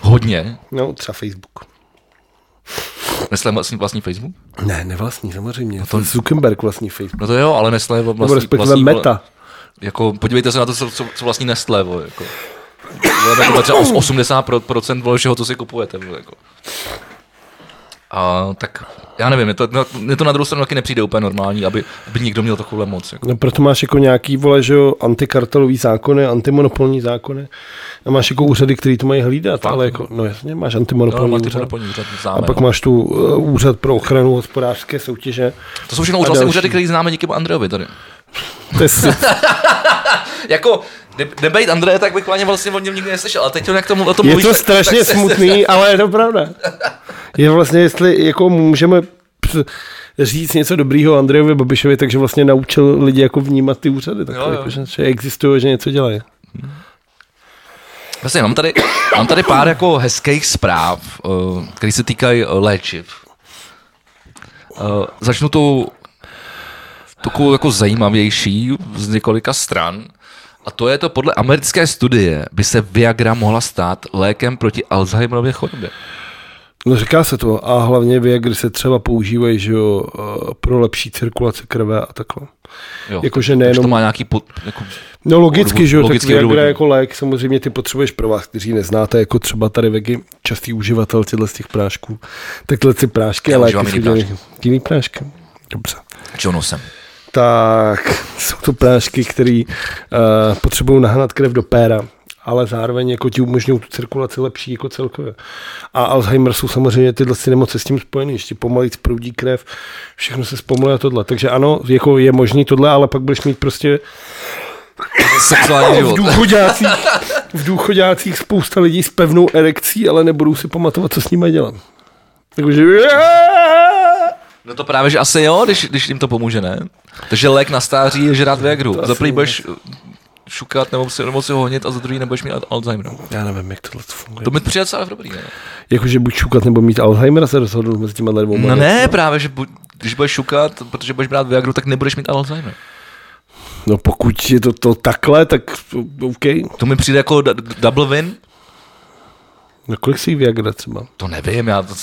Speaker 1: hodně.
Speaker 2: No, třeba Facebook.
Speaker 1: Nestlé vlastní, vlastní Facebook?
Speaker 2: Ne, nevlastní, samozřejmě. No to... Zuckerberg vlastní Facebook.
Speaker 1: No to jo, ale Nestlé vlastní...
Speaker 2: Nebo respektive
Speaker 1: vlastní
Speaker 2: Meta.
Speaker 1: Jako, podívejte se na to, co, co co vlastní Nestlé, vole, jako. Vole, tak vole, třeba os- 80% vole všeho, co si kupujete. Vole, jako. A tak já nevím, je to, no, je to na druhou stranu taky nepřijde úplně normální, aby, aby někdo měl takovouhle moc. Jako.
Speaker 2: No, proto máš jako nějaký, vole, že jo, antikartelový zákony, antimonopolní zákony. A máš jako úřady, které to mají hlídat,
Speaker 1: Fakt?
Speaker 2: ale jako, no jasně, máš
Speaker 1: No,
Speaker 2: antimonopolní
Speaker 1: no,
Speaker 2: no,
Speaker 1: ty
Speaker 2: úřad.
Speaker 1: monopolní úřad
Speaker 2: A
Speaker 1: známe.
Speaker 2: pak máš tu uh, úřad pro ochranu hospodářské soutěže.
Speaker 1: To jsou všechno
Speaker 2: A
Speaker 1: vlastně
Speaker 2: další.
Speaker 1: úřady, které známe díky Andrejovi tady.
Speaker 2: To [LAUGHS] je s-
Speaker 1: Jako, ne- nebejt Andreje, tak bych vlastně, vlastně o něm nikdy neslyšel, ale teď on jak tomu o tom
Speaker 2: Je
Speaker 1: mluvíš,
Speaker 2: to
Speaker 1: tak-
Speaker 2: strašně
Speaker 1: tak, se- [LAUGHS]
Speaker 2: smutný, ale je to pravda. Je vlastně, jestli jako můžeme p- říct něco dobrýho Andrejovi Babišovi, takže vlastně naučil lidi jako vnímat ty úřady, tak
Speaker 1: Jo, jo.
Speaker 2: jako, že, že existují, že něco dělají.
Speaker 1: Vlastně, mám tady, mám tady pár jako hezkých zpráv, eh, které se týkají eh, léčiv. Eh, Začnu tou takovou jako zajímavější z několika stran. A to je to, podle americké studie by se Viagra mohla stát lékem proti Alzheimerově chorobě.
Speaker 2: No říká se to a hlavně Viagry se třeba používají že jo, eh, pro lepší cirkulaci krve a takhle.
Speaker 1: Jo,
Speaker 2: Jakože
Speaker 1: takže
Speaker 2: nejenom-
Speaker 1: to má nějaký pod, jako
Speaker 2: No logicky,
Speaker 1: Odvo-
Speaker 2: že jo, tak
Speaker 1: logicky
Speaker 2: Viagra
Speaker 1: odůvodnění.
Speaker 2: jako lék samozřejmě ty potřebuješ pro vás, kteří neznáte, jako třeba tady Vegy, častý uživatel těchto z těch prášků. Takhle ty prášky
Speaker 1: Já
Speaker 2: a léky
Speaker 1: užívám
Speaker 2: jsou
Speaker 1: jiný
Speaker 2: dělaný. Jiný prášky. Dobře.
Speaker 1: Jonasem.
Speaker 2: tak jsou to prášky, které uh, potřebují nahnat krev do péra, ale zároveň jako ti umožňují tu cirkulaci lepší jako celkově. A Alzheimer jsou samozřejmě tyhle si nemoce s tím spojený, ještě pomalý proudí krev, všechno se zpomaluje a tohle. Takže ano, jako je možný tohle, ale pak budeš mít prostě [LAUGHS]
Speaker 1: Sexuální
Speaker 2: v
Speaker 1: život.
Speaker 2: důchodácích, v důchodácích spousta lidí s pevnou erekcí, ale nebudou si pamatovat, co s nimi dělat. Takže
Speaker 1: No to právě, že asi jo, když, když jim to pomůže, ne? Takže lék na stáří je žrát Viagru. Za prvý budeš eh, šukat nebo si, nebo si ho honit a za druhý nebudeš mít al- Alzheimera.
Speaker 2: Já nevím, jak tohle funguje.
Speaker 1: To mi přijde docela dobrý, ne?
Speaker 2: Jakože buď šukat nebo mít Alzheimera se rozhodl mezi těma dvouma.
Speaker 1: No ne, právě, že bu- když budeš šukat, protože budeš brát Viagru, tak nebudeš mít Alzheimer.
Speaker 2: No pokud je to, to takhle, tak OK.
Speaker 1: To mi přijde jako d- d- double win.
Speaker 2: Na No kolik si jí Viagra třeba?
Speaker 1: To nevím, já to...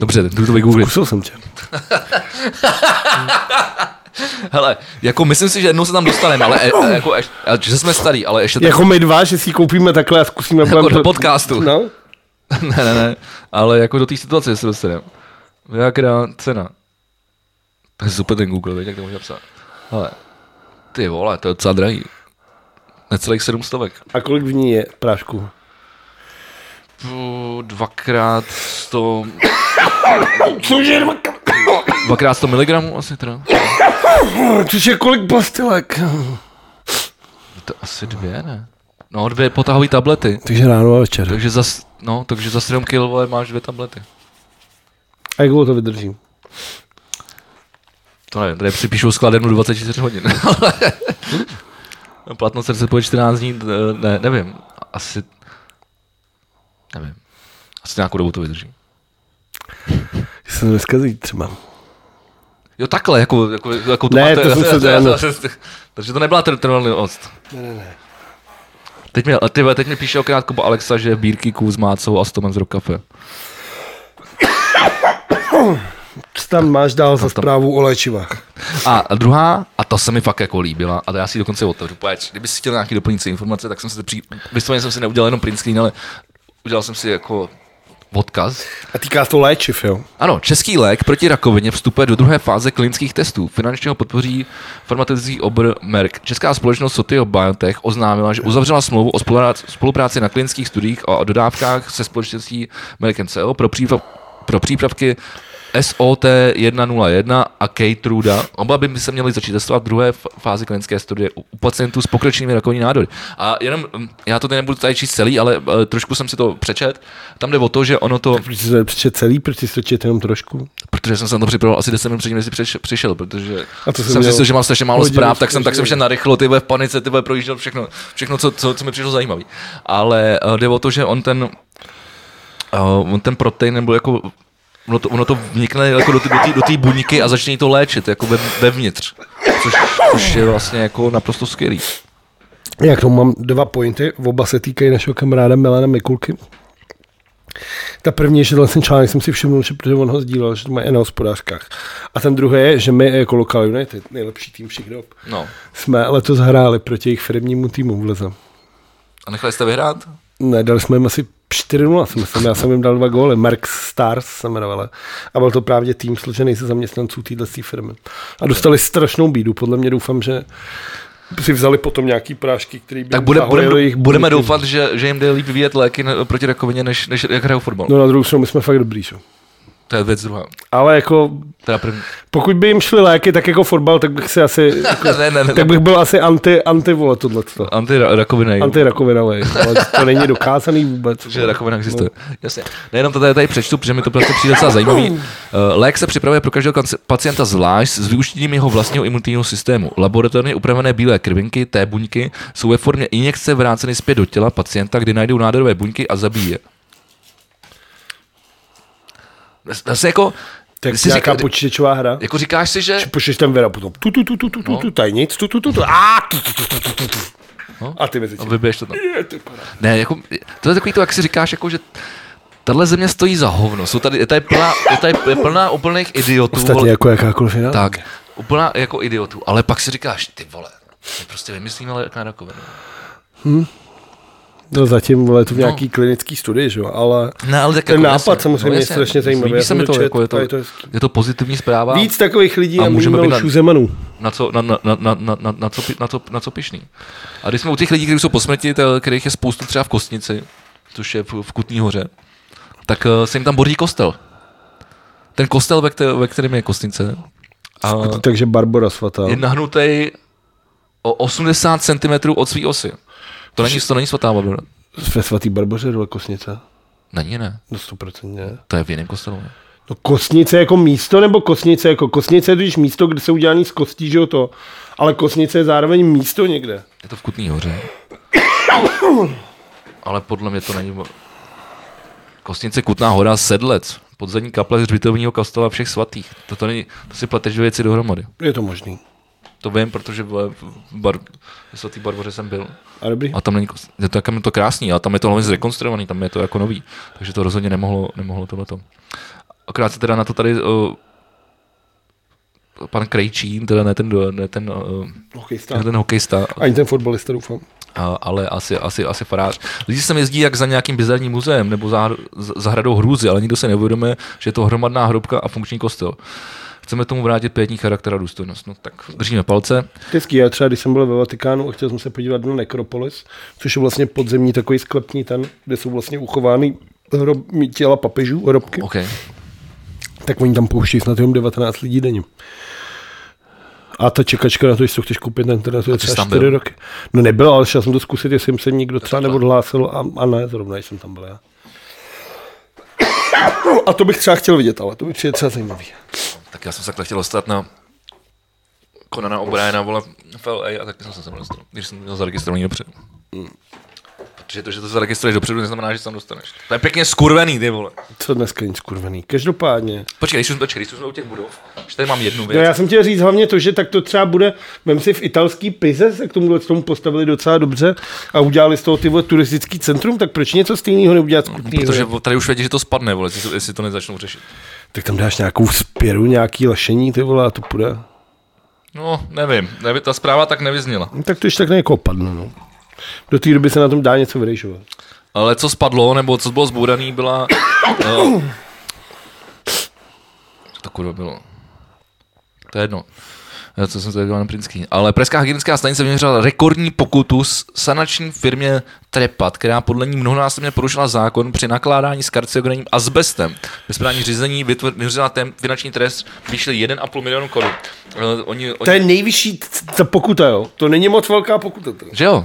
Speaker 1: Dobře, jdu to vygooglit.
Speaker 2: Kusil jsem tě.
Speaker 1: Hele, jako myslím si, že jednou se tam dostaneme, ale e, e, jako, e, a že jsme starý, ale ještě tak,
Speaker 2: Jako my dva, že si ji koupíme takhle a zkusíme...
Speaker 1: Jako
Speaker 2: budeme-
Speaker 1: do podcastu.
Speaker 2: No,
Speaker 1: [LAUGHS] ne, ne, ne, ale jako do té situace se dostaneme. Viagra cena. To je super ten Google, víš, jak to může psát. Hele, ty vole, to je docela drahý. Necelých sedm stovek.
Speaker 2: a kolik v ní je prášku?
Speaker 1: Pů, Dvakrát sto... Cože? Dvakrát sto miligramů asi teda.
Speaker 2: Což je kolik pastilek?
Speaker 1: To asi dvě, ne? No, dvě potahové tablety.
Speaker 2: Takže ráno a večer.
Speaker 1: Takže za, s- no, takže za 7 kg vole, máš dvě tablety.
Speaker 2: A jak dlouho to vydržím?
Speaker 1: To nevím, tady připíšu skladenu 24 hodin. [LAUGHS] ale- Platnost srdce po 14 dní, eh, ne, nevím. Asi, nevím. Asi nějakou dobu to vydrží.
Speaker 2: Že se to neskazí třeba.
Speaker 1: Jo, takhle, jako, jako, jako
Speaker 2: Ne,
Speaker 1: máte-
Speaker 2: to
Speaker 1: [LAUGHS]
Speaker 2: jsem se-
Speaker 1: já- já-
Speaker 2: ano.
Speaker 1: já- Takže to nebyla tr- trvalý ost. Teď mi, ty, vole, teď mi píše okrát Kuba Alexa, že bírky ků s mácou a s Tomem z Rock Cafe.
Speaker 2: Co tam máš dál za
Speaker 1: to-
Speaker 2: zprávu o léčivách?
Speaker 1: A druhá, a ta se mi fakt jako líbila, a to já si ji dokonce otevřu. Pojď, kdyby si chtěl nějaký doplňující informace, tak jsem si to při... Vysloveně jsem si neudělal jenom print screen, ale udělal jsem si jako odkaz.
Speaker 2: A týká se to léčiv, jo?
Speaker 1: Ano, český lék proti rakovině vstupuje do druhé fáze klinických testů. Finančně ho podpoří farmaceutický obr Merck. Česká společnost Sotio Biotech oznámila, že uzavřela smlouvu o spolurác- spolupráci na klinických studiích a o dodávkách se společností Merck Co pro, příprav- pro přípravky SOT 101 a Keytruda. Oba by se měly začít testovat v druhé f- fázi klinické studie u u pacientů s pokročilými rakovinnými nádory. A jenom, mm, já to tady nebudu tady číst celý, ale eh, trošku jsem si to přečet. Tam jde o to, že ono to...
Speaker 2: Proč jsi to nepřečet celý, proč jsi to čet jenom trošku?
Speaker 1: Protože jsem se na to připravoval asi 10 minut předtím, než jsi přiš- přišel, protože
Speaker 2: A to jsem
Speaker 1: jsem
Speaker 2: měl
Speaker 1: zjistil, že mám strašně málo
Speaker 2: hodinu
Speaker 1: zpráv, tak jsem, tak jsem
Speaker 2: zkušený.
Speaker 1: šel narychlo, ty vole, v panice, ty vole, projížděl všechno, všechno co, co, co mi přišlo zajímavý. Ale uh, jde o to, že on ten, uh, on ten protein nebo jako Ono to, ono to vnikne jako do té do té- do té buňky a začne jí to léčit, jako ve, vevnitř. Což, což je vlastně jako naprosto skvělý.
Speaker 2: Já k tomu mám dva pointy, oba se týkají našeho kamaráda Milana Mikulky. Ta první je, že tenhle ten článek jsem si všiml, že protože on ho sdílel, že to mají i na hospodářkách. A ten druhý je, že my jako Local United, nejlepší tým všech dob,
Speaker 1: No.
Speaker 2: jsme letos hráli proti jejich firmnímu týmu v Lize.
Speaker 1: A nechali jste vyhrát?
Speaker 2: Ne, dali jsme jim asi 4-0, si myslím. Já jsem jim dal dva góly. Mark Stars se jmenovala. A byl to právě tým složený ze zaměstnanců téhle firmy. A dostali strašnou bídu. Podle mě doufám, že si vzali potom nějaký prášky, který by
Speaker 1: Tak
Speaker 2: jim
Speaker 1: bude,
Speaker 2: zahojily
Speaker 1: budeme,
Speaker 2: jejich
Speaker 1: budeme
Speaker 2: bunky.
Speaker 1: doufat, že, že jim jde líp vyvíjet léky na- proti rakovině, než, než jak hrajou fotbal.
Speaker 2: No na druhou stranu, my jsme fakt dobrý, že?
Speaker 1: To je věc druhá.
Speaker 2: Ale jako,
Speaker 1: Teda první.
Speaker 2: pokud by jim šly léky, tak jako fotbal, tak bych
Speaker 1: [LAUGHS]
Speaker 2: si asi, jako-
Speaker 1: ne, ne, ne.
Speaker 2: tak bych byl asi anti, anti vole tohleto.
Speaker 1: Antirakovina. jo.
Speaker 2: Antirakovinový, ale to není dokázaný vůbec.
Speaker 1: že rakovina existuje. No. Jasně. Nejenom to tady, tady přečtu, protože mi to prostě přijde docela zajímavý. Eh, Lék se připravuje pro každého kanc- pacienta zvlášť s využitím jeho vlastního imunitního systému. Laboratorně upravené bílé krvinky, té buňky, jsou ve formě injekce vráceny zpět do těla pacienta, kdy najdou nádorové buňky a zabijí je. Zase jako,
Speaker 2: Tak
Speaker 1: si
Speaker 2: nějaká
Speaker 1: říká,
Speaker 2: počítačová hra.
Speaker 1: jako říkáš si, že...
Speaker 2: Pošleš tam Vera potom. Tu, tu, tu, tu, tu, tu, tu, tajnic, tu, tu, tu, tu, a, tu, tu, tu, tu, tu, tu, tu.
Speaker 1: No.
Speaker 2: A ty mezi tím.
Speaker 1: Vybiješ to tam. Ne, jako, to je takový to, jak si říkáš, jako, že tahle země stojí za hovno. Jsou tady, je tady plná, je tady je plná úplných idiotů. vole.
Speaker 2: Ostatně jako jakákoliv jiná.
Speaker 1: Tak, úplná jako idiotů, ale pak si říkáš, ty vole, my prostě vymyslíme lék na rakovinu.
Speaker 2: No zatím vole, je to v nějaký klinický studii, že jo, ale
Speaker 1: Ne, No, ale tak
Speaker 2: Ten nápad samozřejmě je
Speaker 1: jasně,
Speaker 2: strašně zajímavý,
Speaker 1: Líbí
Speaker 2: já
Speaker 1: se
Speaker 2: jsem
Speaker 1: mi to,
Speaker 2: to četl,
Speaker 1: jako je to,
Speaker 2: a je to hezký.
Speaker 1: je to pozitivní zpráva,
Speaker 2: víc takových lidí
Speaker 1: A
Speaker 2: a, a
Speaker 1: můžeme
Speaker 2: můžeme
Speaker 1: být na-
Speaker 2: už zemanů.
Speaker 1: na co, na, na, na, na, na, na, na, co, pi- na, co, na co pišný. A když jsme u těch lidí, kteří jsou po smrti, to- kterých je spoustu třeba v Kostnici, což je v, v Kutní hoře, tak eh, se jim tam boří kostel. Ten kostel, ve, které, ve kterém je Kostnice, a
Speaker 2: Takže Barbora svatá.
Speaker 1: je nahnutý o 80 cm od své osy. To není, to není svatá babina.
Speaker 2: Ve svatý Barboře dole Kosnice.
Speaker 1: Není, ne.
Speaker 2: No 100% ne.
Speaker 1: To je v jiném kostelu. ne?
Speaker 2: No kostnice jako místo nebo kostnice jako kostnice je totiž místo, kde jsou udělaný z kostí, že jo to. Ale kostnice je zároveň místo někde.
Speaker 1: Je to v Kutný hoře. Ale podle mě to není... Kostnice Kutná hora Sedlec. Podzemní kaple hřbitovního kostela všech svatých. To, to, není, to si pleteš dvě věci dohromady.
Speaker 2: Je to možný.
Speaker 1: To vím, protože vole, v bar, ve svatý Barboře jsem byl.
Speaker 2: A dobrý.
Speaker 1: A tam není kost... je to, jak je to krásný, a tam je to hlavně zrekonstruovaný, tam je to jako nový. Takže to rozhodně nemohlo, nemohlo tohleto. Akorát se teda na to tady o, pan Krejčín, teda ne ten, do- ne ten, o,
Speaker 2: Hokejista.
Speaker 1: ne ten hokejista,
Speaker 2: No, Ani ten fotbalista, doufám.
Speaker 1: a, ale asi, asi, asi farář. Lidi sem jezdí jak za nějakým bizarním muzeem nebo za, za- zahradou hrůzy, ale nikdo se neuvědomuje, že je to hromadná hrobka a funkční kostel. Chceme tomu vrátit pětní charakter a důstojnost. No tak držíme palce.
Speaker 2: Hezký, já třeba, když jsem byl ve Vatikánu a chtěl jsem se podívat na Nekropolis, což je vlastně podzemní takový sklepní ten, kde jsou vlastně uchovány hrob, těla papežů, hrobky,
Speaker 1: OK.
Speaker 2: tak oni tam pouštějí snad jenom 19 lidí denně. A ta čekačka na to, jestli to chceš koupit na internetu, je
Speaker 1: ty
Speaker 2: třeba
Speaker 1: jsi tam
Speaker 2: 4
Speaker 1: byl?
Speaker 2: roky. No nebyl, ale šel jsem to zkusit, jestli jim se někdo třeba neodhlásil a, a ne, zrovna jsem tam byl já. A to bych třeba chtěl vidět, ale to by přijde třeba zajímavý.
Speaker 1: Tak já jsem se takhle chtěl dostat na Konana O'Briena, vole, v LA a taky jsem se tam dostal, když jsem měl zaregistrovaný dopředu. Protože to, že to zaregistruješ dopředu, neznamená, že se tam dostaneš. To je pěkně skurvený, ty vole.
Speaker 2: Co dneska nic kurvený. Každopádně,
Speaker 1: Počkej, když jsme, počkej, když jsme u těch budov, že tady mám jednu
Speaker 2: No
Speaker 1: věc.
Speaker 2: já jsem chtěl říct hlavně to, že tak to třeba bude, vem si v italský Pize se k tomu tomu postavili docela dobře a udělali z toho ty vole turistický centrum, tak proč něco stejného neudělat z Kutný
Speaker 1: No, Protože
Speaker 2: Hory?
Speaker 1: tady už vědí, že to spadne, vole, jestli, jestli to nezačnou řešit.
Speaker 2: Tak tam dáš nějakou spěru, nějaký lešení, ty vole, a to půjde.
Speaker 1: No, nevím, nevím ta zpráva tak nevyzněla.
Speaker 2: No, tak to ještě tak nejako padne, no. Do té doby se na tom dá něco vyrejšovat.
Speaker 1: Ale co spadlo, nebo co bylo zbouraný, byla... Uh, co to kurva bylo? To je jedno. Já, Co jsem tady dělal na Prinský. Ale Pražská hygienická stanice vyměřila rekordní pokutu s sanační firmě Trepat, která podle ní mnohonásobně porušila zákon při nakládání s karcinogenním asbestem. Ve správní řízení vytvr- vyměřila ten finanční trest vyšli 1,5 milionu korun. Eh, Oni, oni,
Speaker 2: To je nejvyšší t- ta pokuta, jo. To není moc velká pokuta. To.
Speaker 1: Že jo?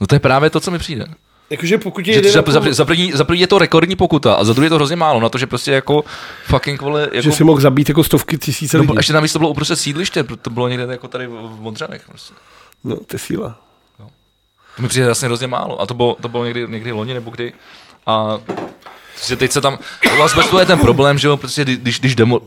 Speaker 1: No to je právě to, co mi přijde.
Speaker 2: Jakože pokud je
Speaker 1: Že
Speaker 2: jeden
Speaker 1: za,
Speaker 2: na půl-
Speaker 1: za, za, první, za první je to rekordní pokuta a za druhé je to hrozně málo na to, že prostě jako fucking vole, jako,
Speaker 2: že si mohl zabít jako stovky tisíce
Speaker 1: no,
Speaker 2: lidí.
Speaker 1: bo- ještě navíc to bylo uprostřed sídliště, proto to bylo někde jako tady v v Modřanech. Prostě.
Speaker 2: No, to je síla.
Speaker 1: To mi přijde vlastně hrozně málo a to bylo, to bylo někdy, někdy loni nebo kdy. A že teď se tam, u asbestu je ten problém, že jo, prostě kdy- když, když demo,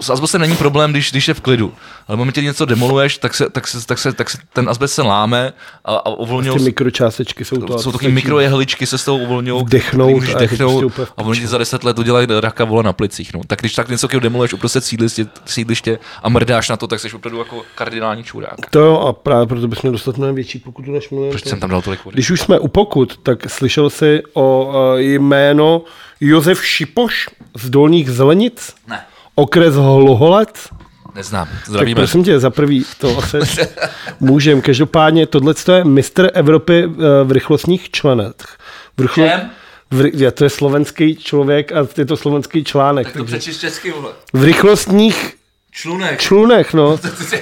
Speaker 1: s asbestem není problém, když, když je v klidu, ale v momentě, kdy něco demoluješ, tak se, tak se, tak se, tak se ten asbest se láme a, a uvolňují
Speaker 2: Ty mikročástečky jsou No, to. a
Speaker 1: jsou
Speaker 2: to
Speaker 1: taky
Speaker 2: stačí.
Speaker 1: mikrojehličky, se s tou uvolňují.
Speaker 2: Vdechnout
Speaker 1: když
Speaker 2: a je to
Speaker 1: dechnou,
Speaker 2: prostě úplně v
Speaker 1: a oni ti za deset let udělají raka vole na plicích. No. Tak když tak něco kdy demoluješ uprostřed sídliště, sídliště a mrdáš na to, tak jsi opravdu jako kardinální čurák.
Speaker 2: To jo, a právě proto bychom dostat mnohem větší pokutu než milion.
Speaker 1: Proč
Speaker 2: korun.
Speaker 1: jsem tam dal tolik vody?
Speaker 2: Když už jsme u pokut, tak slyšel jsi o eh, jméno Josef Šipoš z Dolních Zelenic?
Speaker 1: Ne.
Speaker 2: Okres Hloholec?
Speaker 1: Neznám.
Speaker 2: Tak
Speaker 1: Zdravíme.
Speaker 2: prosím tě, za prvý
Speaker 1: [LAUGHS]
Speaker 2: to asi můžem. Každopádně tohle je mistr Evropy eh, v rychlostních členech. V rychlo...
Speaker 1: Čem?
Speaker 2: v, ry- je, to je slovenský člověk a je to slovenský článek. takže-
Speaker 1: přečíš česky, vole.
Speaker 2: V rychlostních
Speaker 1: Člunek. [LAUGHS]
Speaker 2: člunech, no.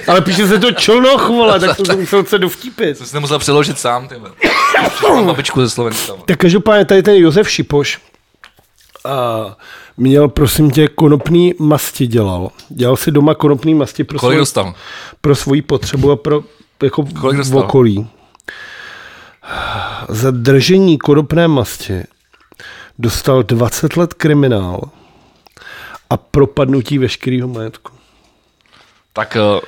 Speaker 2: Ale píše se to člnoch, vole, tak jsem to musel se dovtípit.
Speaker 1: To jsi nemusel přeložit sám, ty vole. Přečíš babičku ze Slovenska, vole.
Speaker 2: Tak každopádně tady ten Josef Šipoš a měl, prosím tě, konopný masti dělal. Dělal si doma konopný masti pro,
Speaker 1: Kolik
Speaker 2: svoj,
Speaker 1: dostal?
Speaker 2: pro svoji potřebu a pro jako
Speaker 1: Kolik
Speaker 2: v
Speaker 1: dostal?
Speaker 2: okolí. Za držení konopné masti dostal 20 let kriminál a propadnutí veškerého majetku.
Speaker 1: Tak eh,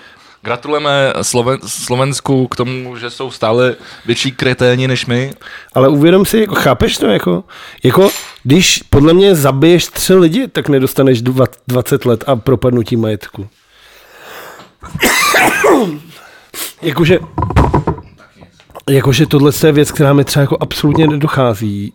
Speaker 1: gratulujeme Sloven- Slovensku k tomu, že jsou stále větší kreténi než my.
Speaker 2: Ale uvědom si, jako, chápeš to? Jako, jako, když podle mě zabiješ tři lidi, tak nedostaneš dva- 20 let a propadnutí majetku. Jakože, jakože tohle je věc, která mi třeba jako absolutně nedochází.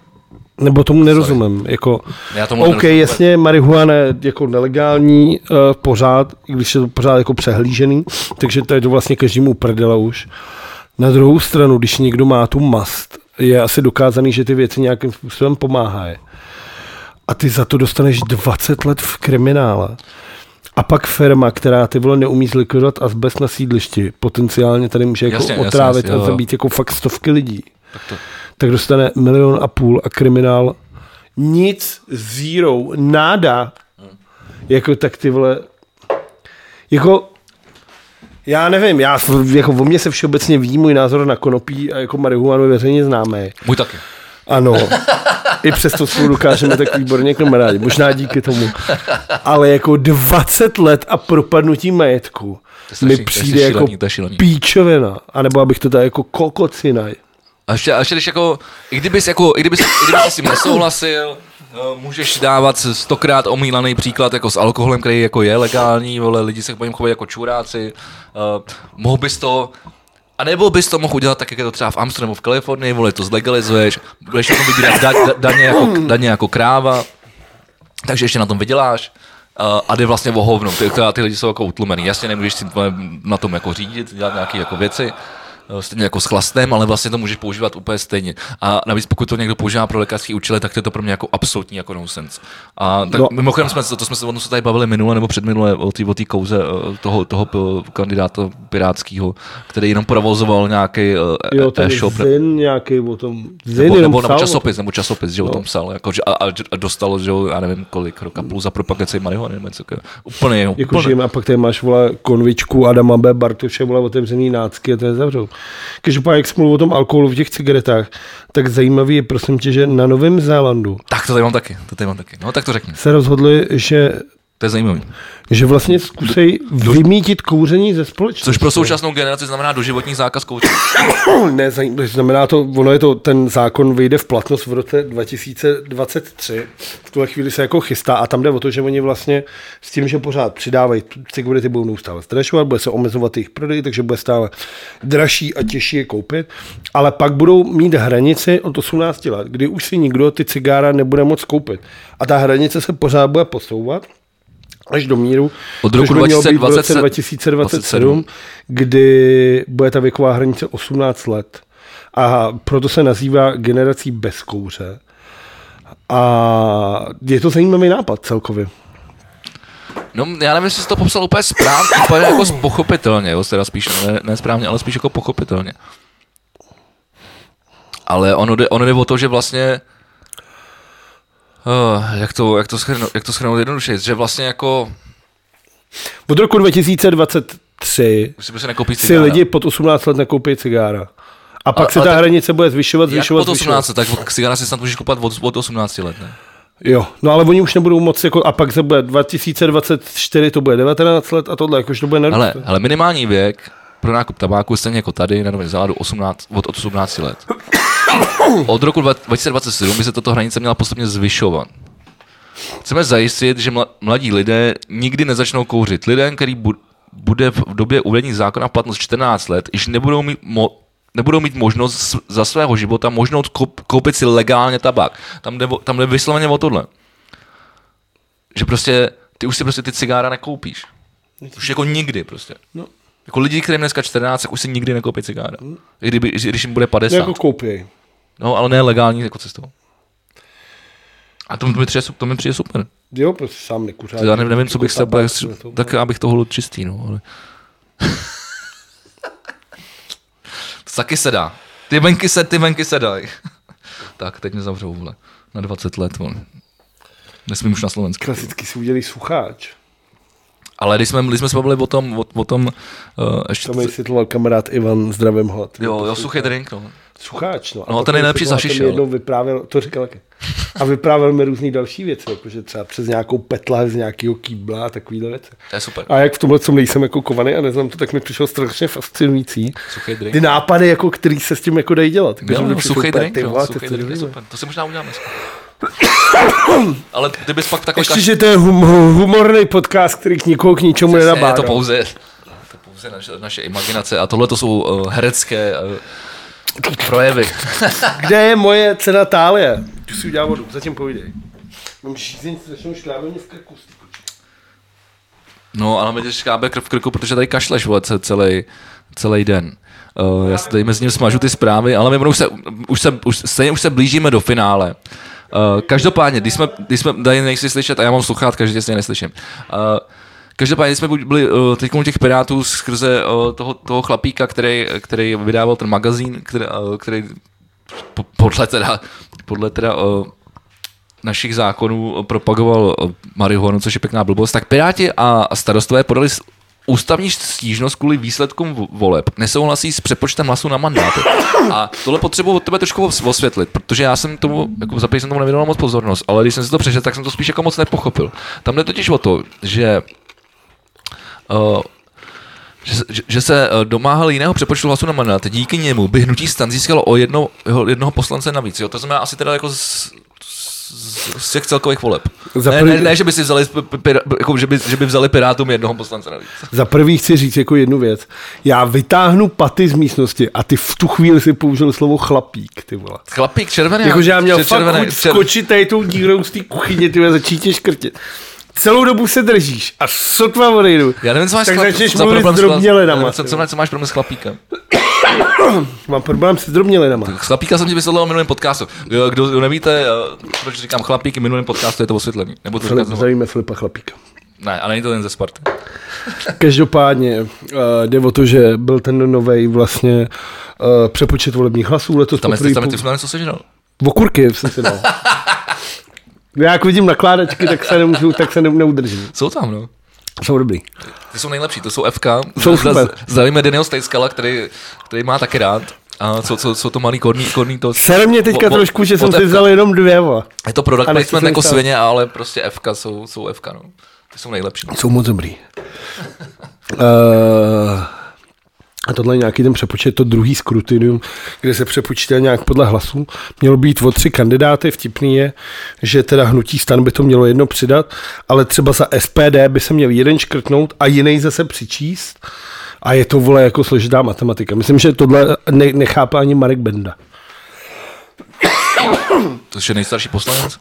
Speaker 2: Nebo tomu nerozumím. Jako,
Speaker 1: Já tomu
Speaker 2: OK,
Speaker 1: nerozumím
Speaker 2: jasně, marihuana je jako nelegální uh, pořád, i když je to pořád jako přehlížený, takže to je to vlastně každému prdela už. Na druhou stranu, když někdo má tu mast, je asi dokázaný, že ty věci nějakým způsobem pomáhají. A ty za to dostaneš 20 let v kriminále. A pak firma, která ty vole neumí zlikvidovat asbest na sídlišti, potenciálně tady může jako
Speaker 1: Jasně,
Speaker 2: jasně,
Speaker 1: jasně,
Speaker 2: otrávit
Speaker 1: jasně,
Speaker 2: jasně,
Speaker 1: jo,
Speaker 2: a
Speaker 1: jo.
Speaker 2: zabít jako fakt stovky lidí.
Speaker 1: Tak to,
Speaker 2: Tak dostane milion a půl a kriminál nic, zero, náda. Jako tak ty vole, jako já nevím, já, jako o mně se všeobecně ví můj názor na konopí a jako marihuanu je veřejně známé.
Speaker 1: Můj taky.
Speaker 2: Ano. I přesto spolu dokážeme tak výborně kamarádi. Možná díky tomu. Ale jako 20 let a propadnutí majetku
Speaker 1: je strašný,
Speaker 2: mi
Speaker 1: to je
Speaker 2: přijde jako
Speaker 1: šílený, to je šílený.
Speaker 2: píčovina. A nebo abych to dal jako kokocina.
Speaker 1: A ještě, a ještě když jako, i kdybys, jako, i kdybys, i kdybys s tím nesouhlasil, eh, můžeš dávat stokrát omílaný příklad jako s alkoholem, který jako je legální, vole, lidi se po něm chovají jako čuráci, uh, mohl bys to, a nebo bys to mohl udělat tak, jak je to třeba v Amsterdamu, v Kalifornii, vole, to zlegalizuješ, budeš na tom vybírat da, da, daně, jako, daně jako kráva, takže ještě na tom vyděláš a- a jde vlastně o hovno. Ty, teda ty lidi jsou jako utlumený. Jasně, nemůžeš si tvoje- na tom jako řídit, dělat nějaké jako věci, eh, stejně jako s chlastem, ale vlastně to můžeš používat úplně stejně. A navíc pokud to někdo používá pro lékařské účely, tak to je to pro mě jako absolutní jako nonsense. A tak
Speaker 2: No.
Speaker 1: no. mimochodem jsme, se- to jsme se o tom se tady bavili minule nebo předminule o té o té kouze eh, toho, toho p- kandidáta pirátského, který jenom provozoval nějaký eh, e-
Speaker 2: Jo, ten
Speaker 1: e-shop ne-
Speaker 2: zin nějaký o tom. Zin
Speaker 1: nebo,
Speaker 2: jenom
Speaker 1: nebo, nebo
Speaker 2: psal. No.
Speaker 1: časopis, nebo časopis, že o tom psal, jako, že, a, a, a, dostalo, že jo, já nevím kolik, roka půl za propagaci marihuany, nebo něco takového. Úplně, jo,
Speaker 2: Jako, že
Speaker 1: úplně.
Speaker 2: jim, a pak tady máš vole, konvičku Adama B. Bartuše, vole, otevřený nácky a to je zavřou. Každopádně, jak jsme mluvil o tom alkoholu v těch cigaretách, tak zajímavý je, prosím tě, že na Novém Zélandu
Speaker 1: Tak to tady mám taky, to tady mám taky. No tak to řekni,
Speaker 2: se rozhodli, že,
Speaker 1: to je zajímavý.
Speaker 2: že vlastně zkusej vymítit kouření ze společnosti.
Speaker 1: Což pro současnou generaci znamená doživotní zákaz kouření.
Speaker 2: [CLEARS THROAT] ne, zaj- to znamená to, ono je to, ten zákon vyjde v platnost v roce 2023. V tuhle chvíli se jako chystá a tam jde o to, že oni vlastně s tím, že pořád přidávají, tu- cigarety budou neustále zdražovat, bude se omezovat jejich prodej, takže bude stále dražší a těžší je koupit, ale pak budou mít hranici no od 18 let, kdy už si nikdo ty cigára nebude moc koupit. A ta hranice se pořád bude posouvat až do míru.
Speaker 1: Od
Speaker 2: což
Speaker 1: roku
Speaker 2: by mělo být v
Speaker 1: 2027,
Speaker 2: roce 2027, kdy bude ta věková hranice 18 let. A proto se nazývá generací bez kouře. A je to zajímavý nápad celkově.
Speaker 1: No já nevím, jestli jsi to popsal úplně správně, úplně jako s- pochopitelně, jo, teda spíš ne, ne správně, ale spíš jako pochopitelně. Ale ono jde, ono jde o to, že vlastně eh, jak to, jak to, schrnout, jak to schrnout jednoduše, že vlastně jako,
Speaker 2: Od roku 2023
Speaker 1: si prostě nekoupíš
Speaker 2: si
Speaker 1: cigára.
Speaker 2: lidi pod 18 let nekoupí cigára. A pak
Speaker 1: Ale-
Speaker 2: se
Speaker 1: ale
Speaker 2: ta
Speaker 1: tak-
Speaker 2: hranice bude zvyšovat,
Speaker 1: Jak
Speaker 2: zvyšovat,
Speaker 1: od
Speaker 2: zvyšovat.
Speaker 1: 18, tak cigára si snad můžeš kupovat od, od 18 let, ne?
Speaker 2: Jo, no ale oni už nebudou moc, jako, a pak se bude 2024, to bude 19 let a tohle, jakož to bude narůst.
Speaker 1: Ale, ale minimální věk pro nákup tabáku je stejně jako tady na Novém Zélandu 18, od 18 let. Od roku dva- 2027 by se tato hranice měla postupně zvyšovat. Chceme zajistit, že mla- mladí lidé nikdy nezačnou kouřit. Lidem, který bu- bude v v době uvedení zákona v platnost 14 let, již nebudou mít mo- nebudou mít možnost s- za svého života možnost koup- koupit si legálně tabák. Tam jde, o- tam jde vysloveně o tohle. Že prostě ty už si prostě ty cigára nekoupíš. Už jako nikdy prostě.
Speaker 2: No.
Speaker 1: Jako lidi, kterým dneska 14, tak už si nikdy nekoupí cigára. I kdyby, i když jim bude 50.
Speaker 2: Jako koupěj.
Speaker 1: No, ale ne legální jako cestou. A to mi přijde, su- to mi přijde super.
Speaker 2: Jo, prostě sám nekuřáč.
Speaker 1: To já nevím, nevím co bych se,
Speaker 2: Jako
Speaker 1: tak,
Speaker 2: tabák, to-
Speaker 1: tak já bych toho čistý, no, ale... [LAUGHS] to taky se dá. Ty venky se, ty venky se dají. [LAUGHS] tak, teď mě zavřou, vole. Na 20 let, vole. Nesmím už na Slovensku.
Speaker 2: Klasicky si udělí sucháč.
Speaker 1: Ale když jsme, když jsme se bavili o tom, o, o tom uh, ještě...
Speaker 2: To mi vysvětloval kamarád Ivan, zdravím ho. Ty
Speaker 1: Jo,
Speaker 2: vole,
Speaker 1: jo, suchý drink, no.
Speaker 2: Prostě Sucháč, no.
Speaker 1: No,
Speaker 2: pak
Speaker 1: ten
Speaker 2: mi
Speaker 1: nejlepší
Speaker 2: vysvětloval,
Speaker 1: za
Speaker 2: ten mi
Speaker 1: šišel.
Speaker 2: Jednou vyprávěl, to říkal taky. A vyprávěl mi různé další věci, jakože třeba přes nějakou petlahev z nějakého kýbla a takovýhle věci.
Speaker 1: To je super.
Speaker 2: A jak v tomhle co nejsem jako kovaný a neznám to, tak mi přišlo strašně fascinující.
Speaker 1: Suchý drink.
Speaker 2: Ty nápady, jako, který se s tím jako dají dělat. Jakože
Speaker 1: Jo,
Speaker 2: mi
Speaker 1: no,
Speaker 2: přišlo
Speaker 1: suchý
Speaker 2: úplně,
Speaker 1: drink,
Speaker 2: ty
Speaker 1: no,
Speaker 2: vole, to
Speaker 1: suchý
Speaker 2: co
Speaker 1: drink je
Speaker 2: děláme.
Speaker 1: super. To si možná uděláme. Ale ty bys pak takový
Speaker 2: Ještě, že to je hum, humorný podcast, který k nikoho k ničemu
Speaker 1: Ne,
Speaker 2: nenabádá.
Speaker 1: je to pouze, je to pouze naše, naše imaginace a tohle to jsou uh, herecké uh, projevy.
Speaker 2: Kde je moje cena tálie? Tu si udělám vodu, zatím povídej. Mám žízeň, začnou škrábem v krku.
Speaker 1: No, ale mi škábe krv v krku, protože tady kašleš vole, ce- celý, celý den. Uh, já se tady mezi ním smažu ty zprávy, ale my už se, už se, už, stejně už se blížíme do finále. Uh, každopádně, když jsme, když jsme tady nejsi slyšet, a já mám sluchátka, že tě stejně neslyším. Uh, Každopádně když jsme buď byli uh, teď u těch Pirátů skrze uh, toho, toho chlapíka, který, který vydával ten eh, magazín, který, uh, který po- podle teda, podle teda uh, našich zákonů propagoval eh, marihuanu, což je pěkná blbost, tak Piráti a a starostové podali s- ústavní stížnost kvůli výsledkům vo- voleb. Nesouhlasí s přepočtem hlasů na mandáty. A tohle potřebuji od tebe trošku os- osvětlit, protože já jsem tomu, jako za prvé jsem tomu nevěnoval moc pozornost, ale když jsem si to přečetl, tak jsem to spíš jako moc nepochopil. Tam jde totiž o to, že eh, že, se- že, že se eh, domáhal jiného přepočtu hlasů na mandát. Díky němu by hnutí stan získalo o jedno, jeho- jednoho poslance navíc. Jo? To znamená asi teda jako z, z, z těch celkových voleb.
Speaker 2: Za
Speaker 1: Ne,
Speaker 2: první-
Speaker 1: ne, ne, že by si vzali, p- p- pira, jako, že, by, že by vzali Pirátům jednoho poslance navíc.
Speaker 2: Za prvý chci říct jako jednu věc. Já vytáhnu paty z místnosti a ty v tu chvíli si použil slovo chlapík, ty vole.
Speaker 1: Chlapík červený.
Speaker 2: Jakože Jako, já měl
Speaker 1: čer-
Speaker 2: fakt červené, chuť skočit tady tou dírou z té kuchyně, ty vole, začít tě škrtit. Celou dobu se držíš a sotva odejdu.
Speaker 1: Já nevím, co máš
Speaker 2: tak
Speaker 1: s chlap-
Speaker 2: začneš
Speaker 1: za
Speaker 2: mluvit s
Speaker 1: problém s chlap-
Speaker 2: drobnělinama.
Speaker 1: co, co, co, máš problém s chlapíkem?
Speaker 2: Mám problém s drobnělinama.
Speaker 1: Chlapíka jsem ti vysvětlil v minulém podcastu. Jo, Kdo, kdo nevíte, eh, proč říkám chlapík, v minulém podcastu je to osvětlení. Nebo to
Speaker 2: Filip,
Speaker 1: říkám znovu.
Speaker 2: Zdravíme Filipa Chlapíka.
Speaker 1: Ne, ale není to ten ze Sparty.
Speaker 2: Každopádně uh, jde o to, že byl ten nový vlastně uh, přepočet volebních hlasů letos
Speaker 1: Tam
Speaker 2: poprvé
Speaker 1: je, tam je
Speaker 2: po-
Speaker 1: ty co sežral.
Speaker 2: V okurky jsem si dal. Já jak vidím nakládačky, tak se nemůžu, tak se ne, neudržím.
Speaker 1: Jsou tam, no.
Speaker 2: Jsou dobrý.
Speaker 1: Ty jsou nejlepší, to jsou FK.
Speaker 2: Jsou
Speaker 1: Zda-
Speaker 2: super.
Speaker 1: zda- Zdravíme Daniel Stejskala, který, který má taky rád. A co, co, jsou to malý korný, korný to...
Speaker 2: Sere mě teďka
Speaker 1: o- o-
Speaker 2: trošku, že
Speaker 1: o
Speaker 2: jsem si
Speaker 1: FK.
Speaker 2: vzal jenom dvě. Vole.
Speaker 1: Je to product
Speaker 2: A nechci
Speaker 1: placement
Speaker 2: se
Speaker 1: jako
Speaker 2: jim stát.
Speaker 1: svině, ale prostě FK jsou, jsou FK, no. Ty jsou nejlepší.
Speaker 2: Jsou moc dobrý. [LAUGHS] Uh, a tohle je nějaký ten přepočet, to druhý skrutinium, kde se přepočítá nějak podle hlasů. Mělo být o tři kandidáty, vtipný je, že teda hnutí stan by to mělo jedno přidat, ale třeba za SPD by se měl jeden škrtnout a jiný zase přičíst. A je to, vole, jako složitá matematika. Myslím, že tohle ne- nechápe ani Marek Benda.
Speaker 1: To je nejstarší poslanec.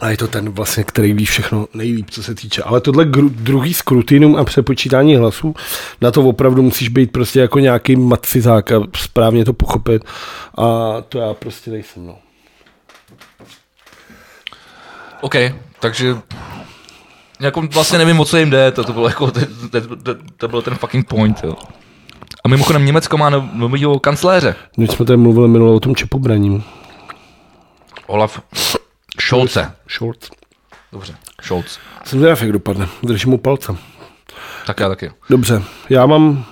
Speaker 2: A je to ten vlastně, který ví všechno nejlíp, co se týče. Ale tohle gru, druhý skrutinum a přepočítání hlasů, na to opravdu musíš být prostě jako nějaký matfizák a správně to pochopit. A to já prostě nejsem. No.
Speaker 1: OK, takže jako vlastně nevím, o co jim jde, to, to bylo jako, to, to, to, to byl ten fucking point, jo. A mimochodem Německo má nov- novýho kancléře,
Speaker 2: Když jsme tady mluvili minule o tom čepobraním.
Speaker 1: Olaf Scholze.
Speaker 2: Short.
Speaker 1: Dobře, Scholz.
Speaker 2: Jsem zvědav, jak dopadne. Držím mu palcem.
Speaker 1: Tak já taky.
Speaker 2: Dobře, já mám...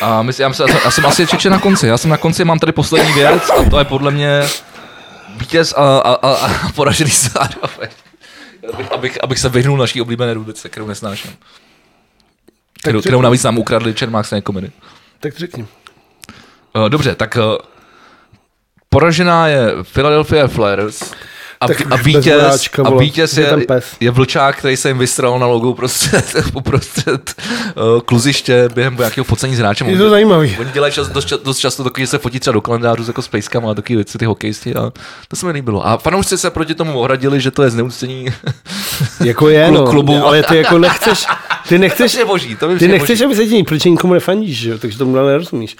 Speaker 1: A my, já, myslím, já jsem asi čeče na konci. Já jsem na konci, mám tady poslední věc a to je podle mě vítěz a, a, a, a poražený zároveň. Abych, abych, abych se vyhnul naší oblíbené rubice, kterou nesnáším. Kterou, kterou navíc nám ukradli Čermák z Nekomedy.
Speaker 2: Tak to řekni.
Speaker 1: Eh, Dobře, tak eh, poražená je Philadelphia Flyers a,
Speaker 2: Tak
Speaker 1: tak a,
Speaker 2: už bez
Speaker 1: vítěz,
Speaker 2: vodáčka,
Speaker 1: a
Speaker 2: vole.
Speaker 1: vítěz
Speaker 2: Je
Speaker 1: je,
Speaker 2: tam pes.
Speaker 1: je vlčák, který se jim vystral na logu prostřed, uprostřed [LAUGHS] eh, kluziště během nějakého focení s hráčem.
Speaker 2: Je to zajímavý.
Speaker 1: Oni dělají čas, dost, ča- dost často taky, že se fotí třeba do kalendářů s jako s pejskama a taky věci, ty hokejisti a to se mi líbilo. A fanoušci se proti tomu ohradili, že to je [LAUGHS] zneuctění.
Speaker 2: Jako je, no,
Speaker 1: klubu.
Speaker 2: ale ty jako nechceš, ty nechceš,
Speaker 1: to je boží, to mi
Speaker 2: Ty
Speaker 1: přijde
Speaker 2: nechceš, aby se ti protože nikomu nefandíš, že jo? takže tomu nerozumíš.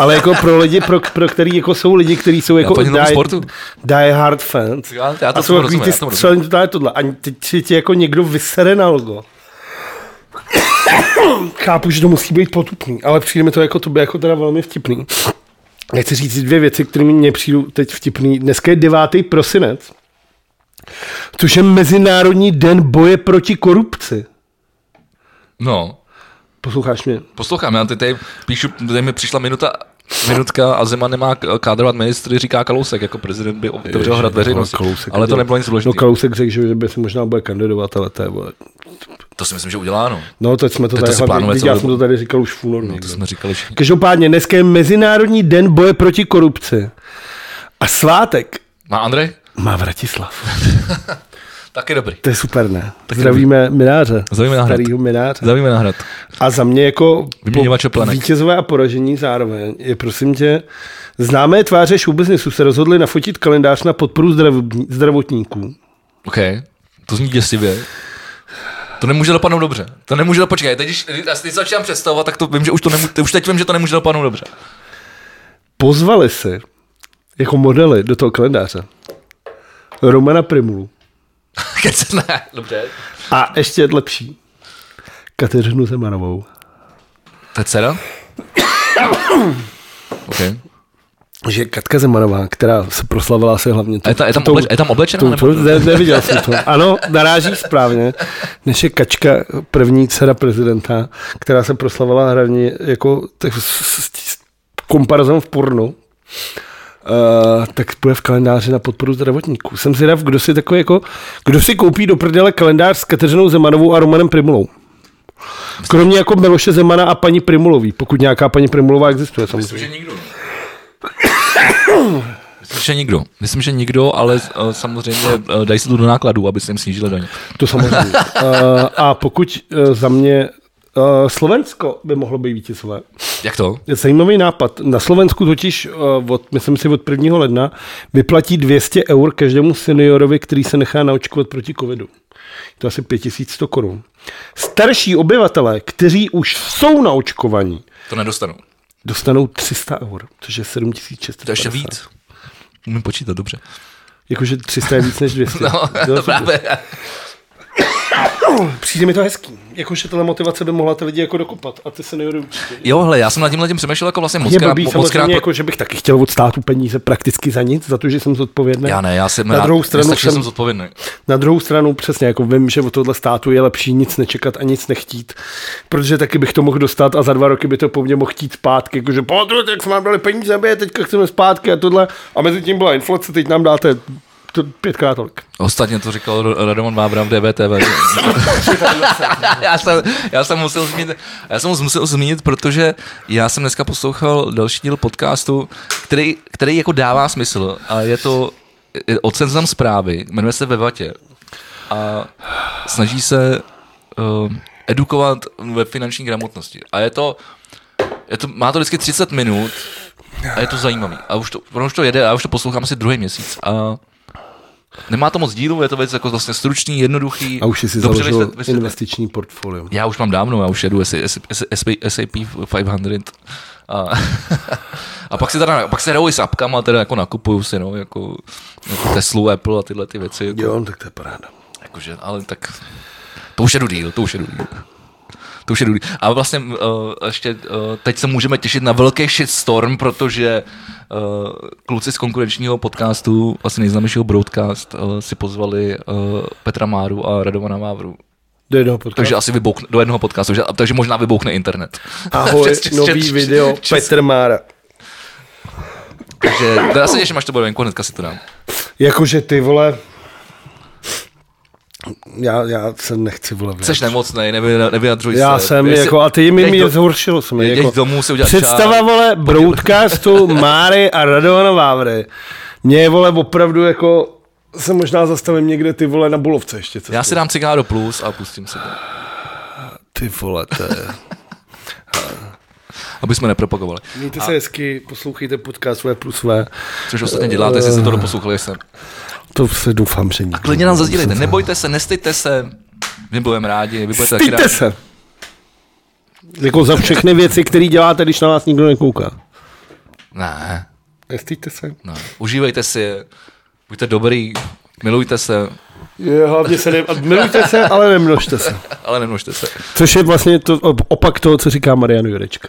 Speaker 2: Ale jako pro lidi, pro, pro který jako jsou lidi, kteří jsou jako
Speaker 1: fandím tomu sportu.
Speaker 2: die hard fans.
Speaker 1: Já- já to
Speaker 2: a jsou
Speaker 1: tomu
Speaker 2: takový
Speaker 1: rozumím,
Speaker 2: ty
Speaker 1: já tomu rozumím.
Speaker 2: střelení totálně tohle. A teď si ti jako někdo vysere na logo. [COUGHS] Chápu, že to musí být potupný, ale přijde mi to jako to by jako teda velmi vtipný. Já chci říct dvě věci, které mě přijdou teď vtipný. Dneska je 9. prosinec, což je Mezinárodní den boje proti korupci.
Speaker 1: No,
Speaker 2: Posloucháš mě?
Speaker 1: Poslouchám, já teď tady píšu, tady mi přišla minuta, minutka a Zema nemá k- kádrovat ministry, říká Kalousek, jako prezident by otevřel hrad veřejnosti. Ale to nebylo nic
Speaker 2: No
Speaker 1: důležitého.
Speaker 2: Kalousek řekl, že by se možná bude kandidovat, ale to je vole.
Speaker 1: To si myslím, že udělá, no.
Speaker 2: No, teď jsme to
Speaker 1: to
Speaker 2: tady,
Speaker 1: se
Speaker 2: hlavně-
Speaker 1: plánuje
Speaker 2: vždyť
Speaker 1: celou
Speaker 2: já jsem
Speaker 1: dobu. No,
Speaker 2: to tady říkal už v únoru.
Speaker 1: To
Speaker 2: někde.
Speaker 1: jsme říkali všichni.
Speaker 2: Každopádně, dneska je Mezinárodní den boje proti korupci. A svátek
Speaker 1: Má Andrej?
Speaker 2: má Vratislav. [LAUGHS]
Speaker 1: Taky dobrý.
Speaker 2: To je super, ne? Tak Zdravíme mináře.
Speaker 1: Zdravíme na hrad.
Speaker 2: Starýho mináře.
Speaker 1: Zdravíme na hrad.
Speaker 2: A za mě jako
Speaker 1: Vyměňovače plenek.
Speaker 2: vítězové a poražení zároveň je prosím tě, známé tváře showbiznisu se rozhodly nafotit kalendář na podporu zdravotní- zdravotníků.
Speaker 1: OK, to zní děsivě. To nemůže dopadnout dobře. To nemůže dopadnout. Počkej, teď, když, když se začínám představovat, tak to vím, že už, to nemů... už teď vím, že to nemůže dopadnout [LAUGHS] dobře.
Speaker 2: pozvali si jako modely do toho kalendáře Romana Primulu
Speaker 1: Kece, ne, dobře.
Speaker 2: a ještě lepší Kateřinu Zemanovou.
Speaker 1: To je dcera? OK.
Speaker 2: že Katka Zemanová, která se proslavila se hlavně
Speaker 1: A je, ta, je, tam obleč, je tam oblečená?
Speaker 2: to,
Speaker 1: nebo-
Speaker 2: to, ne, neviděl jsem to. Ano, naráží správně. Naše Kačka, první dcera prezidenta, která se proslavila hlavně jako tak, s, s, s komparzem v pornu, uh, tak bude v kalendáři na podporu zdravotníků. Jsem zvědav, kdo si takový jako, kdo si koupí do prdele kalendář s Kateřinou Zemanovou a Romanem Primulou. Kromě jako Miloše Zemana a paní Primulový, pokud nějaká paní Primulová existuje
Speaker 1: Myslím,
Speaker 2: samozřejmě.
Speaker 1: že nikdo. Myslím, že nikdo. Myslím, že nikdo, ale eh, samozřejmě eh, dají se to do nákladů, aby se jim snížili daně. [LAUGHS]
Speaker 2: To samozřejmě. uh, a pokud uh, za mě uh, Slovensko by mohlo být vítězové.
Speaker 1: Jak to?
Speaker 2: Je Zajímavý nápad. Na Slovensku totiž, uh, od, myslím si, od 1. ledna vyplatí 200 eur každému seniorovi, který se nechá naočkovat proti covidu. Je to asi 5100 korun. Starší obyvatelé, kteří už jsou naočkovaní,
Speaker 1: To nedostanu.
Speaker 2: dostanou 300 eur, což je
Speaker 1: To
Speaker 2: 7600.
Speaker 1: je ještě víc. Umím počítat, dobře.
Speaker 2: Jakože 300 je víc než 200.
Speaker 1: [LAUGHS] No, [LAUGHS] to právě.
Speaker 2: Přijde mi to hezký. Jakože tato motivace by mohla ty lidi jako dokopat a ty seniory určitě.
Speaker 1: Jo, hele, já jsem nad tímhle tím přemýšlel jako vlastně moc
Speaker 2: Je
Speaker 1: krát,
Speaker 2: blbý
Speaker 1: mo-
Speaker 2: samozřejmě,
Speaker 1: moc krát
Speaker 2: jako, že bych taky chtěl od státu peníze prakticky za nic, za to, že jsem zodpovědný.
Speaker 1: Já ne, já jsem
Speaker 2: na
Speaker 1: rád,
Speaker 2: druhou stranu
Speaker 1: nestačí, že
Speaker 2: jsem,
Speaker 1: jsem zodpovědný.
Speaker 2: Na druhou stranu přesně, jako vím, že od tohle státu je lepší nic nečekat a nic nechtít, protože taky bych to mohl dostat a za dva roky by to po mně mohl chtít zpátky, jakože podru, tak jsme vám dali peníze, my je teďka chceme zpátky a tohle. A mezi tím byla inflace, teď nám dáte to pětkrát tolik.
Speaker 1: Ostatně to říkal Ro- Radovan Vábra v DBTV. [LAUGHS] já, jsem, já, jsem musel zmínit, já jsem ho musel zmínit, protože já jsem dneska poslouchal další díl podcastu, který, který jako dává smysl a je to je od Seznam zprávy, jmenuje se Ve Vatě a snaží se uh, edukovat ve finanční gramotnosti. A je to, je to, má to vždycky 30 minut a je to zajímavý. A už to, ono už to jede, a už to poslouchám asi druhý měsíc. A Nemá to moc dílů, je to věc jako vlastně stručný, jednoduchý.
Speaker 2: A už jsi si
Speaker 1: Dobře
Speaker 2: založil
Speaker 1: vysvětl- vysvětl-
Speaker 2: investiční portfolio.
Speaker 1: Já už mám dávno, já už jedu S- S- S- SAP 500. A, a pak se teda, pak se hraju i s apkama, teda jako nakupuju si, no, jako, jako Teslu, Apple a tyhle ty věci. Jako,
Speaker 2: Jo, tak to je paráda.
Speaker 1: jakože, ale tak to už jedu díl, to už jedu díl. To už jedu díl. A vlastně uh, ještě uh, teď se můžeme těšit na velký shitstorm, protože uh, kluci z konkurenčního podcastu, asi nejznámějšího broadcast, uh, si pozvali uh, Petra Máru a Radovana Mávru.
Speaker 2: Do jednoho podcastu.
Speaker 1: Takže asi vybouchne, do jednoho podcastu, že, takže možná vybouchne internet. [LAUGHS]
Speaker 2: Ahoj,
Speaker 1: Přes- přes-
Speaker 2: nový
Speaker 1: přes-
Speaker 2: video
Speaker 1: přes-
Speaker 2: Petr Mára.
Speaker 1: Takže to já se těším, až to bude venku, hnedka si to dám.
Speaker 2: Jakože ty vole, já, já se nechci vole vyjadřit.
Speaker 1: Jsi nemocnej, nevy, nevyjadřuj se.
Speaker 2: Já jsem
Speaker 1: Jestli-
Speaker 2: jako, a ty mi
Speaker 1: Jeď
Speaker 2: mě
Speaker 1: do-
Speaker 2: zhoršilo jsem.
Speaker 1: jeď
Speaker 2: Jako,
Speaker 1: domů si udělat
Speaker 2: představa
Speaker 1: čaj. [LAUGHS]
Speaker 2: vole broadcastu Máry a Radovana Vávry. Mě je vole opravdu jako, se možná zastavím někde ty vole na Bulovce ještě. Co
Speaker 1: Já si dám cigáro plus a pustím se to,
Speaker 2: Ty vole, to je.
Speaker 1: [LAUGHS] aby jsme nepropagovali.
Speaker 2: Mějte se hezky, poslouchejte podcast své plus své.
Speaker 1: Což ostatně děláte, jestli jste to doposlouchali jsem.
Speaker 2: To se doufám, že nikdo.
Speaker 1: Klidně nám zazdílejte, nebojte se, nestejte se, my budeme rádi, vy budete taky
Speaker 2: Styďte
Speaker 1: rádi.
Speaker 2: se! Jako za všechny věci, které děláte, když na vás nikdo nekouká.
Speaker 1: Ne,
Speaker 2: Nestyďte se.
Speaker 1: ne, užívejte si je, buďte dobrý, milujte se,
Speaker 2: Je, hlavně se ne... a Milujte se, ale nemnožte se.
Speaker 1: ale nemnožte se.
Speaker 2: Což je vlastně to op- opak toho, co říká Marian Jurečka.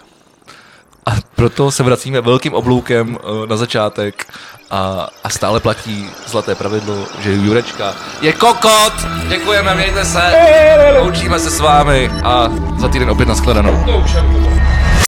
Speaker 1: A proto se vracíme velkým obloukem eh, na začátek a, a stále platí zlaté pravidlo, že Jurečka je kokot. Děkujeme, mějte se, loučíme se s vámi a za týden opět nashledanou.
Speaker 2: To už je to.